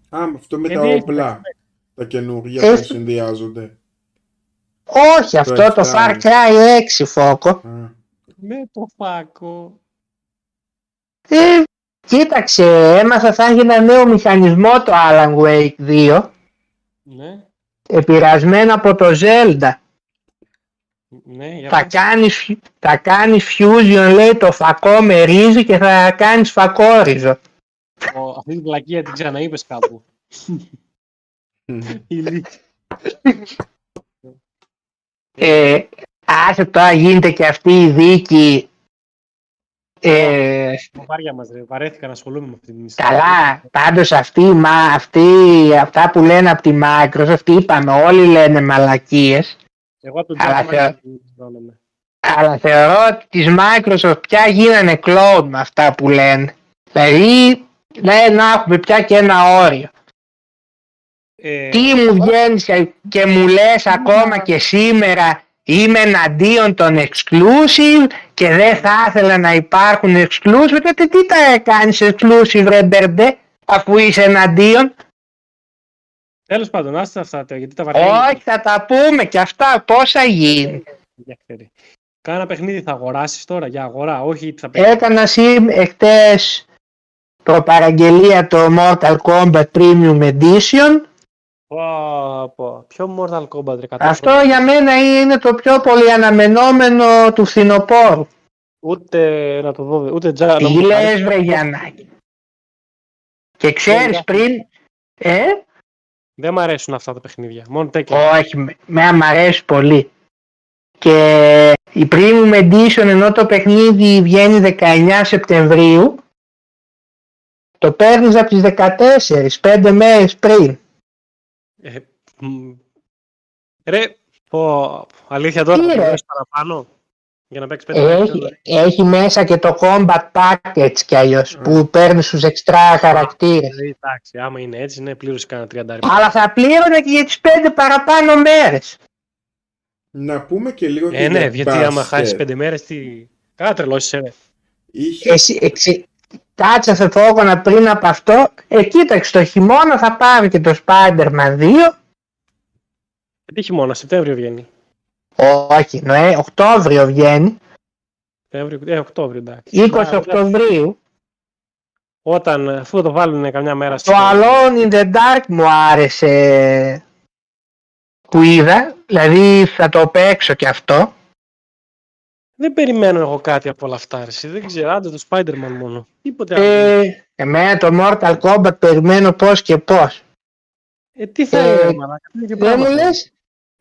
Speaker 2: με αυτό με
Speaker 1: Ε,
Speaker 2: τα
Speaker 1: δεν έχει
Speaker 2: όπλα. Τα καινούργια
Speaker 3: Ε,
Speaker 2: που συνδυάζονται.
Speaker 3: Όχι, αυτό το
Speaker 2: εξτράνι.
Speaker 3: Far Cry 6 φόκο.
Speaker 2: Α,
Speaker 1: Με το φάκο.
Speaker 3: Ε, κοίταξε, έμαθα θα έχει ένα νέο μηχανισμό το Alan Wake 2,
Speaker 1: Ναι,
Speaker 3: επηρεασμένο από το Zelda.
Speaker 1: ναι, για
Speaker 3: Θα
Speaker 1: πες.
Speaker 3: κάνεις, θα κάνεις fusion λέει το φακό με ρύζι και θα κάνεις φακόριζο.
Speaker 1: Ο- Αυτή την πλακία την ξαναείπες κάπου. Ηλί.
Speaker 3: Ε, άσε τώρα γίνεται και αυτή η δίκη. Ε,
Speaker 1: Βαριά μας ρε, βαρέθηκα να ασχολούμαι με αυτή την ιστορία.
Speaker 3: καλά, πάντως αυτή, η μα, αυτή, αυτά που λένε από τη Microsoft, είπαμε όλοι λένε μαλακίες.
Speaker 1: Εγώ από τον
Speaker 3: Καλά,
Speaker 1: Τζάκ Μάγκη
Speaker 3: Αλλά θεωρώ ότι της Microsoft πια γίνανε clone με αυτά που λένε. Δηλαδή, ναι, να έχουμε πια και ένα όριο.
Speaker 1: Ε,
Speaker 3: Τι μου βγαίνεις και- και μου λες ακόμα και σήμερα είμαι εναντίον των exclusive και δεν θα ήθελα να υπάρχουν exclusive τότε τι τα κάνεις exclusive ρε μπερμπέ αφού είσαι εναντίον
Speaker 1: Τέλος πάντων, άστε αυτά, τα- γιατί τα βαριά
Speaker 3: όχι θα τα πούμε και αυτά πόσα γίνει
Speaker 1: Ενδιαφέρει. Κάνα παιχνίδι θα αγοράσεις τώρα για αγορά, όχι
Speaker 3: Ε,
Speaker 1: θα παίξεις.
Speaker 3: έκανα sim εχθές προπαραγγελία το Mortal Kombat Premium Edition
Speaker 1: Πω, πω. Ποιο Mortal Kombat ρε κατά
Speaker 3: αυτό
Speaker 1: χρόνια.
Speaker 3: για μένα είναι το πιο πολύ αναμενόμενο του φθινοπόρου
Speaker 1: Ούτε να το δω, ούτε τζάρα. να
Speaker 3: Τι
Speaker 1: μου πάρει.
Speaker 3: λες βρε Γιαννάκη. Και ξέρεις
Speaker 1: Έλα.
Speaker 3: πριν, ε,
Speaker 1: Δεν μ' αρέσουν αυτά τα παιχνίδια. Μόνο τέτοια.
Speaker 3: όχι, με, με μ' αρέσει πολύ. Και η Premium Edition ενώ το παιχνίδι βγαίνει 19 Σεπτεμβρίου, το παίρνεις από τις 14, 5 μέρες πριν.
Speaker 1: Ε, μ. ρε, πω, αλήθεια τώρα
Speaker 3: Τι
Speaker 1: θα
Speaker 3: ρε. Ε,
Speaker 1: πληρώσεις παραπάνω για να παίξεις πέντε
Speaker 3: Έχει,
Speaker 1: παιχνίδια.
Speaker 3: έχει μέσα και το Combat Package κι αλλιώς,
Speaker 1: Ναι.
Speaker 3: που παίρνεις στους εξτρά χαρακτήρες.
Speaker 1: Δηλαδή, εντάξει, άμα είναι έτσι, ναι, πλήρωσε κανένα 30 ευρώ.
Speaker 3: Αλλά θα πλήρωνα και για τις 5 παραπάνω μέρες.
Speaker 2: Να πούμε και λίγο
Speaker 1: Ε,
Speaker 2: και
Speaker 1: ναι,
Speaker 2: για
Speaker 1: γιατί άμα
Speaker 2: μπάσκετ.
Speaker 1: χάσει πέντε μέρες, τι. Κάνα τρελώσει, ρε.
Speaker 2: Είχε
Speaker 3: Εσύ, εξι... Κάτσε θα το έκανα πριν από αυτό. Ε, κοίταξε, το χειμώνα θα πάρει και το Spider-Man 2.
Speaker 1: Ε, Τι χειμώνα, Σεπτέμβριο βγαίνει.
Speaker 3: Όχι, νοέ, Οκτώβριο βγαίνει.
Speaker 1: Σεπτέμβριο, ε, Οκτώβριο, εντάξει.
Speaker 3: 20
Speaker 1: Μα,
Speaker 3: Οκτωβρίου.
Speaker 1: Όταν, αφού το βάλουν καμιά μέρα
Speaker 3: Το Alone in the Dark μου άρεσε που είδα. Δηλαδή θα το παίξω και αυτό.
Speaker 1: Δεν περιμένω εγώ κάτι από όλα αυτά. ρε, εσύ. Δεν ξέρω, άντε το Spider-Man μόνο. Τίποτε άλλο. Ε,
Speaker 3: Ε, εμένα το Mortal Kombat περιμένω πώς και πώς.
Speaker 1: τι θα
Speaker 3: ε,
Speaker 1: είναι, ρε, μαλάκα, είναι και
Speaker 3: Δεν μου
Speaker 1: πράγματα.
Speaker 3: λες,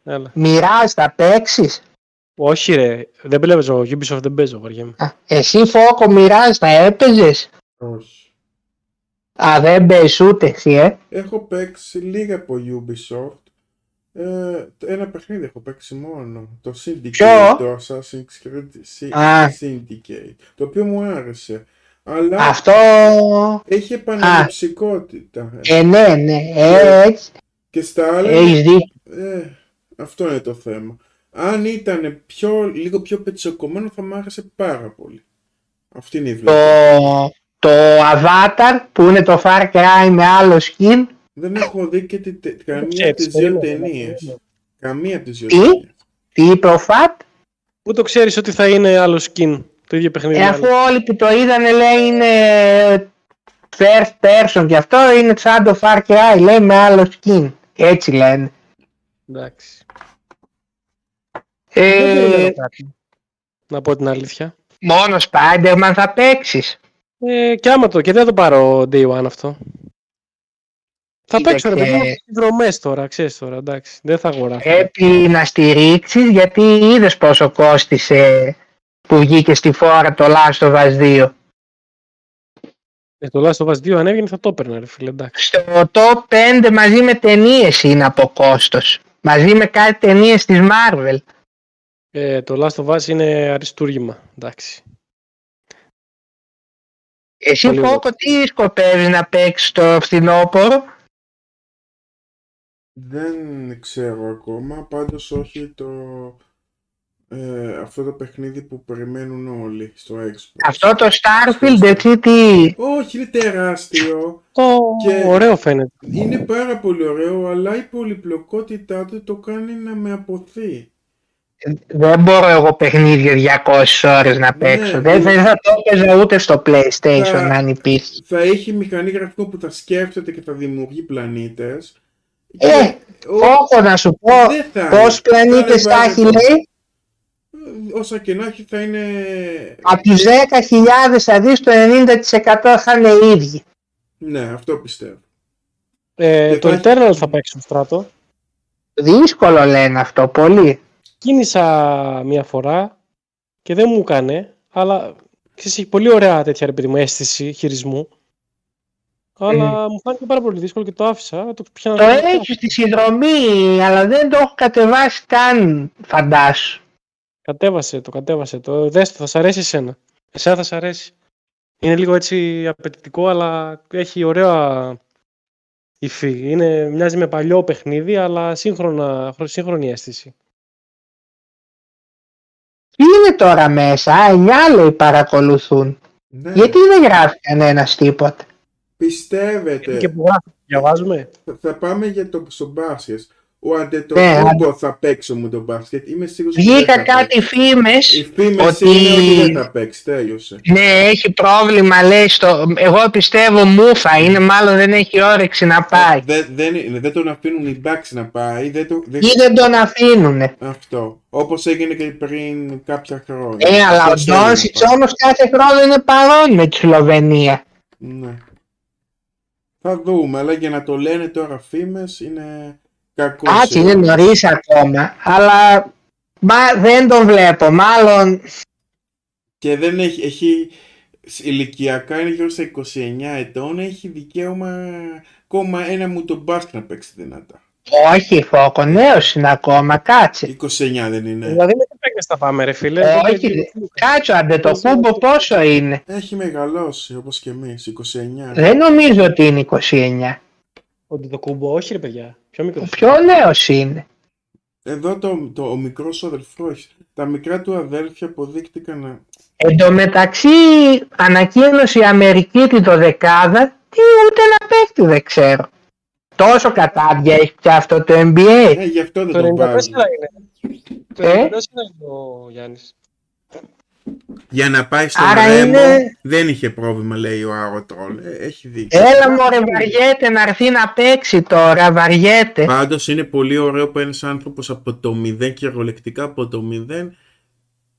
Speaker 1: Έλα.
Speaker 3: μοιράζεις θα παίξεις.
Speaker 1: Όχι, ρε. Δεν παίζω. Ubisoft δεν παίζω, βαριέμαι.
Speaker 3: Α, Εσύ φόκο μοιράζει θα έπαιζες.
Speaker 2: όχι.
Speaker 3: Α, δεν παίζεις ούτε εσύ, ε.
Speaker 2: Έχω παίξει λίγα από Ubisoft. Ε, ένα παιχνίδι έχω παίξει μόνο. Το Syndicate,
Speaker 3: Ποιο?
Speaker 2: το Assassin's Creed Sy-
Speaker 3: Α.
Speaker 2: Syndicate. Το οποίο μου άρεσε. Αλλά
Speaker 3: Αυτό.
Speaker 2: έχει επαναληψικότητα. ε.
Speaker 3: Ε, ναι, ναι. Ε, έτσι.
Speaker 2: Και στα άλλα.
Speaker 3: Έχεις δίκιο.
Speaker 2: Ε, αυτό είναι το θέμα. Αν ήταν πιο, λίγο πιο πετσοκομμένο θα μ' άρεσε πάρα πολύ. Αυτή είναι η
Speaker 3: Το,
Speaker 2: δουλειά.
Speaker 3: το Avatar που είναι το Far Cry με άλλο skin.
Speaker 2: Δεν έχω δει και τη, τε- καμία
Speaker 1: ξέρεις,
Speaker 2: από τις δύο
Speaker 1: περίμενε,
Speaker 2: ταινίες.
Speaker 1: περίμενε.
Speaker 2: Καμία από τις δύο
Speaker 3: Τι?
Speaker 2: ταινίες.
Speaker 3: Τι είπε ο Φατ.
Speaker 1: Πού το ξέρεις ότι θα είναι άλλο skin. Το ίδιο παιχνίδι.
Speaker 3: Ε,
Speaker 1: με
Speaker 3: αφού
Speaker 1: άλλο.
Speaker 3: όλοι που το είδανε λέει είναι first person και αυτό είναι σαν το Far Cry λέει με άλλο skin. Έτσι λένε.
Speaker 1: Εντάξει. Δεν
Speaker 3: Ε,
Speaker 1: περιμένω κάτι. Να πω την αλήθεια.
Speaker 3: μόνο Spider-Man θα παίξεις.
Speaker 1: Ε, και άμα το, και δεν θα το πάρω day one αυτό. Θα
Speaker 3: Κοίταξε.
Speaker 1: παίξω ρε παιδί μου συνδρομές τώρα, ξέρεις τώρα, εντάξει. Δεν θα αγοράσω.
Speaker 3: Πρέπει να στηρίξεις γιατί είδες πόσο κόστισε που βγήκε στη φόρα το Last of Us 2.
Speaker 1: Ε, το Last of Us 2 αν έβγαινε θα το έπαιρνα ρε φίλε, εντάξει.
Speaker 3: Στο top 5 μαζί με ταινίες είναι από κόστος. Μαζί με κάτι ταινίες της Marvel.
Speaker 1: Ε, το Last of Us είναι αριστούργημα, εντάξει.
Speaker 3: Εσύ
Speaker 1: Πολύ
Speaker 3: Φόκο τι σκοπεύεις να παίξεις το φθινόπωρο.
Speaker 2: Δεν ξέρω ακόμα, πάντως όχι το... ε, αυτό το παιχνίδι που περιμένουν όλοι στο Xbox.
Speaker 3: Αυτό το Starfield έτσι τι...
Speaker 2: Όχι, είναι τεράστιο.
Speaker 1: Το
Speaker 2: Και-
Speaker 1: ωραίο φαίνεται.
Speaker 2: Είναι πάρα πολύ ωραίο, αλλά η πολυπλοκότητά του το κάνει να με αποθεί.
Speaker 3: Δεν μπορώ εγώ παιχνίδια 200 ώρες να παίξω.
Speaker 2: Ναι,
Speaker 3: δεν,
Speaker 2: ναι.
Speaker 3: δεν θα το έπαιζα ούτε στο PlayStation
Speaker 2: Τα-
Speaker 3: αν υπήρχε.
Speaker 2: Θα έχει μηχανή γραφικό που θα σκέφτεται και θα δημιουργεί πλανήτες.
Speaker 3: Ε,
Speaker 2: Και ο-
Speaker 3: Φόκο να σου πω
Speaker 2: δεν θα είναι.
Speaker 3: πώς πλανήτες
Speaker 2: Θα
Speaker 3: θα
Speaker 2: είναι
Speaker 3: έχει
Speaker 2: βάρος.
Speaker 3: λέει.
Speaker 2: Όσα και να έχει θα είναι...
Speaker 3: Από τους 10.000 θα δεις το 90% θα είναι οι ίδιοι.
Speaker 2: Ναι, αυτό πιστεύω.
Speaker 1: Ε,
Speaker 2: Και
Speaker 1: το
Speaker 2: θα-
Speaker 1: Eternal θα παίξω στράτο.
Speaker 3: Δύσκολο λένε αυτό πολύ.
Speaker 1: κίνησα μία φορά και δεν μου κάνε, αλλά ξέρεις, έχει πολύ ωραία τέτοια ρε παιδί μου αίσθηση χειρισμού. Αλλά μου φάνηκε πάρα πολύ δύσκολο και το άφησα. Το πιάνα
Speaker 3: Το έχει στη συνδρομή αλλά δεν το έχω κατεβάσει καν φαντάσου.
Speaker 1: Κατέβασε το, κατέβασε το. Δες το, θα σ' αρέσει εσένα. Εσένα θα σ' αρέσει. Είναι λίγο έτσι απαιτητικό, αλλά έχει ωραία υφή. Είναι, μοιάζει με παλιό παιχνίδι, αλλά σύγχρονα, χρο- σύγχρονη αίσθηση.
Speaker 3: Τι είναι τώρα μέσα, α, εννιά λέει παρακολουθούν.
Speaker 2: Ναι,
Speaker 3: Γιατί δεν γράφει κανένας τίποτα.
Speaker 2: πιστεύετε.
Speaker 1: Και που γράφει, διαβάζουμε.
Speaker 2: Θα πάμε για το στο μπάσκετ. Ο
Speaker 3: Ναι,
Speaker 2: Αντετοκούμπο θα παίξω μου τον μπάσκετ. Είμαι σίγουρος ότι δεν
Speaker 3: Βγήκα
Speaker 2: θα
Speaker 3: κάτι
Speaker 2: παίξει.
Speaker 3: φήμες
Speaker 2: Οι φήμες
Speaker 3: ότι-
Speaker 2: είναι ότι δεν θα παίξει. Τέλειωσε.
Speaker 3: Ναι, έχει πρόβλημα, λέει στο. Εγώ πιστεύω μούφα είναι, μάλλον δεν έχει όρεξη να πάει.
Speaker 2: Δεν, δεν, είναι- δεν τον αφήνουν οι μπάξ να πάει. Δεν το, δεν-
Speaker 3: Ή δεν τον αφήνουνε.
Speaker 2: Αυτό. Όπως έγινε και πριν κάποια χρόνια.
Speaker 3: Ε, αλλά ο
Speaker 2: Αυτός θέλει να
Speaker 3: Ντόνσιτ
Speaker 2: πάει.
Speaker 3: όμως κάθε χρόνο είναι παρόν με τη Σλοβενία.
Speaker 2: Ναι. Θα δούμε, αλλά για να το λένε τώρα φήμες είναι κακό.
Speaker 3: Κάτσε, είναι νωρίς ακόμα, αλλά μα, δεν τον βλέπω. Μάλλον
Speaker 2: Και δεν έχει, έχει ηλικιακά είναι γύρω στα 29 ετών, έχει δικαίωμα ακόμα ένα μου τον μπάσκετ να παίξει δυνατά.
Speaker 3: όχι, Φόκο, νέος είναι ακόμα, κάτσε.
Speaker 2: 29 δεν είναι.
Speaker 1: Δηλαδή με τι παίκτες θα πάμε ρε φίλε. Δηλαδή,
Speaker 3: Ε,
Speaker 1: Δεν
Speaker 3: όχι,
Speaker 1: πρέπει-
Speaker 3: Κάτσε, αντε το κούμπο πόσο είναι.
Speaker 2: Έχει μεγαλώσει όπως και εμείς, 29.
Speaker 3: Δεν νομίζω ότι είναι 29.
Speaker 1: Ότι το κουμπό, όχι ρε παιδιά. Πιο μικρός.
Speaker 3: Ο πιο νέος είναι.
Speaker 2: Εδώ το, το, ο μικρός αδελφός, τα μικρά του αδέλφια αποδείχτηκαν να...
Speaker 3: Εν τω μεταξύ ανακοίνωσε η Αμερική την το δεκάδα τι ούτε να παίχτη δεν ξέρω. Τόσο κατάδια έχει πια αυτό το NBA.
Speaker 2: Ε, γι' αυτό δεν
Speaker 1: Το 94
Speaker 2: τον βάζουν.
Speaker 1: είναι. Το
Speaker 3: Ε?
Speaker 1: 94 είναι ο Γιάννης.
Speaker 2: Για να πάει στο
Speaker 3: Άρα
Speaker 2: Ρέμο
Speaker 3: είναι-
Speaker 2: δεν είχε πρόβλημα, λέει ο Άρωτρολ. Ε, έχει δίκιο.
Speaker 3: Έλα μωρέ βαριέται να έρθει να παίξει τώρα, βαριέται.
Speaker 2: Πάντως είναι πολύ ωραίο που ένας άνθρωπος από το μηδέν, κυριολεκτικά από το μηδέν,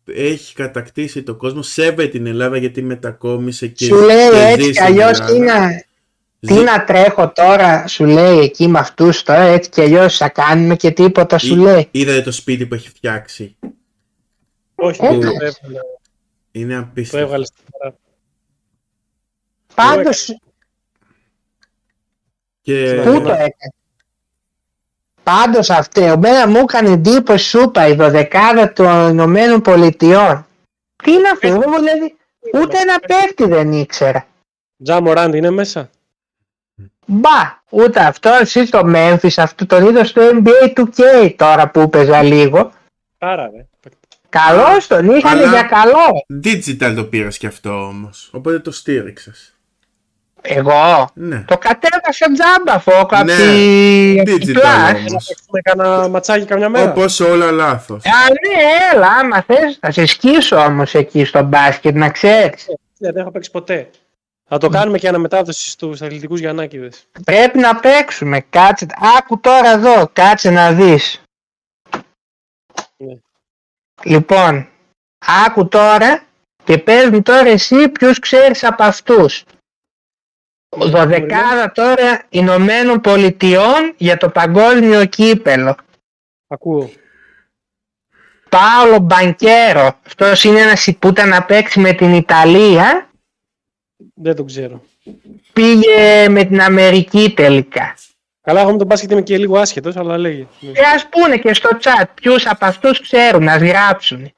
Speaker 2: έχει κατακτήσει το κόσμο, σέβεται την Ελλάδα γιατί μετακόμισε και
Speaker 3: Σου λέει
Speaker 2: και
Speaker 3: έτσι
Speaker 2: ζει
Speaker 3: κι
Speaker 2: στην
Speaker 3: αλλιώς
Speaker 2: Ελλάδα.
Speaker 3: τι να, τι
Speaker 2: Ζει-
Speaker 3: να τρέχω τώρα, σου λέει εκεί με αυτούς τώρα, έτσι κι αλλιώς θα κάνουμε και τίποτα σου
Speaker 2: Ή-
Speaker 3: λέει.
Speaker 2: Είδατε το σπίτι που έχει φτιάξει.
Speaker 1: Όχι,
Speaker 3: Ε,
Speaker 1: το
Speaker 3: εντάξει.
Speaker 1: έβγαλε.
Speaker 2: Είναι
Speaker 1: Το
Speaker 2: απίστευτο.
Speaker 1: έβγαλε στη φορά.
Speaker 3: Πάντως
Speaker 2: Και
Speaker 3: Πού το έκανε. Πάντως αυτή, εμένα μου έκανε εντύπωση σούπα η δωδεκάδα των Ηνωμένων Πολιτειών. Τι είναι αυτό, εγώ
Speaker 2: Ε,
Speaker 3: δηλαδή, ούτε ένα παίχτη δεν ήξερα.
Speaker 1: Τζαμοράντ είναι μέσα.
Speaker 3: Μπα, ούτε αυτό, εσύ στο Memphis, αυτό τον είδα στο NBA 2K τώρα που έπαιζα λίγο.
Speaker 1: Άρα, ρε.
Speaker 3: Καλώς τον είχαν
Speaker 2: Αλλά-
Speaker 3: για καλό.
Speaker 2: digital το πήρες και αυτό όμως. Οπότε το στήριξες.
Speaker 3: Εγώ,
Speaker 2: Ναι.
Speaker 3: το κατέβασα τζάμπα φόκο από
Speaker 2: Ναι,
Speaker 3: τη από τη
Speaker 2: Digital
Speaker 3: Plus.
Speaker 2: όμως.
Speaker 1: Έχουμε κανένα ματσάκι καμιά μέρα.
Speaker 2: Όπως όλα λάθος.
Speaker 3: Α, ναι, έλα, άμα θες, θα σε σκίσω όμως εκεί στο μπάσκετ, να ξέρεις.
Speaker 1: Ναι, δεν έχω παίξει ποτέ. Θα το κάνουμε και αναμετάδοση στους αθλητικούς Γιαννάκηδες.
Speaker 3: Πρέπει να παίξουμε. Κάτσε. Άκου τώρα εδώ. Κάτσε να δεις.
Speaker 1: Ναι.
Speaker 3: Λοιπόν, άκου τώρα και πες μου τώρα εσύ ποιους ξέρεις από αυτούς. Δωδεκάδα τώρα Ηνωμένων Πολιτειών για το παγκόσμιο κύπελο.
Speaker 1: Ακούω.
Speaker 3: Πάολο Μπανκέρο. Αυτός είναι ένας που ήταν να παίξει με την Ιταλία.
Speaker 1: Δεν το ξέρω.
Speaker 3: Πήγε με την Αμερική τελικά.
Speaker 1: Καλά, εγώ με τον μπάσκετ είμαι και λίγο άσχετος, αλλά λέγε. Ναι.
Speaker 3: Και ας πούνε και στο chat ποιους από αυτούς ξέρουν, να γράψουν.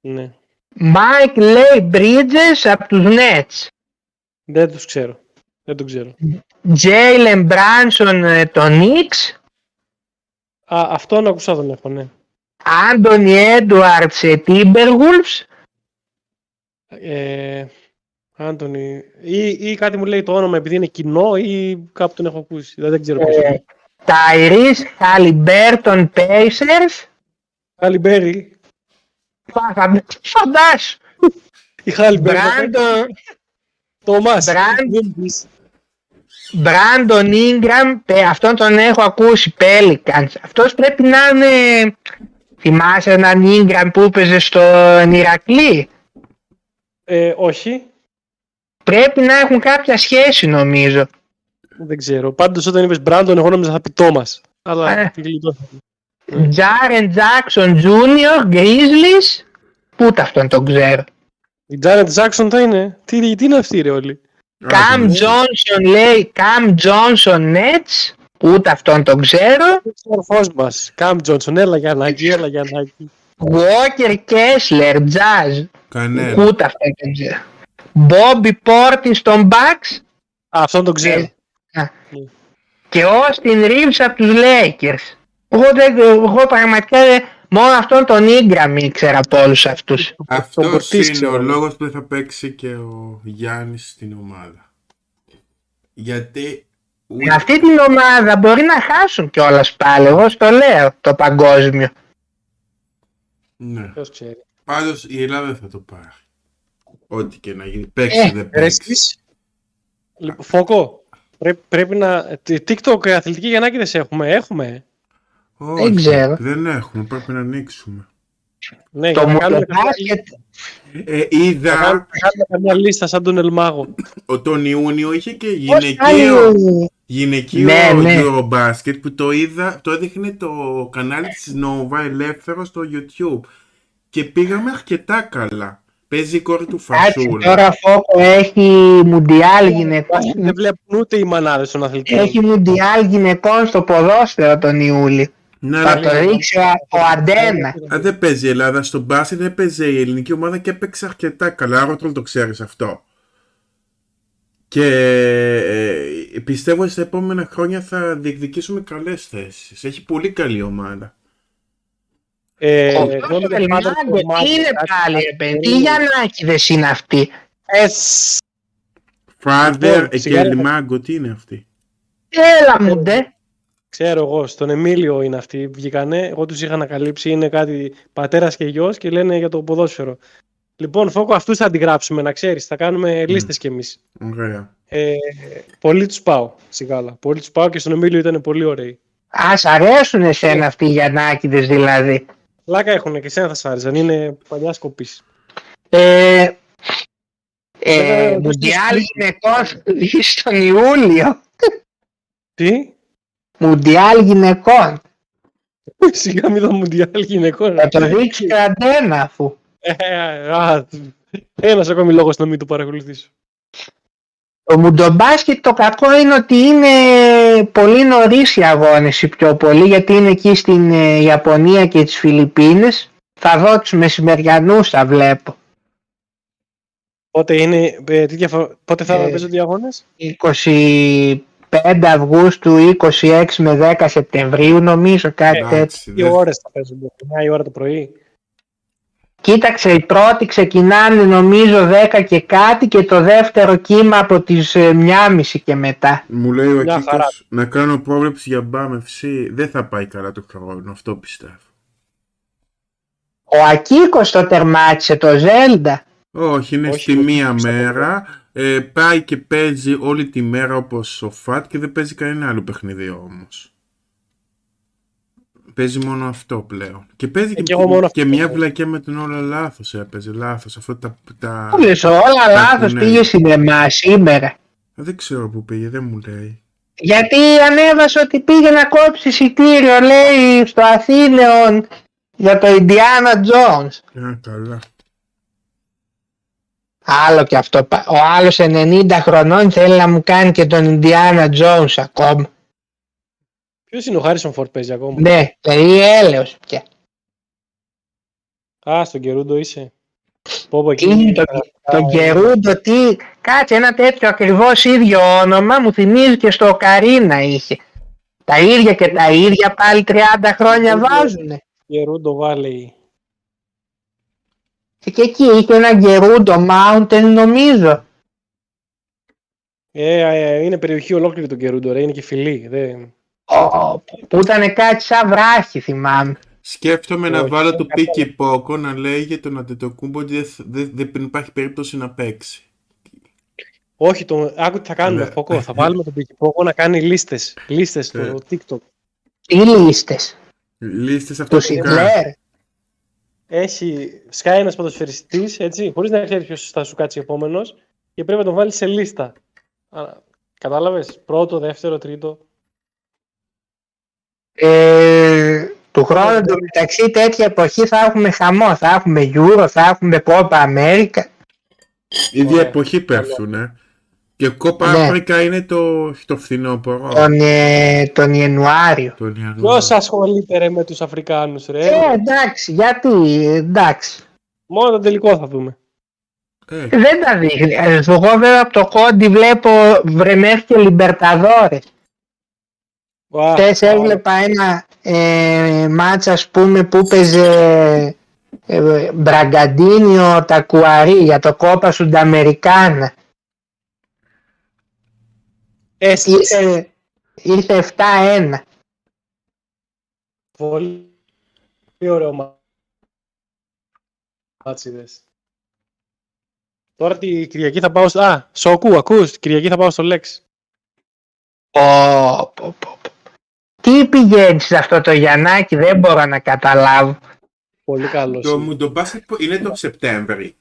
Speaker 1: ναι.
Speaker 3: Mike Lay Bridges από τους Nets.
Speaker 1: Δεν τους ξέρω. Δεν τον ξέρω.
Speaker 3: Jalen Branson ε, των Knicks.
Speaker 1: Α, αυτόν ακούσα τον έχω, ναι.
Speaker 3: Anthony Edwards ε, Timberwolves.
Speaker 1: Ε, Άντωνη, ή, ή κάτι μου λέει το όνομα επειδή είναι κοινό ή κάπου τον έχω ακούσει. Δεν, δεν ξέρω ποιος
Speaker 3: Ε,
Speaker 1: είναι.
Speaker 3: Tyrese Halliburton Pacers.
Speaker 1: Χάλι Μπέρι.
Speaker 3: Φα- φα- Φαντάσου.
Speaker 1: Η Χάλι Μπέρι.
Speaker 3: Brandon,
Speaker 1: Το Μάς.
Speaker 3: Brand-
Speaker 1: Μίμπης.
Speaker 3: Brandon Ingram, ε, αυτόν τον έχω ακούσει, Pelicans. Αυτός πρέπει να είναι... Θυμάσαι έναν Ingram που έπαιζε στον Ηρακλή.
Speaker 1: Ε, όχι,
Speaker 3: Πρέπει να έχουν κάποια σχέση νομίζω.
Speaker 1: δεν ξέρω. Πάντως όταν είπες Μπράντον, εγώ νόμιζα θα πει Τόμας. Αλλά
Speaker 3: Ε.
Speaker 1: τη γλιτώσα.
Speaker 3: Τζάρεν Τζάξον Τζούνιορ, Γκρίζλις. Πού τα αυτόν τον ξέρω.
Speaker 1: Η Τζάνετ Τζάξον θα είναι. Τι, τι είναι αυτή ρε όλοι.
Speaker 3: Καμ
Speaker 2: ναι.
Speaker 3: Τζόνσον λέει, Καμ Τζόνσον Νέτς. Ούτε αυτόν τον ξέρω.
Speaker 1: Ο ξορφός μας. Καμ Τζόνσον. Έλα Γιαννάκη, έλα Γιαννάκη.
Speaker 3: Walker Κέσλερ, Τζάζ.
Speaker 2: Κανένα.
Speaker 3: Ούτε αυτόν τον ξέρω. Μπόμπι Πόρτι στον Μπαξ
Speaker 1: Α, αυτόν τον ξέρω.
Speaker 3: Ε. και Όστιν Ρίβς από τους Λέικερς. Εγώ, δεν, εγώ πραγματικά δεν- μόνο αυτόν τον Ίγκραμ ήξερα από όλους αυτούς.
Speaker 2: Αυτός
Speaker 1: Μπορτής
Speaker 2: είναι
Speaker 1: ξέρω.
Speaker 2: ο λόγος που δεν θα παίξει και ο Γιάννης στην ομάδα. Γιατί...
Speaker 3: Με
Speaker 2: Ναι.
Speaker 3: Ε, αυτή την ομάδα μπορεί να χάσουν κιόλας πάλι, εγώ στο λέω το παγκόσμιο.
Speaker 2: Ναι.
Speaker 1: Ποιος ξέρει.
Speaker 2: Πάντως η Ελλάδα δεν θα το πάρει. Ό,τι και να γίνει. Παίξει
Speaker 3: Ε,
Speaker 2: δεν παίξει.
Speaker 1: Ρέσκης. Λοιπόν, Φόκο, πρέ- πρέπει να... τι- TikTok και αθλητική Γιαννάκηδες έχουμε. Έχουμε.
Speaker 2: Όχι,
Speaker 3: Δεν ξέρω.
Speaker 2: Δεν έχουμε. Πρέπει να ανοίξουμε.
Speaker 1: Ναι, για
Speaker 3: Το
Speaker 1: να κάνουμε
Speaker 3: μοτοπάσκετ
Speaker 2: Ε,
Speaker 1: Θα κάνουμε
Speaker 2: είδα
Speaker 1: θα κάνουμε καμιά λίστα σαν τον Ελμάγο.
Speaker 2: ο- τον Ιούνιο είχε και
Speaker 3: Ε, πώς
Speaker 2: γυναικείο,
Speaker 3: κάνει
Speaker 2: γυναικείο
Speaker 3: Ναι, ναι.
Speaker 2: Eurobasket που το είδα, το έδειχνε το κανάλι της Nova ελεύθερο στο YouTube. Και πήγαμε αρκετά καλά. Παίζει η κόρη του
Speaker 3: Κάτσε
Speaker 2: Φασούλα.
Speaker 3: τώρα φόκο έχει μουντιάλ γυναικών.
Speaker 1: Δεν βλέπουν ούτε οι μανάδες των αθλητών.
Speaker 3: Έχει μουντιάλ γυναικών στο ποδόσφαιρο τον Ιούλη.
Speaker 2: Ναι,
Speaker 3: Θα
Speaker 2: αλλά
Speaker 3: το ρίξει ο, ο Αντένα.
Speaker 2: Α, δεν παίζει η Ελλάδα. Στον μπάσκετ έπαιζε η ελληνική ομάδα και έπαιξε αρκετά καλά. Άρα το ξέρεις αυτό. Και ε, πιστεύω ότι στα επόμενα χρόνια θα διεκδικήσουμε καλές θέσεις. Έχει πολύ καλή ομάδα.
Speaker 1: Ε,
Speaker 3: Ο
Speaker 1: εγώ
Speaker 3: Γιώργος
Speaker 1: με την ομάδα
Speaker 3: Βελμάντε,
Speaker 1: του Ομάδου,
Speaker 3: Τι είναι
Speaker 1: κάτι- Ε,
Speaker 3: πάλι ρε παιδί, τι Γιαννάκηδες είναι αυτοί.
Speaker 1: Εσ.
Speaker 2: Father,
Speaker 1: Λοιπόν, σιγά-
Speaker 2: Εκέλη Μάγκο, ε, τι είναι αυτή.
Speaker 3: Έλα μου ντε.
Speaker 1: Ξέρω εγώ, στον Εμίλιο είναι αυτοί. Βγήκανε, εγώ τους είχα ανακαλύψει. Είναι κάτι πατέρας και γιος και λένε για το ποδόσφαιρο. Λοιπόν, Φόκο, αυτούς θα αντιγράψουμε, να ξέρεις. Θα κάνουμε λίστες κι εμείς.
Speaker 2: Ωραία.
Speaker 1: Ε, πολύ τους πάω, σιγάλα. Πολύ τους πάω και στον Εμίλιο ήταν πολύ ωραίοι.
Speaker 3: Ας αρέσουν εσένα αυτοί οι Γιαννάκηδες δηλαδή.
Speaker 1: Λάκα έχουν και εσένα θα σ' άρεσαν. Είναι παλιά κοπή.
Speaker 3: Ε,
Speaker 1: Βέβαια,
Speaker 3: ε,
Speaker 1: δεν
Speaker 3: μουντιάλ
Speaker 1: στις-
Speaker 3: γυναικών στον Ιούλιο.
Speaker 1: Τι?
Speaker 3: Μουντιάλ γυναικών.
Speaker 1: Σιγά μην δω μουντιάλ Ε, γυναικών.
Speaker 3: Θα το δείξει και ο Αντένα αφού.
Speaker 1: Ένα ακόμη λόγο να μην το παρακολουθήσω.
Speaker 3: Το μουντομπάσκετ το κακό είναι ότι είναι πολύ νωρίς οι αγώνες οι πιο πολύ γιατί είναι εκεί στην ε, Ιαπωνία και τις Φιλιππίνες. Θα δω τους μεσημεριανούς θα βλέπω.
Speaker 1: Πότε, είναι, ε, τι διαφο- πότε θα
Speaker 3: Ε,
Speaker 1: παίζονται οι αγώνες.
Speaker 3: 25 Αυγούστου, 26 με 10 Σεπτεμβρίου νομίζω κάτι τέτοιο.
Speaker 2: Εντάξει,
Speaker 1: Ε, Τι
Speaker 2: δεν-
Speaker 1: ώρες θα παίζονται, 9 η ώρα το πρωί.
Speaker 3: Κοίταξε, οι πρώτοι ξεκινάνε νομίζω 10 και κάτι και το δεύτερο κύμα από τις ε, 1.30 και μετά.
Speaker 2: Μου λέει ο
Speaker 1: Μια χαρά.
Speaker 2: Ακίκος να κάνω πρόβλεψη για μπάμευση. Δεν θα πάει καλά το χρόνο, αυτό πιστεύω.
Speaker 3: Ο Ακίκος το τερμάτισε το Ζέλντα.
Speaker 2: Όχι, είναι
Speaker 1: Όχι,
Speaker 2: στη
Speaker 1: όχι,
Speaker 2: μία
Speaker 1: πιστεύω.
Speaker 2: μέρα. Ε, πάει και παίζει όλη τη μέρα όπως ο Φατ και δεν παίζει κανένα άλλο παιχνίδι όμως. Παίζει μόνο αυτό πλέον. Και παίζει και,
Speaker 1: Ε, και εγώ μόνο
Speaker 2: και
Speaker 1: αυτό
Speaker 2: μια
Speaker 1: παίζα.
Speaker 2: βλακιά με τον όλα λάθος έπαιζε. Λάθος. Αυτό τα, τα...
Speaker 3: Όλες όλα λάθος
Speaker 2: ναι.
Speaker 3: πήγε στην εμά σήμερα.
Speaker 2: Δεν ξέρω που πήγε, δεν μου λέει.
Speaker 3: Γιατί ανέβασε ότι πήγε να κόψει εισιτήριο λέει στο Αθήνεον για το Ιντιάνα Τζόνς.
Speaker 2: Α, καλά.
Speaker 3: Άλλο και αυτό. πα- Ο άλλος 90 χρονών θέλει να μου κάνει και τον Ιντιάνα Τζόνς ακόμα.
Speaker 1: Ποιος είναι ο Χάρισον Φορτ παίζει ακόμα.
Speaker 3: Ναι, δηλαδή έλεος πια.
Speaker 1: Α, στον Κερούντο είσαι. Πω πω
Speaker 3: Ναι. Είναι
Speaker 1: εκεί.
Speaker 3: το-
Speaker 1: πραγματικά,
Speaker 3: Τον Κερούντο τι, κάτσε ένα τέτοιο ακριβώς ίδιο όνομα μου θυμίζει και στο Καρίνα είχε. Τα ίδια και τα ίδια πάλι 30 χρόνια
Speaker 1: Ίδιο.
Speaker 3: βάζουνε.
Speaker 1: Κερούντο Valley.
Speaker 3: Ε, Και εκεί είχε ένα Κερούντο Mountain νομίζω.
Speaker 1: Ε, ε, ε, είναι περιοχή ολόκληρη τον Κερούντο, ρε. Είναι και φιλή. Δε...
Speaker 3: Ω, που ήταν κάτι σαν βράχη θυμάμαι.
Speaker 2: Σκέφτομαι να
Speaker 1: Όχι,
Speaker 2: βάλω
Speaker 1: δεν
Speaker 2: το
Speaker 1: καθόλου.
Speaker 2: πίκι πόκο να λέει για τον Αντετοκούμπο ότι δεν θ- δεν δεν υπάρχει περίπτωση να παίξει.
Speaker 1: Όχι, το... άκου τι θα κάνουμε.
Speaker 2: Ναι.
Speaker 1: Φωκό. Θα βάλουμε τον Πίκη Πόκο να κάνει λίστες. Λίστες
Speaker 2: Ε.
Speaker 1: στο TikTok.
Speaker 3: Τι λίστες.
Speaker 2: Λίστες αυτό
Speaker 3: Του
Speaker 2: που κάνει.
Speaker 3: Σιντλέρ.
Speaker 1: Έχει σκάει ένας ποδοσφαιριστής, έτσι, χωρίς να ξέρεις ποιος θα σου κάτσει επόμενος και πρέπει να τον βάλεις σε λίστα. Κατάλαβες. Πρώτο, δεύτερο, τρίτο.
Speaker 3: Ε, του χρόνου το μεταξύ τέτοια εποχή θα έχουμε χαμό, θα έχουμε Euro, θα έχουμε Copa America.
Speaker 2: Ίδια
Speaker 1: Ωραία.
Speaker 2: εποχή πέφτουν, ε. Και κόπα
Speaker 3: Ναι.
Speaker 2: Αφρικα είναι το, το φθινόπωρο.
Speaker 3: Τον, ε, τον Ιανουάριο.
Speaker 2: Τον Ιανουάριο.
Speaker 1: Ποιος ασχολείται ρε, με τους Αφρικάνους, ρε.
Speaker 3: Ε, εντάξει, γιατί, ε, εντάξει.
Speaker 1: Μόνο το τελικό θα δούμε.
Speaker 2: Ε,
Speaker 3: Δεν τα δείχνει. Ε, Εγώ βέβαια από το κόντι βλέπω βρε μέχρι και Λιμπερταδόρες.
Speaker 1: Ουα,
Speaker 3: Χθες
Speaker 1: ουα.
Speaker 3: έβλεπα ένα ε, μάτς ας πούμε που παίζε ε, Μπραγκαντίνιο Τακουαρί για το κόπα Σουνταμερικάνα.
Speaker 1: Έστω.
Speaker 3: Ήρθε, ήρθε 7-1.
Speaker 1: Πολύ ωραίο μα- μάτσι, δες. Τώρα τη Κυριακή θα πάω στο... Α, Σοκού, ακούς. Κυριακή θα πάω στο Λέξ.
Speaker 3: Πω, πω, πω, πω. Τι πηγαίνεις σε αυτό το Γιαννάκι, δεν μπορώ να καταλάβω.
Speaker 1: Πολύ καλός.
Speaker 2: το μου το μπάσκετ που είναι το Σεπτέμβρη.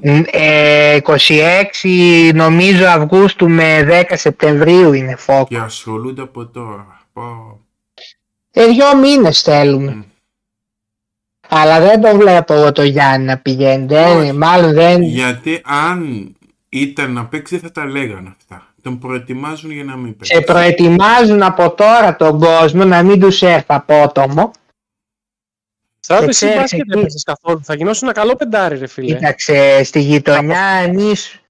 Speaker 3: Ν- Ε, 26 νομίζω Αυγούστου με 10 Σεπτεμβρίου είναι φόκο.
Speaker 2: Και ασχολούνται από τώρα. Πω.
Speaker 3: Ε, δυο μήνες θέλουμε.
Speaker 2: Μμ.
Speaker 3: Αλλά δεν το βλέπω εγώ το Γιάννη να πηγαίνει.
Speaker 2: Όχι.
Speaker 3: Δεν, μάλλον δεν.
Speaker 2: Γιατί αν ήταν να παίξει δεν θα τα λέγανε αυτά. Τον προετοιμάζουν για να μην
Speaker 3: Σε
Speaker 2: παίξει.
Speaker 3: προετοιμάζουν από τώρα τον κόσμο να μην τους έρθει απότομο.
Speaker 1: Στράτο,
Speaker 3: το
Speaker 1: εσύ
Speaker 3: ξέρεις
Speaker 1: μπάσκετ
Speaker 3: εκεί.
Speaker 1: δεν παίζεις καθόλου. Θα γινώσουν ένα καλό πεντάρι, ρε φίλε.
Speaker 3: Κοίταξε, στη γειτονιά εμείς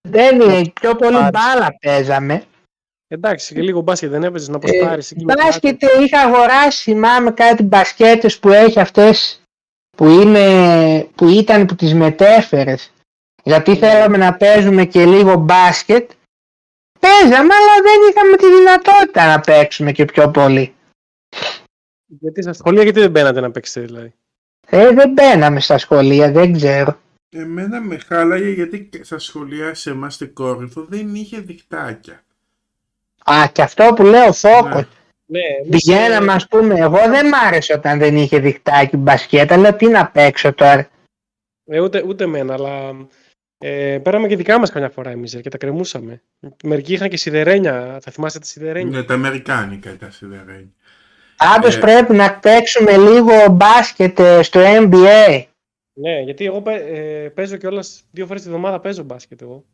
Speaker 3: δεν είναι, πιο πολύ
Speaker 1: Πάρεις.
Speaker 3: μπάλα παίζαμε.
Speaker 1: Εντάξει, και λίγο μπάσκετ δεν έπαιζες να
Speaker 3: Ε,
Speaker 1: αποστάρεις. εκεί με
Speaker 3: μπάσκετ είχα αγοράσει, θυμάμαι κάτι μπασκέτες που έχει αυτές που, είναι, που ήταν που τις μετέφερες. Γιατί θέλαμε να παίζουμε και λίγο μπάσκετ. Παίζαμε, αλλά δεν είχαμε τη δυνατότητα να παίξουμε και πιο πολύ.
Speaker 1: κάτι. Γιατί στα σχολεία γιατί δεν μπαίνατε να παίξετε, δηλαδή.
Speaker 3: Ε, δεν μπαίναμε στα σχολεία, δεν ξέρω.
Speaker 2: Εμένα με χάλαγε γιατί και στα σχολεία σε εμάς στην Κόρινθο δεν είχε διχτάκια.
Speaker 3: Α, και αυτό που λέω φόκο.
Speaker 2: Ναι.
Speaker 1: Ναι, εμείς,
Speaker 3: Πηγαίναμε,
Speaker 1: ε,
Speaker 3: ας πούμε, εγώ δεν μ' άρεσε όταν δεν είχε διχτάκι μπασκετ, αλλά τι να παίξω τώρα.
Speaker 1: Ε, ούτε, ούτε εμένα, αλλά ε, πέραμε και δικά μας καμιά φορά εμείς ρε, και τα κρεμούσαμε. Μερικοί είχαν και σιδερένια, θα θυμάστε τα σιδερένια.
Speaker 2: Ναι, τα Αμερικάνικα τα σιδερένια.
Speaker 3: Άντως
Speaker 2: Ε.
Speaker 3: πρέπει να παίξουμε λίγο μπάσκετ ε, στο NBA.
Speaker 1: ε, Ναι, γιατί εγώ παίζω παίζω κιόλας δύο φορές τη βδομάδα παίζω μπάσκετ εγώ.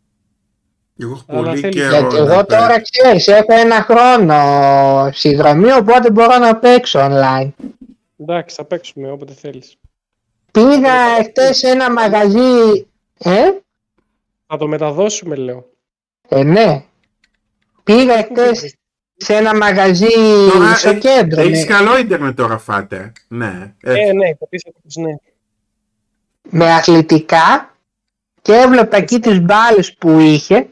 Speaker 2: Εγώ ναι, έχω
Speaker 1: Αλλά
Speaker 2: πολύ
Speaker 1: θέλει-
Speaker 2: καιρό.
Speaker 3: Γιατί
Speaker 2: να
Speaker 3: εγώ
Speaker 2: παίξω.
Speaker 3: τώρα ξέρεις, έχω ένα χρόνο συνδρομή, οπότε μπορώ να παίξω online.
Speaker 1: Εντάξει, θα παίξουμε όποτε θέλεις.
Speaker 3: Πήγα χτες σε ένα μαγαζί. Ε,
Speaker 1: Θα το μεταδώσουμε, λέω.
Speaker 3: ε ναι. Πήγα χτες σε ένα μαγαζί
Speaker 2: Ε, Τώρα,
Speaker 3: στο
Speaker 2: ε,
Speaker 3: κέντρο. ναι.
Speaker 2: Έχεις
Speaker 3: με-
Speaker 2: καλό ίντερνετ τώρα, φάτε. Ναι. Ε,
Speaker 1: Ε, ναι, υποτίθεται πως ναι.
Speaker 3: με αθλητικά και έβλεπα εκεί τις μπάλες που είχε.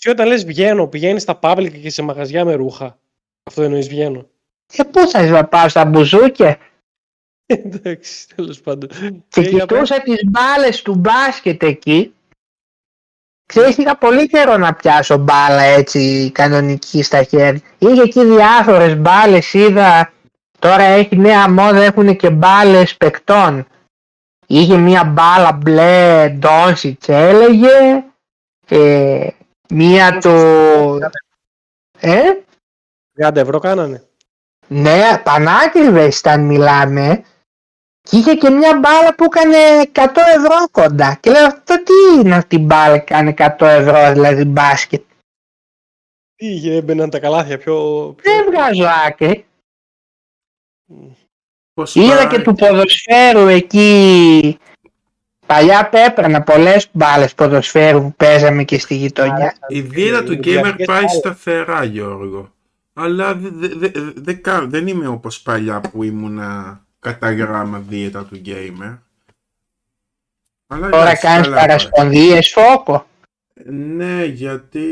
Speaker 1: Και όταν λες βγαίνω, πηγαίνεις στα public και σε μαγαζιά με ρούχα. Αυτό εννοείς βγαίνω.
Speaker 3: Και Ε, πού θα ζα- πάω στα μπουζούκια.
Speaker 1: Εντάξει, τέλος πάντων.
Speaker 3: Και
Speaker 1: Ε, για πες.
Speaker 3: κοιτούσα τις μπάλες του μπάσκετ εκεί. Ξέρεις, είχα πολύ καιρό να πιάσω μπάλα έτσι κανονική στα χέρια. Είχε εκεί διάφορες μπάλες, είδα. Τώρα έχει νέα μόδα, έχουν και μπάλες παικτών. Είχε μία μπάλα μπλε ντόνσιτς έλεγε. Ε, μία του... Ε,
Speaker 1: 30 ευρώ κάνανε.
Speaker 3: ναι, πανάκριβες ήταν μιλάμε. Και είχε και μια μπάλα που έκανε 100 ευρώ κοντά. Και λέω, αυτό τι είναι αυτή η μπάλα που κάνει 100 ευρώ, δηλαδή μπάσκετ.
Speaker 1: Πήγε, ε, έμπαιναν τα καλάθια πιο... πιο...
Speaker 3: Δεν βγάζω άκρη.
Speaker 2: πώς
Speaker 3: Είδα
Speaker 2: πάει.
Speaker 3: και του ποδοσφαίρου εκεί. Παλιά πέπρανα πολλές μπάλες ποδοσφαίρου που παίζαμε και στη γειτονιά.
Speaker 2: Η βίδα
Speaker 3: Ε,
Speaker 1: Ε,
Speaker 2: του gamer
Speaker 3: δηλαδή,
Speaker 1: Ολυμπιακές
Speaker 2: πάει
Speaker 1: μπάλες. σταθερά,
Speaker 2: σταθερά, Γιώργο. Αλλά δε- δε- δε- δε κα- δεν είμαι όπως παλιά που ήμουνα κατά γράμμα δίαιτα του gamer. Αλλά
Speaker 3: Τώρα
Speaker 2: εντάξει,
Speaker 3: κάνεις
Speaker 2: καλά πάει.
Speaker 3: παρασπονδίες φόκο.
Speaker 2: Ναι, γιατί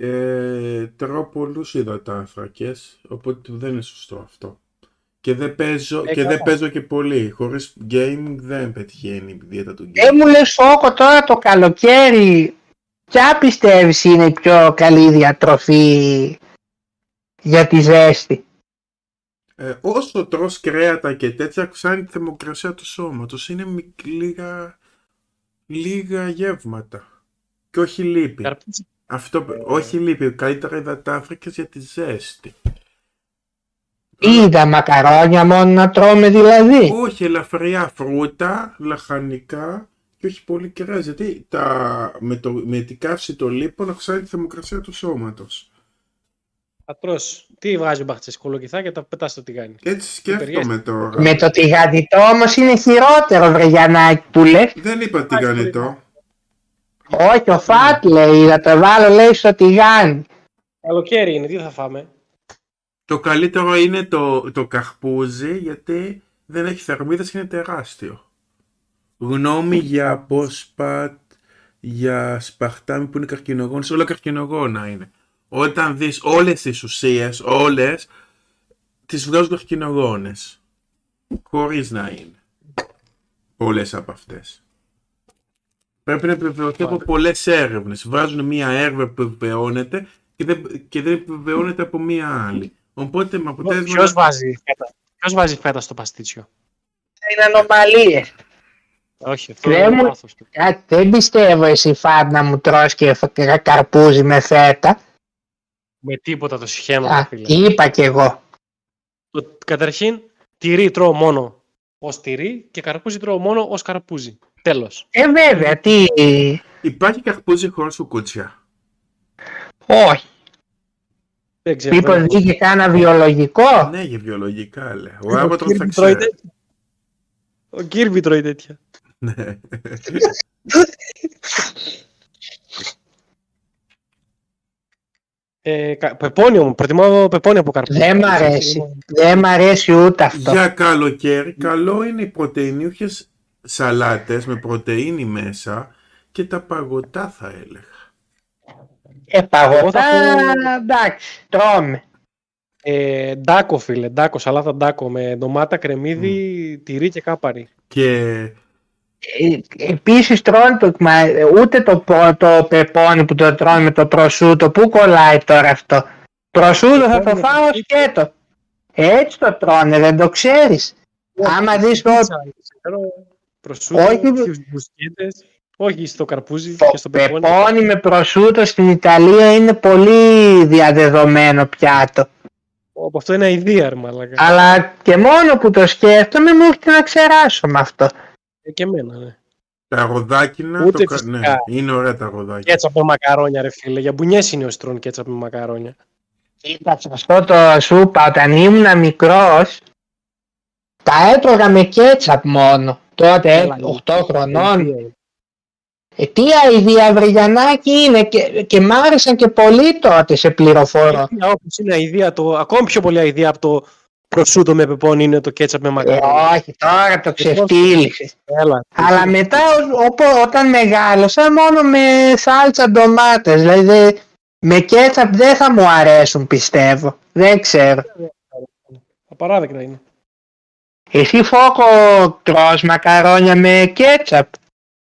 Speaker 2: ε, τρώω πολλούς υδατάνθρακες, οπότε δεν είναι σωστό αυτό. Και δεν παίζω
Speaker 1: Ε,
Speaker 2: και, δεν
Speaker 1: καλά.
Speaker 2: παίζω και πολύ. Χωρίς game δεν πετυχαίνει η δίαιτα του
Speaker 3: Δεν
Speaker 2: gamer.
Speaker 3: Ε, μου λες φόκο τώρα το καλοκαίρι. Ποια πιστεύεις είναι η πιο καλή διατροφή για τη ζέστη.
Speaker 2: Ε, όσο τρως κρέατα και τέτοια, αυξάνει τη θερμοκρασία του σώματος. Είναι μικ- λίγα, λίγα γεύματα. Και όχι λίπη.
Speaker 1: Καρπούζι.
Speaker 2: Αυτό, όχι λίπη. Καλύτερα υδατάνθρακες για τη ζέστη.
Speaker 3: Είδα μακαρόνια μόνο να τρώμε δηλαδή.
Speaker 2: Όχι ελαφριά φρούτα, λαχανικά και όχι πολύ κρέας. Γιατί τα, με, το, με την καύση των λίπων αυξάνει τη θερμοκρασία του σώματος.
Speaker 1: Θα τρως. Τι βάζει ο Μπαχτσές, κολοκυθά και τα πετάς στο τηγάνι.
Speaker 2: Έτσι σκέφτομαι
Speaker 1: Υπεριέστη.
Speaker 2: τώρα.
Speaker 3: Με το τηγανιτό όμως είναι χειρότερο βρε Γιαννάκη που λες.
Speaker 2: Δεν είπα τηγανιτό.
Speaker 3: Όχι ο Φατ λέει να το βάλω λέει στο τηγάνι.
Speaker 1: Καλοκαίρι είναι, τι θα φάμε.
Speaker 2: Το καλύτερο είναι το, το καχπούζι γιατί δεν έχει θερμίδες και είναι τεράστιο. Γνώμη για απόσπατ, για σπαχτάμι που είναι καρκινογόνες, όλα καρκινογόνα είναι. Όταν δεις όλες τις ουσίες, όλες, τις βγάζουν καρκινογόνες. Χωρίς να είναι. Πολλές από αυτές. Πρέπει να επιβεβαιωθεί από πολλές έρευνες. Βάζουν μία έρευνα που επιβεβαιώνεται και δεν, και δεν επιβεβαιώνεται από μία άλλη. Οπότε με αποτέλεσμα...
Speaker 1: Ποιος βάζει φέτα. Ποιος βάζει φέτα στο παστίτσιο.
Speaker 3: Είναι ανομαλίες.
Speaker 1: Όχι, αυτό
Speaker 3: Ρε
Speaker 1: είναι
Speaker 3: μου.
Speaker 1: λάθος.
Speaker 3: Κάτι δεν πιστεύω εσύ Φατ να μου τρως και φ- καρπούζι με φέτα.
Speaker 1: Με τίποτα το σχέμα,
Speaker 3: Α,
Speaker 1: φίλε.
Speaker 3: είπα κι εγώ.
Speaker 1: Το, καταρχήν, τυρί τρώω μόνο ως τυρί και καρπούζι τρώω μόνο ως καρπούζι. Τέλος.
Speaker 3: Ε βέβαια τι.
Speaker 2: Υπάρχει καρπούζι χωρίς κουκούτσια.
Speaker 3: Όχι.
Speaker 1: Δεν ξέρω.
Speaker 3: Μήπως
Speaker 1: δεν
Speaker 3: βγήκε κάνα βιολογικό.
Speaker 2: Ναι, για βιολογικά λέω. Ο
Speaker 1: έχω. Ε, Ο
Speaker 2: Άβατρος θα
Speaker 1: Κίρμπι τρώει
Speaker 2: ξέρει.
Speaker 1: τέτοια. Ο Κίρμπι τρώει τέτοια.
Speaker 2: Ναι.
Speaker 1: Ε, κα- πεπόνιο μου, προτιμάω πεπόνιο από καρπούζι.
Speaker 3: Δεν μ' αρέσει. Δεν μ' αρέσει ούτε αυτό.
Speaker 2: Για καλοκαίρι, καλό είναι οι πρωτεϊνιούχες σαλάτες με πρωτεΐνη μέσα και τα παγωτά θα έλεγα.
Speaker 3: Ε, παγωτά,
Speaker 1: Εγώ θα πω-
Speaker 3: εντάξει, τρώμε.
Speaker 1: Ε, ντάκο, φίλε. Ντάκο, σαλάτα ντάκο με ντομάτα, κρεμμύδι, τυρί και κάπαρι.
Speaker 2: Και
Speaker 3: Επίση Ε, τρώνε το, μα, ούτε το, πο- το πεπόνι που το τρώνε με το προσούτο. Πού κολλάει τώρα αυτό. Προσούτο θα το
Speaker 1: Πεπόνι
Speaker 3: φάω
Speaker 1: με το
Speaker 3: σκέτο. Έτσι το τρώνε, δεν το ξέρεις. Άμα δει το,
Speaker 1: Πίτσα, ξέρω, Προσούτο,
Speaker 3: Όχι,
Speaker 1: chips μπουσκέτες. Όχι στο καρπούζι και
Speaker 3: το
Speaker 1: στο πεπόνι.
Speaker 3: πεπόνι με προσούτο στην Ιταλία είναι πολύ διαδεδομένο πιάτο.
Speaker 1: Από αυτό είναι αηδία, ρε μαλάκα.
Speaker 3: Αλλά και μόνο που το σκέφτομαι μου έρχεται να ξεράσω με αυτό.
Speaker 1: Ε, Και εμένα, ναι.
Speaker 2: Τα ροδάκινα.
Speaker 1: Ούτε
Speaker 2: κα-
Speaker 1: φυσικά.
Speaker 2: ναι, είναι ωραία τα ροδάκινα.
Speaker 1: Κέτσαπ με μακαρόνια, ρε φίλε. Για μπουνιές είναι ο στρών κέτσαπ με μακαρόνια.
Speaker 3: Κοίταξε, αυτό το σούπα όταν ήμουν μικρός τα έτρωγα με κέτσαπ μόνο. Τότε,
Speaker 1: Έλα,
Speaker 3: 8 Ε, χρονών.
Speaker 1: Ε,
Speaker 3: Ε, τι αηδία, Βρυγιανάκη είναι και, και μ' άρεσαν και πολύ τότε σε πληροφόρο.
Speaker 1: είναι Όπως είναι αηδία, το, ακόμη πιο πολύ αηδία από το προσούτο με πεπών είναι το κέτσαπ με
Speaker 3: Ε,
Speaker 1: μακαρόνια.
Speaker 3: όχι, τώρα το ξεφτύλιξες.
Speaker 1: Έλα.
Speaker 3: Αλλά μετά, ό- όπο- όταν μεγάλωσα, μόνο με σάλτσα ντομάτες. Δηλαδή, δε- με κέτσαπ δεν θα μου αρέσουν, πιστεύω. Δεν ξέρω.
Speaker 1: Απαράδεκτα είναι.
Speaker 3: Εσύ φόκο τρως μακαρόνια με κέτσαπ.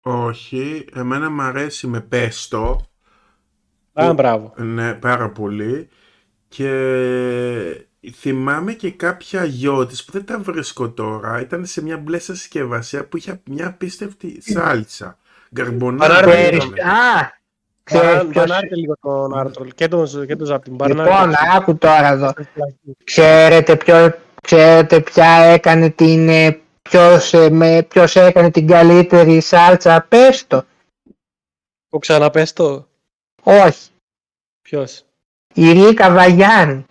Speaker 2: Όχι, εμένα μου αρέσει με πέστο.
Speaker 3: Ε,
Speaker 1: Α, μπράβο.
Speaker 2: Ναι, πάρα πολύ. Και θυμάμαι και κάποια γιώτης που δεν τα βρίσκω τώρα. Ήταν σε μια μπλε συσκευασία που είχε μια
Speaker 1: Ναι.
Speaker 2: απίστευτη σάλτσα. ναι. Γκαρμπονάρα.
Speaker 1: Μπανάρα.
Speaker 2: λέγαμε.
Speaker 3: Ξέρεις- Α, ξέρεις
Speaker 1: Μπαράν-
Speaker 3: ποιος-
Speaker 1: Μπανάρτε λίγο τον Άρτρολ και τον, και τον Ζάπτιν.
Speaker 3: Λοιπόν,
Speaker 1: Μπαρνάρτε.
Speaker 3: άκου τώρα εδώ. Ξέρετε ποιο, ξέρετε ποια έκανε την, ε, ποιος, ε, με, ποιος έκανε την καλύτερη σάλτσα πέστο.
Speaker 1: Το ξαναπες το.
Speaker 3: Όχι,
Speaker 1: Ποιος.
Speaker 3: η Ρίκα Βαγιάννη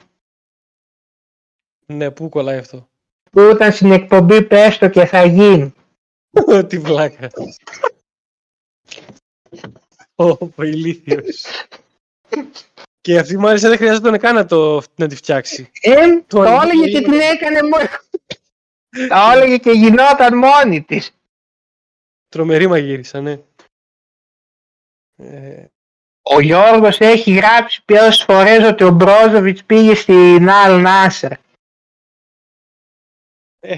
Speaker 1: Ναι, πού κολλάει αυτό.
Speaker 3: που ήταν στην εκπομπή πέστο και θα γίνει.
Speaker 1: Τι βλάκα. Ω, ηλίθιος. Και αυτή μάλιστα δεν χρειάζεται καν να, το, να τη φτιάξει.
Speaker 3: Ε, το
Speaker 1: Το
Speaker 3: έλεγε και
Speaker 1: είναι.
Speaker 3: την έκανε μόνη. Τα έλεγε και γινόταν μόνη της.
Speaker 1: Τρομερή μαγείρισα, ναι. Ε,
Speaker 3: Ο Γιώργος έχει γράψει ποιες φορές ότι ο Μπρόζοβιτς πήγε στην Αλ Νάσερ.
Speaker 1: ε,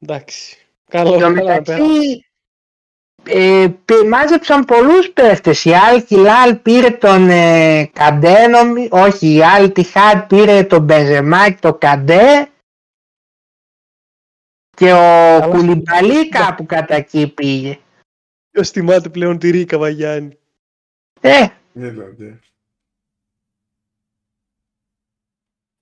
Speaker 1: εντάξει. Καλό,
Speaker 3: Εν τω
Speaker 1: καλά να πέρα.
Speaker 3: μεταξύ, ε, πη- μάζεψαν πολλούς παίχτες. Η Αλ Χιλάλ πήρε τον ε, Καντέ, νομι- όχι, η Αλ Τιχάτ πήρε τον Μπενζεμά και τον Καντέ. Και ο Κουλιμπαλί κάπου κατά εκεί πήγε.
Speaker 1: Ποιος θυμάται πλέον τη Ρίκα Βαγιάννη.
Speaker 3: Ε,
Speaker 2: Έλα, ναι.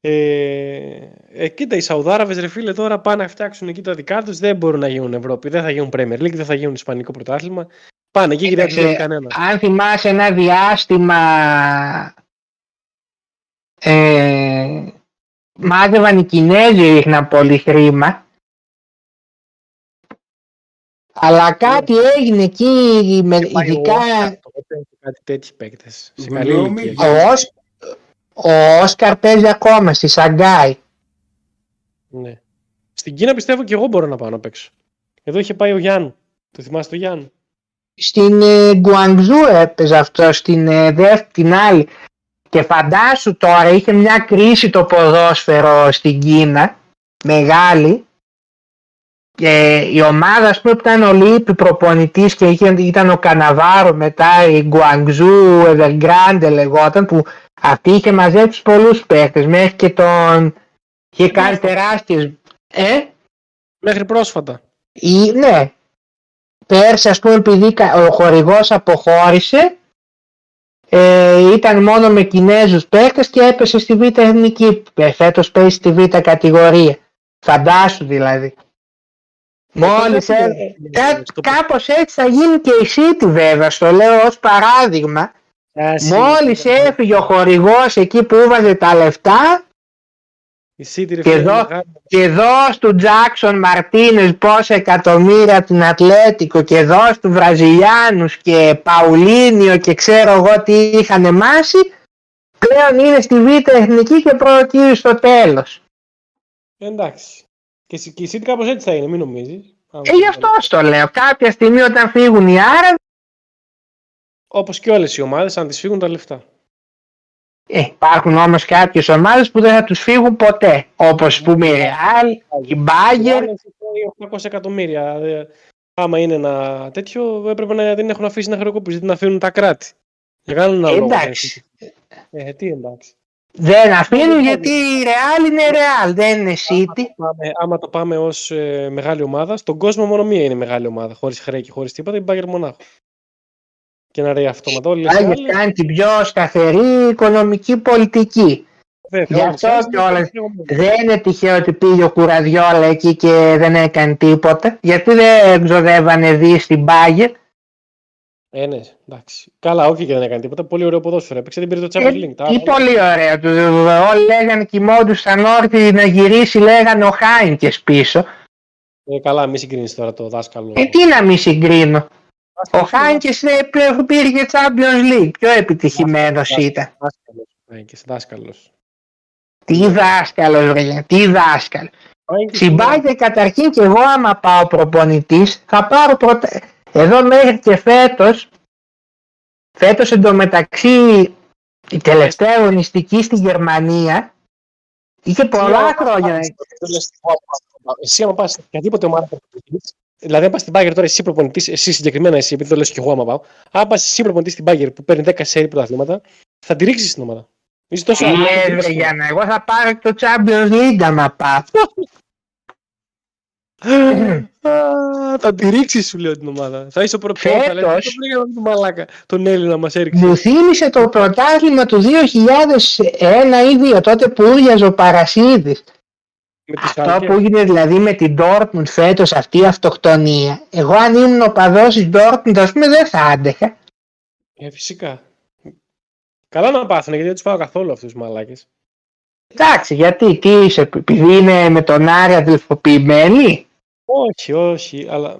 Speaker 1: Ε, ε, κοίτα, οι Σαουδάραβες ρε φίλε τώρα πάνε να φτιάξουν εκεί τα δικά τους. Δεν μπορούν να γίνουν Ευρώπη. Δεν θα γίνουν Premier League, δεν θα γίνουν Ισπανικό πρωτάθλημα. Πάνε εκεί και δεν
Speaker 3: Κοίταξε,
Speaker 1: ξέρει κανένα.
Speaker 3: αν θυμάσαι ένα διάστημα ε, μάζευαν οι Κινέζοι ρίχναν πολύ χρήμα αλλά κάτι έγινε εκεί με, ειδικά
Speaker 1: Κάτι τέτοιοι παίκτες. Σε καλή
Speaker 2: Γνώμη
Speaker 1: ηλικία.
Speaker 2: για-
Speaker 3: ο, Όσ, ο Όσκαρ παίζει ακόμα στη Σαγκάη
Speaker 1: Ναι. Στην Κίνα πιστεύω και εγώ μπορώ να πάω να παίξω. Εδώ είχε πάει ο Γιάννου. Το θυμάσαι το Γιάννου.
Speaker 3: στην ε, Γκουαντζού έπαιζε αυτό, στην ε, δεύτερη την άλλη. Και φαντάσου τώρα, είχε μια κρίση το ποδόσφαιρο στην Κίνα, μεγάλη. Και η ομάδα, ας πούμε, που ήταν ο Λίπη προπονητής και είχε, ήταν ο Καναβάρο μετά, η Γκουαντζού, Evergrande λεγόταν, που αυτή είχε μαζέψει πολλούς παίχτες, μέχρι και τον... είχε κάνει τεράστιες... Ε?
Speaker 1: Μέχρι πρόσφατα.
Speaker 3: Ή, ναι. Πέρσι, ας πούμε, επειδή κα- ο χορηγός αποχώρησε, ε, ήταν μόνο με Κινέζους παίκτες και έπεσε στη Β' Εθνική. Ε, Φέτος παίζει στη Β' κατηγορία. Φαντάσου δηλαδή. Μόλις
Speaker 1: Τότε
Speaker 3: έ-
Speaker 1: δεν πήγαινε
Speaker 3: κά,
Speaker 1: στο-
Speaker 3: κάπως έτσι θα γίνει και η City βέβαια, στο λέω ως παράδειγμα.
Speaker 1: Α, σι-
Speaker 3: Μόλις έφυγε ο χορηγός εκεί που έβαζε τα λεφτά,
Speaker 1: Η City ρε
Speaker 3: Και
Speaker 1: φίλε.
Speaker 3: εδώ-
Speaker 1: μεγάλη.
Speaker 3: και δώσ' του Τζάκσον Μαρτίνες πόσα εκατομμύρια από την Ατλέτικο και δώσ' του Βραζιλιάνους και Παουλίνιο και ξέρω εγώ τι είχαν μάσει πλέον είναι στη Β' Εθνική και προκύρει στο τέλος.
Speaker 1: Εντάξει. Και, η- και η City κάπως έτσι θα είναι, μην νομίζεις.
Speaker 3: Ε, γι' αυτό στο λέω. Κάποια στιγμή όταν φύγουν οι Άραβοι,
Speaker 1: Όπως και όλες οι ομάδες, αν τις φύγουν τα λεφτά.
Speaker 3: ε, υπάρχουν όμως κάποιες ομάδες που δεν θα τους φύγουν ποτέ. Όπως πούμε η Ρεάλ, η Μπάγκερ.
Speaker 1: Άλλες έχουν 800 εκατομμύρια. Δε- Άμα είναι ένα τέτοιο, έπρεπε να την έχουν αφήσει να χρεοκοπήσει, την αφήνουν τα κράτη. Για κάνουν ένα λόγο.
Speaker 3: Εντάξει.
Speaker 1: Ε, τι εντάξει.
Speaker 3: Δεν αφήνουν γιατί η Ρεάλ είναι Ρεάλ, δεν είναι City.
Speaker 1: Πάμε, άμα το πάμε ως μεγάλη ομάδα, στον κόσμο μόνο μία είναι μεγάλη ομάδα. Χωρίς χρέη και χωρίς τίποτα, η Μπάγκερ Μονάχο. Και να ρέει αυτόματα. Όλοι οι
Speaker 3: Άγιος
Speaker 1: άλλοι,
Speaker 3: κάνει την πιο σταθερή οικονομική πολιτική.
Speaker 1: βέβαια,
Speaker 3: γι'
Speaker 1: όλοι
Speaker 3: αυτό
Speaker 1: οι άλλοι
Speaker 3: κιόλας.
Speaker 1: είναι χρεωμένοι.
Speaker 3: Δεν είναι τυχαίο ότι πήγε ο Κουραδιόλα εκεί και δεν έκανε τίποτα. Γιατί δεν ξοδεύανε δι στην Μπάγκερ.
Speaker 1: Ε, ναι, εντάξει. Καλά, όχι και δεν έκανε τίποτα. Πολύ ωραίο ποδόσφαιρο. Έπαιξε την περίοδο του
Speaker 3: Ε,
Speaker 1: Champions League. Τα
Speaker 3: Τι
Speaker 1: άλλα-
Speaker 3: πολύ ωραίο. Του, όλοι λέγανε κοιμόντουσαν όρθιοι να γυρίσει, λέγανε ο Χάινκες πίσω.
Speaker 1: Ε, καλά, μη συγκρίνεις τώρα το δάσκαλο.
Speaker 3: Ε, τι να μη συγκρίνω. Ο
Speaker 1: Δάσκαλο,
Speaker 3: Χάινκες ε, πήρε- πήρε και Champions League. Πιο επιτυχημένος ήταν.
Speaker 1: Δάσκαλος. Μάγκες, δάσκαλος.
Speaker 3: Τι δάσκαλος, βρε, τι δάσκαλος. Συμπάγεται καταρχήν και εγώ άμα πάω προπονητής θα πάρω πρωτα... Εδώ μέχρι και φέτος φέτος εντωμεταξύ η τελευταία αγωνιστική στη Γερμανία είχε πολλά χρόνια.
Speaker 1: Εσύ, άμα πας σε οποιαδήποτε ομάδα προπονητής, δηλαδή, αν πας στην Πάγκερ τώρα, εσύ προπονητής, εσύ συγκεκριμένα εσύ, επειδή το λες και εγώ άμα πάω, αν πας εσύ προπονητής στην Πάγκερ που παίρνει 10 σερή πρωταθλήματα, θα τη ρίξεις την ομάδα. Είσαι τόσο
Speaker 3: Τι λες Ε, βρε Γιάννα, εγώ θα πάρω και το Champions League άμα πάω.
Speaker 1: Α, Θα τη ρίξεις, σου λέω την ομάδα. Θα είσαι ο πρώτος. Θα λέει,
Speaker 3: Φέτος- Ναι,
Speaker 1: «Δεν βρήκαμε τον μαλάκα, τον Έλληνα μας έριξε.
Speaker 3: Μου θύμισε το πρωτάθλημα του 2001 ή 2 τότε που ούριαζε ο Παρασίδης.
Speaker 1: με τη
Speaker 3: Αυτό
Speaker 1: Σάλκε.
Speaker 3: που έγινε δηλαδή με την Dortmund φέτος αυτή η αυτοκτονία, εγώ αν ήμουν ο παδός της Dortmund ας πούμε δεν θα άντεχα.
Speaker 1: Ε, φυσικά. Καλά να πάθανε γιατί δεν τους πάω καθόλου αυτούς τους μαλάκες.
Speaker 3: Εντάξει, γιατί, τι είσαι, επειδή είναι με τον Άρη αδελφοποιημένοι.
Speaker 1: Όχι, όχι, αλλά.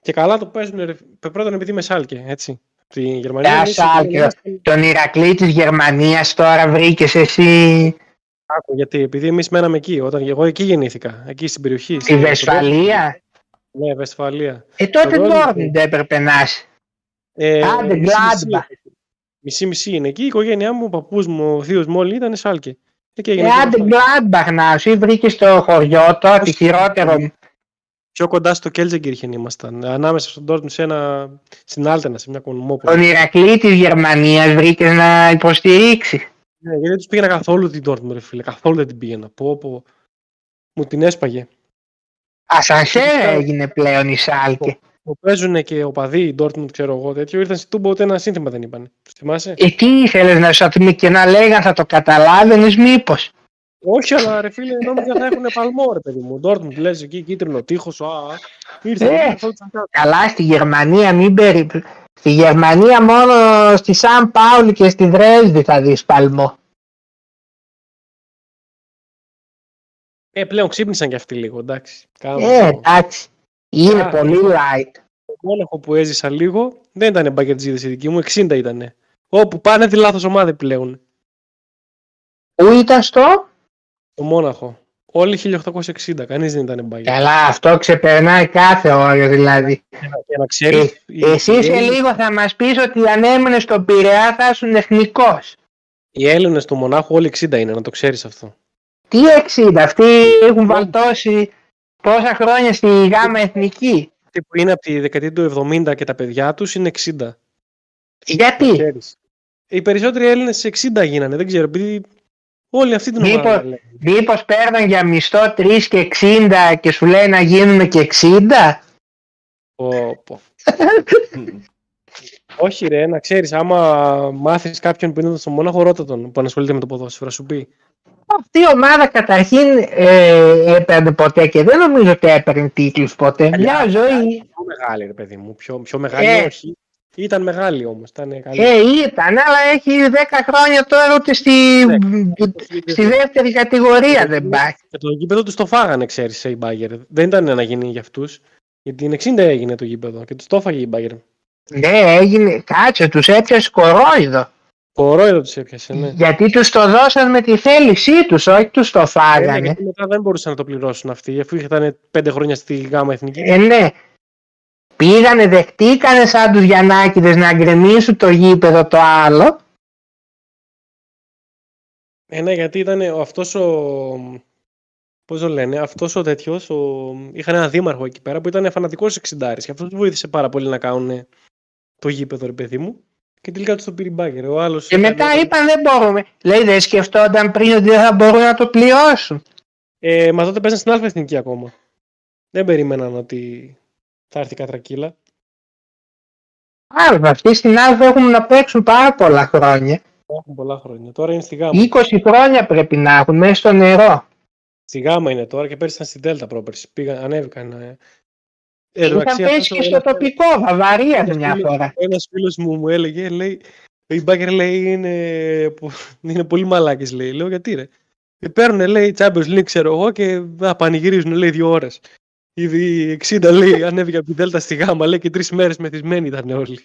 Speaker 1: Και καλά το παίζουν. ρε. Πρώτον επειδή είμαι Σάλκε, έτσι. Στη Γερμανία.
Speaker 3: Τα
Speaker 1: εμείς-
Speaker 3: Ε, Σάλκε. Τον Ηρακλή της Γερμανίας τώρα βρήκες εσύ
Speaker 1: Άκου, γιατί επειδή εμείς μέναμε εκεί, όταν εγώ εκεί γεννήθηκα, εκεί στην περιοχή.
Speaker 3: στη
Speaker 1: στο-
Speaker 3: Βεσφαλία.
Speaker 1: Ναι, Βεσφαλία.
Speaker 3: Ε, τότε
Speaker 1: Στον Dortmund.
Speaker 3: Dortmund έπρεπε να είσαι.
Speaker 1: Ε,
Speaker 3: Άντε,
Speaker 1: μισή-μισή.
Speaker 3: Gladbach.
Speaker 1: Μισή-μισή είναι εκεί. Η οικογένειά μου, ο παππούς μου, ο θείος μου, όλοι ήταν Σάλκε. Εκεί
Speaker 3: Ε,
Speaker 1: έγινε.
Speaker 3: άντε Gladbach να είσαι, ή βρήκες το χωριό τότε,
Speaker 1: Όχι.
Speaker 3: χειρότερο.
Speaker 1: Πιο κοντά στο Κέλτζεγκύρχεν ήμασταν. Ανάμεσα στον Ντόρτμουντ σε ένα... στην Άλτενα, σε μια κονομόπολη.
Speaker 3: Τον Ηρακλή της Γερμανίας βρήκες να υποστηρίξεις.
Speaker 1: Ναι, γιατί δεν τους πήγαινα καθόλου την Dortmund, ρε φίλε. Καθόλου δεν την πήγαινα. Πω, πω. Μου την έσπαγε.
Speaker 3: Ασανσέρ έγινε πλέον η Σάλκε.
Speaker 1: Που παίζουν και ο παδί, η Dortmund, ξέρω εγώ, τέτοιο. Ήρθαν στην Τούμπα, ούτε ένα σύνθημα δεν είπαν. Τους θυμάσαι.
Speaker 3: Ε, τι ήθελες να σου αθυμί- και να λέγαν θα το καταλάβαινες μήπως.
Speaker 1: Όχι, αλλά ρε φίλε, νόμιζα θα έχουν παλμό, ρε παιδί μου. Dortmund, λες εκεί, κίτρινο τείχος. Α, ήρθε.
Speaker 3: Ε.
Speaker 1: καθόλου τους αγκάθι.
Speaker 3: Καλά στη Γερμανία μην περι... Στη Γερμανία μόνο στη Σαν Πάουλη και στη Δρέσδη θα δεις παλμό.
Speaker 1: Ε, πλέον ξύπνησαν κι αυτοί λίγο, εντάξει. Κάναμε
Speaker 3: Ε,
Speaker 1: λίγο.
Speaker 3: εντάξει. Είναι
Speaker 1: Α,
Speaker 3: πολύ light.
Speaker 1: Μόναχο που έζησα λίγο δεν ήταν μπαγκετζίδε η δική μου, 60 ήταν. Όπου πάνε τη λάθος ομάδα πλέον.
Speaker 3: Πού ήταν στο?
Speaker 1: Το Μόναχο. Όλοι 1860, κανείς δεν ήταν μπαγκετζίδε.
Speaker 3: Καλά, αυτό ξεπερνάει κάθε όριο δηλαδή.
Speaker 1: Για να ξέρεις.
Speaker 3: Ε, Εσύ σε λίγο θα μας πεις ότι αν έμενες στον Πειραιά θα ήσουν εθνικός.
Speaker 1: Οι Έλληνες του Μονάχου όλοι 60 είναι, να το ξέρεις αυτό.
Speaker 3: Τι 60, αυτοί έχουν βαλτώσει πόσα χρόνια στη γάμα εθνική.
Speaker 1: Αυτοί που είναι από τη δεκαετία του 70 και τα παιδιά τους είναι 60.
Speaker 3: Γιατί.
Speaker 1: Ξέρεις. Οι περισσότεροι Έλληνες 60 γίνανε, δεν ξέρω. Επειδή όλοι αυτή την
Speaker 3: Μήπως-
Speaker 1: ομάδα. λένε.
Speaker 3: Μήπω παίρναν για μισθό 3 και 60 και σου λέει να γίνουμε και 60.
Speaker 1: Πω, πω. Όχι ρε, να ξέρεις, άμα μάθεις κάποιον που είναι στο Μόναχο, ρώτα τον που ανασχολείται με το ποδόσφαιρο, σου πει.
Speaker 3: Αυτή η ομάδα καταρχήν ε, έπαιρνε ποτέ και δεν νομίζω ότι έπαιρνε τίτλους ποτέ. Μια ζωή.
Speaker 1: Πιο μεγάλη ρε παιδί μου, πιο, πιο μεγάλη
Speaker 3: Ε.
Speaker 1: όχι. Ήταν μεγάλη όμως, ήταν καλή.
Speaker 3: Ε, ήταν, αλλά έχει 10 χρόνια τώρα ούτε στη,
Speaker 1: Ναι,
Speaker 3: στη δεύτερη κατηγορία δεν πάει.
Speaker 1: Και το γήπεδο τους το φάγανε, ξέρεις, σε η Μπάγκερ. Δεν ήταν να γίνει για αυτούς. Γιατί είναι 60 έγινε το γήπεδο και τους το φάγε η Μπάγκερ.
Speaker 3: Ναι, έγινε, κάτσε, τους έπιασε κορόιδο.
Speaker 1: Κορόιδο τους έπιασε, ναι.
Speaker 3: Γιατί τους το δώσαν με τη θέλησή τους, όχι τους το
Speaker 1: Ε, ναι,
Speaker 3: φάγανε.
Speaker 1: γιατί μετά δεν μπορούσαν να το πληρώσουν αυτοί, αφού ήταν 5 χρόνια στη γάμα εθνική.
Speaker 3: Ε, ναι. Πήγανε, δεχτήκανε σαν τους Γιαννάκηδες να γκρεμίσουν το γήπεδο το άλλο.
Speaker 1: Ε, ναι, γιατί ήταν ο- αυτός ο... Πώς το λένε, αυτός ο τέτοιος, ο... είχαν ένα δήμαρχο εκεί πέρα που ήταν φανατικός εξιντάρης και αυτός τους βοήθησε πάρα πολύ να κάνουν το γήπεδο, ρε παιδί μου. Και τελικά τους το πήρε η μπάγκερ. Ο άλλος...
Speaker 3: Και
Speaker 1: ήταν-
Speaker 3: μετά είπαν δεν μπορούμε. Λέει δεν σκεφτόταν πριν ότι δεν θα μπορούν να το πληρώσουν.
Speaker 1: Ε, μα τότε παίζανε στην άλλη εθνική ακόμα. Δεν περίμεναν ότι θα έρθει η κατρακύλα.
Speaker 3: Άρα αυτοί στην ΑΒ έχουν να παίξουν πάρα πολλά χρόνια.
Speaker 1: Το Έχουν πολλά χρόνια. Τώρα είναι στη γάμα.
Speaker 3: 20 χρόνια πρέπει να έχουν μέσα στο νερό.
Speaker 1: Στη γάμα είναι τώρα και πέρσι ήταν στη Δέλτα πρόπερση. Πήγαν, ανέβηκαν. ε. Εν
Speaker 3: Είχαν
Speaker 1: τω μεταξύ,
Speaker 3: πέσει
Speaker 1: αυτός
Speaker 3: και
Speaker 1: ο
Speaker 3: στο
Speaker 1: ένας-
Speaker 3: τοπικό Βαβαρία μια
Speaker 1: φίλος-
Speaker 3: φορά.
Speaker 1: Ο ένας φίλος μου μου έλεγε, λέει, οι μπάγκερ λέει είναι, πο- είναι πολύ μαλάκες, λέει. Λέω, γιατί ρε. Και παίρνουν, λέει, Champions League, ξέρω εγώ, και θα πανηγυρίζουν, λέει, δύο ώρες. Ήδη 60, λέει, ανέβηκε από την Δέλτα στη Γάμα, λέει, και τρεις μέρες μεθυσμένοι ήταν όλοι.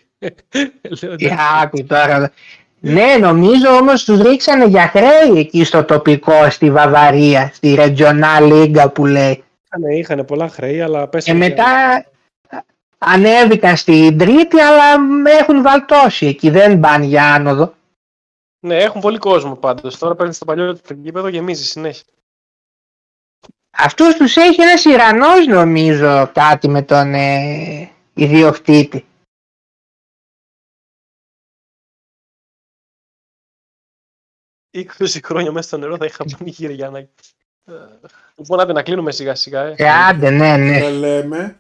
Speaker 1: Λέω,
Speaker 3: Τι
Speaker 1: εντάξει.
Speaker 3: άκου τώρα. Ναι, νομίζω όμως τους ρίξανε για χρέη εκεί στο τοπικό, στη Βαβαρία, στη Regional League που λέει.
Speaker 1: Είχανε, είχανε πολλά χρέη, αλλά
Speaker 3: Και
Speaker 1: πέσανε.
Speaker 3: μετά ανέβηκαν στην τρίτη, αλλά έχουν βαλτώσει εκεί, δεν πάνε για άνοδο.
Speaker 1: Ναι, έχουν πολύ κόσμο πάντως. Τώρα παίρνεις στο παλιό το γήπεδο, γεμίζει συνέχεια.
Speaker 3: Αυτούς τους έχει ένας Ιρανός νομίζω κάτι με τον ε, ιδιοκτήτη.
Speaker 1: ή 20 χρόνια μέσα στο νερό θα είχα πανηγύρι για να. Ε, Λοιπόν, άντε να κλείνουμε σιγά σιγά. Ε.
Speaker 3: Ε, άντε, ναι, ναι.
Speaker 2: Τα λέμε.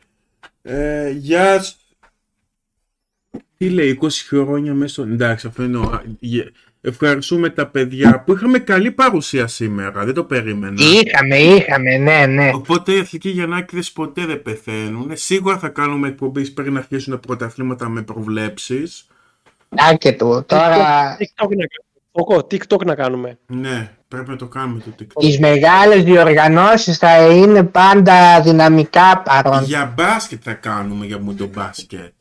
Speaker 2: Ε, γεια σ- Τι λέει, 20 χρόνια μέσα στον... Εντάξει, αυτό εννοώ. Α, γε- Ευχαριστούμε τα παιδιά που είχαμε καλή παρουσία σήμερα. Δεν το περίμενα.
Speaker 3: Είχαμε, είχαμε, ναι, ναι.
Speaker 2: Οπότε οι αθλητικοί γεννάκηδες ποτέ δεν πεθαίνουν. Σίγουρα θα κάνουμε εκπομπή πριν να αρχίσουν τα πρωταθλήματα με προβλέψεις.
Speaker 3: Άκετο, τώρα
Speaker 1: TikTok να κάνουμε. Οκο, TikTok να κάνουμε.
Speaker 2: Ναι, πρέπει να το κάνουμε το TikTok.
Speaker 3: τις μεγάλες διοργανώσεις θα είναι πάντα δυναμικά παρόν.
Speaker 2: Για μπάσκετ θα κάνουμε για μου το μπάσκετ.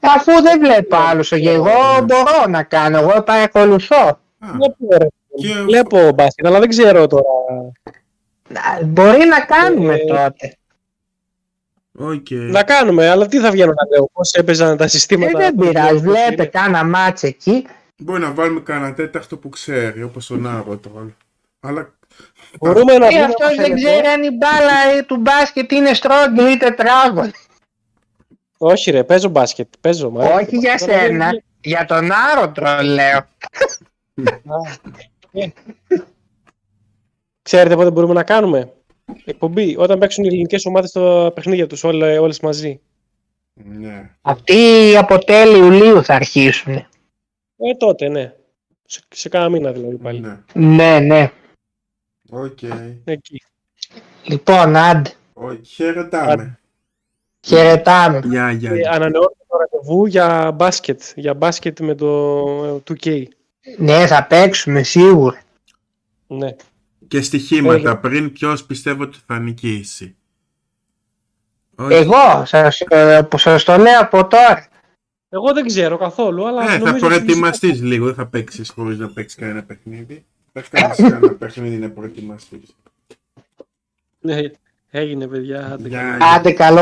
Speaker 3: Αφού δεν βλέπω άλλους, εγώ μπορώ να κάνω, εγώ παρακολουθώ.
Speaker 2: Α,
Speaker 1: Βλέπω, ρε.
Speaker 2: Και-
Speaker 1: Βλέπω μπάσκετ, αλλά δεν ξέρω τώρα.
Speaker 3: Να- Μπορεί να κάνουμε
Speaker 1: Ε,
Speaker 3: τότε.
Speaker 2: οκ.
Speaker 1: Να κάνουμε, αλλά τι θα βγαίνω να λέω. Πώς έπαιζαν τα
Speaker 3: Ε,
Speaker 1: συστήματα.
Speaker 3: δεν
Speaker 1: πώς
Speaker 3: πειράζει,
Speaker 1: είναι.
Speaker 3: βλέπετε κάνα μάτς εκεί.
Speaker 2: Μπορεί να βάλουμε κανένα τέταρτο που ξέρει, όπως τον Άρο τώρα. Αλλά
Speaker 1: Μπορούμε να
Speaker 3: Ε,
Speaker 1: πούμε
Speaker 3: αυτός
Speaker 1: όσα
Speaker 3: δεν
Speaker 1: είναι.
Speaker 3: ξέρει αν η μπάλα ε, του μπάσκετ είναι στρόγγυλη ή τετράγωνη.
Speaker 1: Όχι, ρε, παίζω μπάσκετ. Παίζω, μ' αρέσει το
Speaker 3: Όχι για
Speaker 1: μπάσκετ. Τώρα
Speaker 3: σένα,
Speaker 1: δεν-
Speaker 3: για τον άρωτρο λέω.
Speaker 1: Ξέρετε πότε μπορούμε να κάνουμε. Εκπομπή, όταν παίξουν οι ελληνικές ομάδες τα παιχνίδια τους όλες μαζί.
Speaker 2: ναι.
Speaker 3: Αυτοί από τέλη Ιουλίου θα αρχίσουν.
Speaker 1: Ε, τότε, ναι. Σε, σε κάνα μήνα δηλαδή πάλι.
Speaker 2: Ναι.
Speaker 3: Ναι, ναι.
Speaker 2: Οκ.
Speaker 1: Εκεί.
Speaker 3: Λοιπόν, άντε,
Speaker 2: Οκ. Χαιρετάμε.
Speaker 3: χαιρετάμε.
Speaker 2: Γεια, γεια.
Speaker 1: Ε,
Speaker 2: γεια.
Speaker 1: Ανανεώνουμε το ραντεβού για μπάσκετ. Για μπάσκετ με το ε, 2K.
Speaker 3: Ναι, θα παίξουμε σίγουρα.
Speaker 1: Ναι.
Speaker 2: Και στοιχήματα πριν ποιος πιστεύω ότι θα νικήσει. Οκ.
Speaker 3: Εγώ σας, ε, που σας το λέω από τώρα.
Speaker 1: Εγώ δεν ξέρω καθόλου, αλλά.
Speaker 2: Ε, θα
Speaker 1: νομίζω ότι-
Speaker 2: προετοιμαστείς λίγο, δεν θα παίξεις χωρίς να παίξεις κανένα παιχνίδι. Θα κάνεις κανένα παιχνίδι να προετοιμαστείς.
Speaker 1: Ναι, έγινε, παιδιά. Άντε,
Speaker 2: Γεια,
Speaker 3: Άντε καλό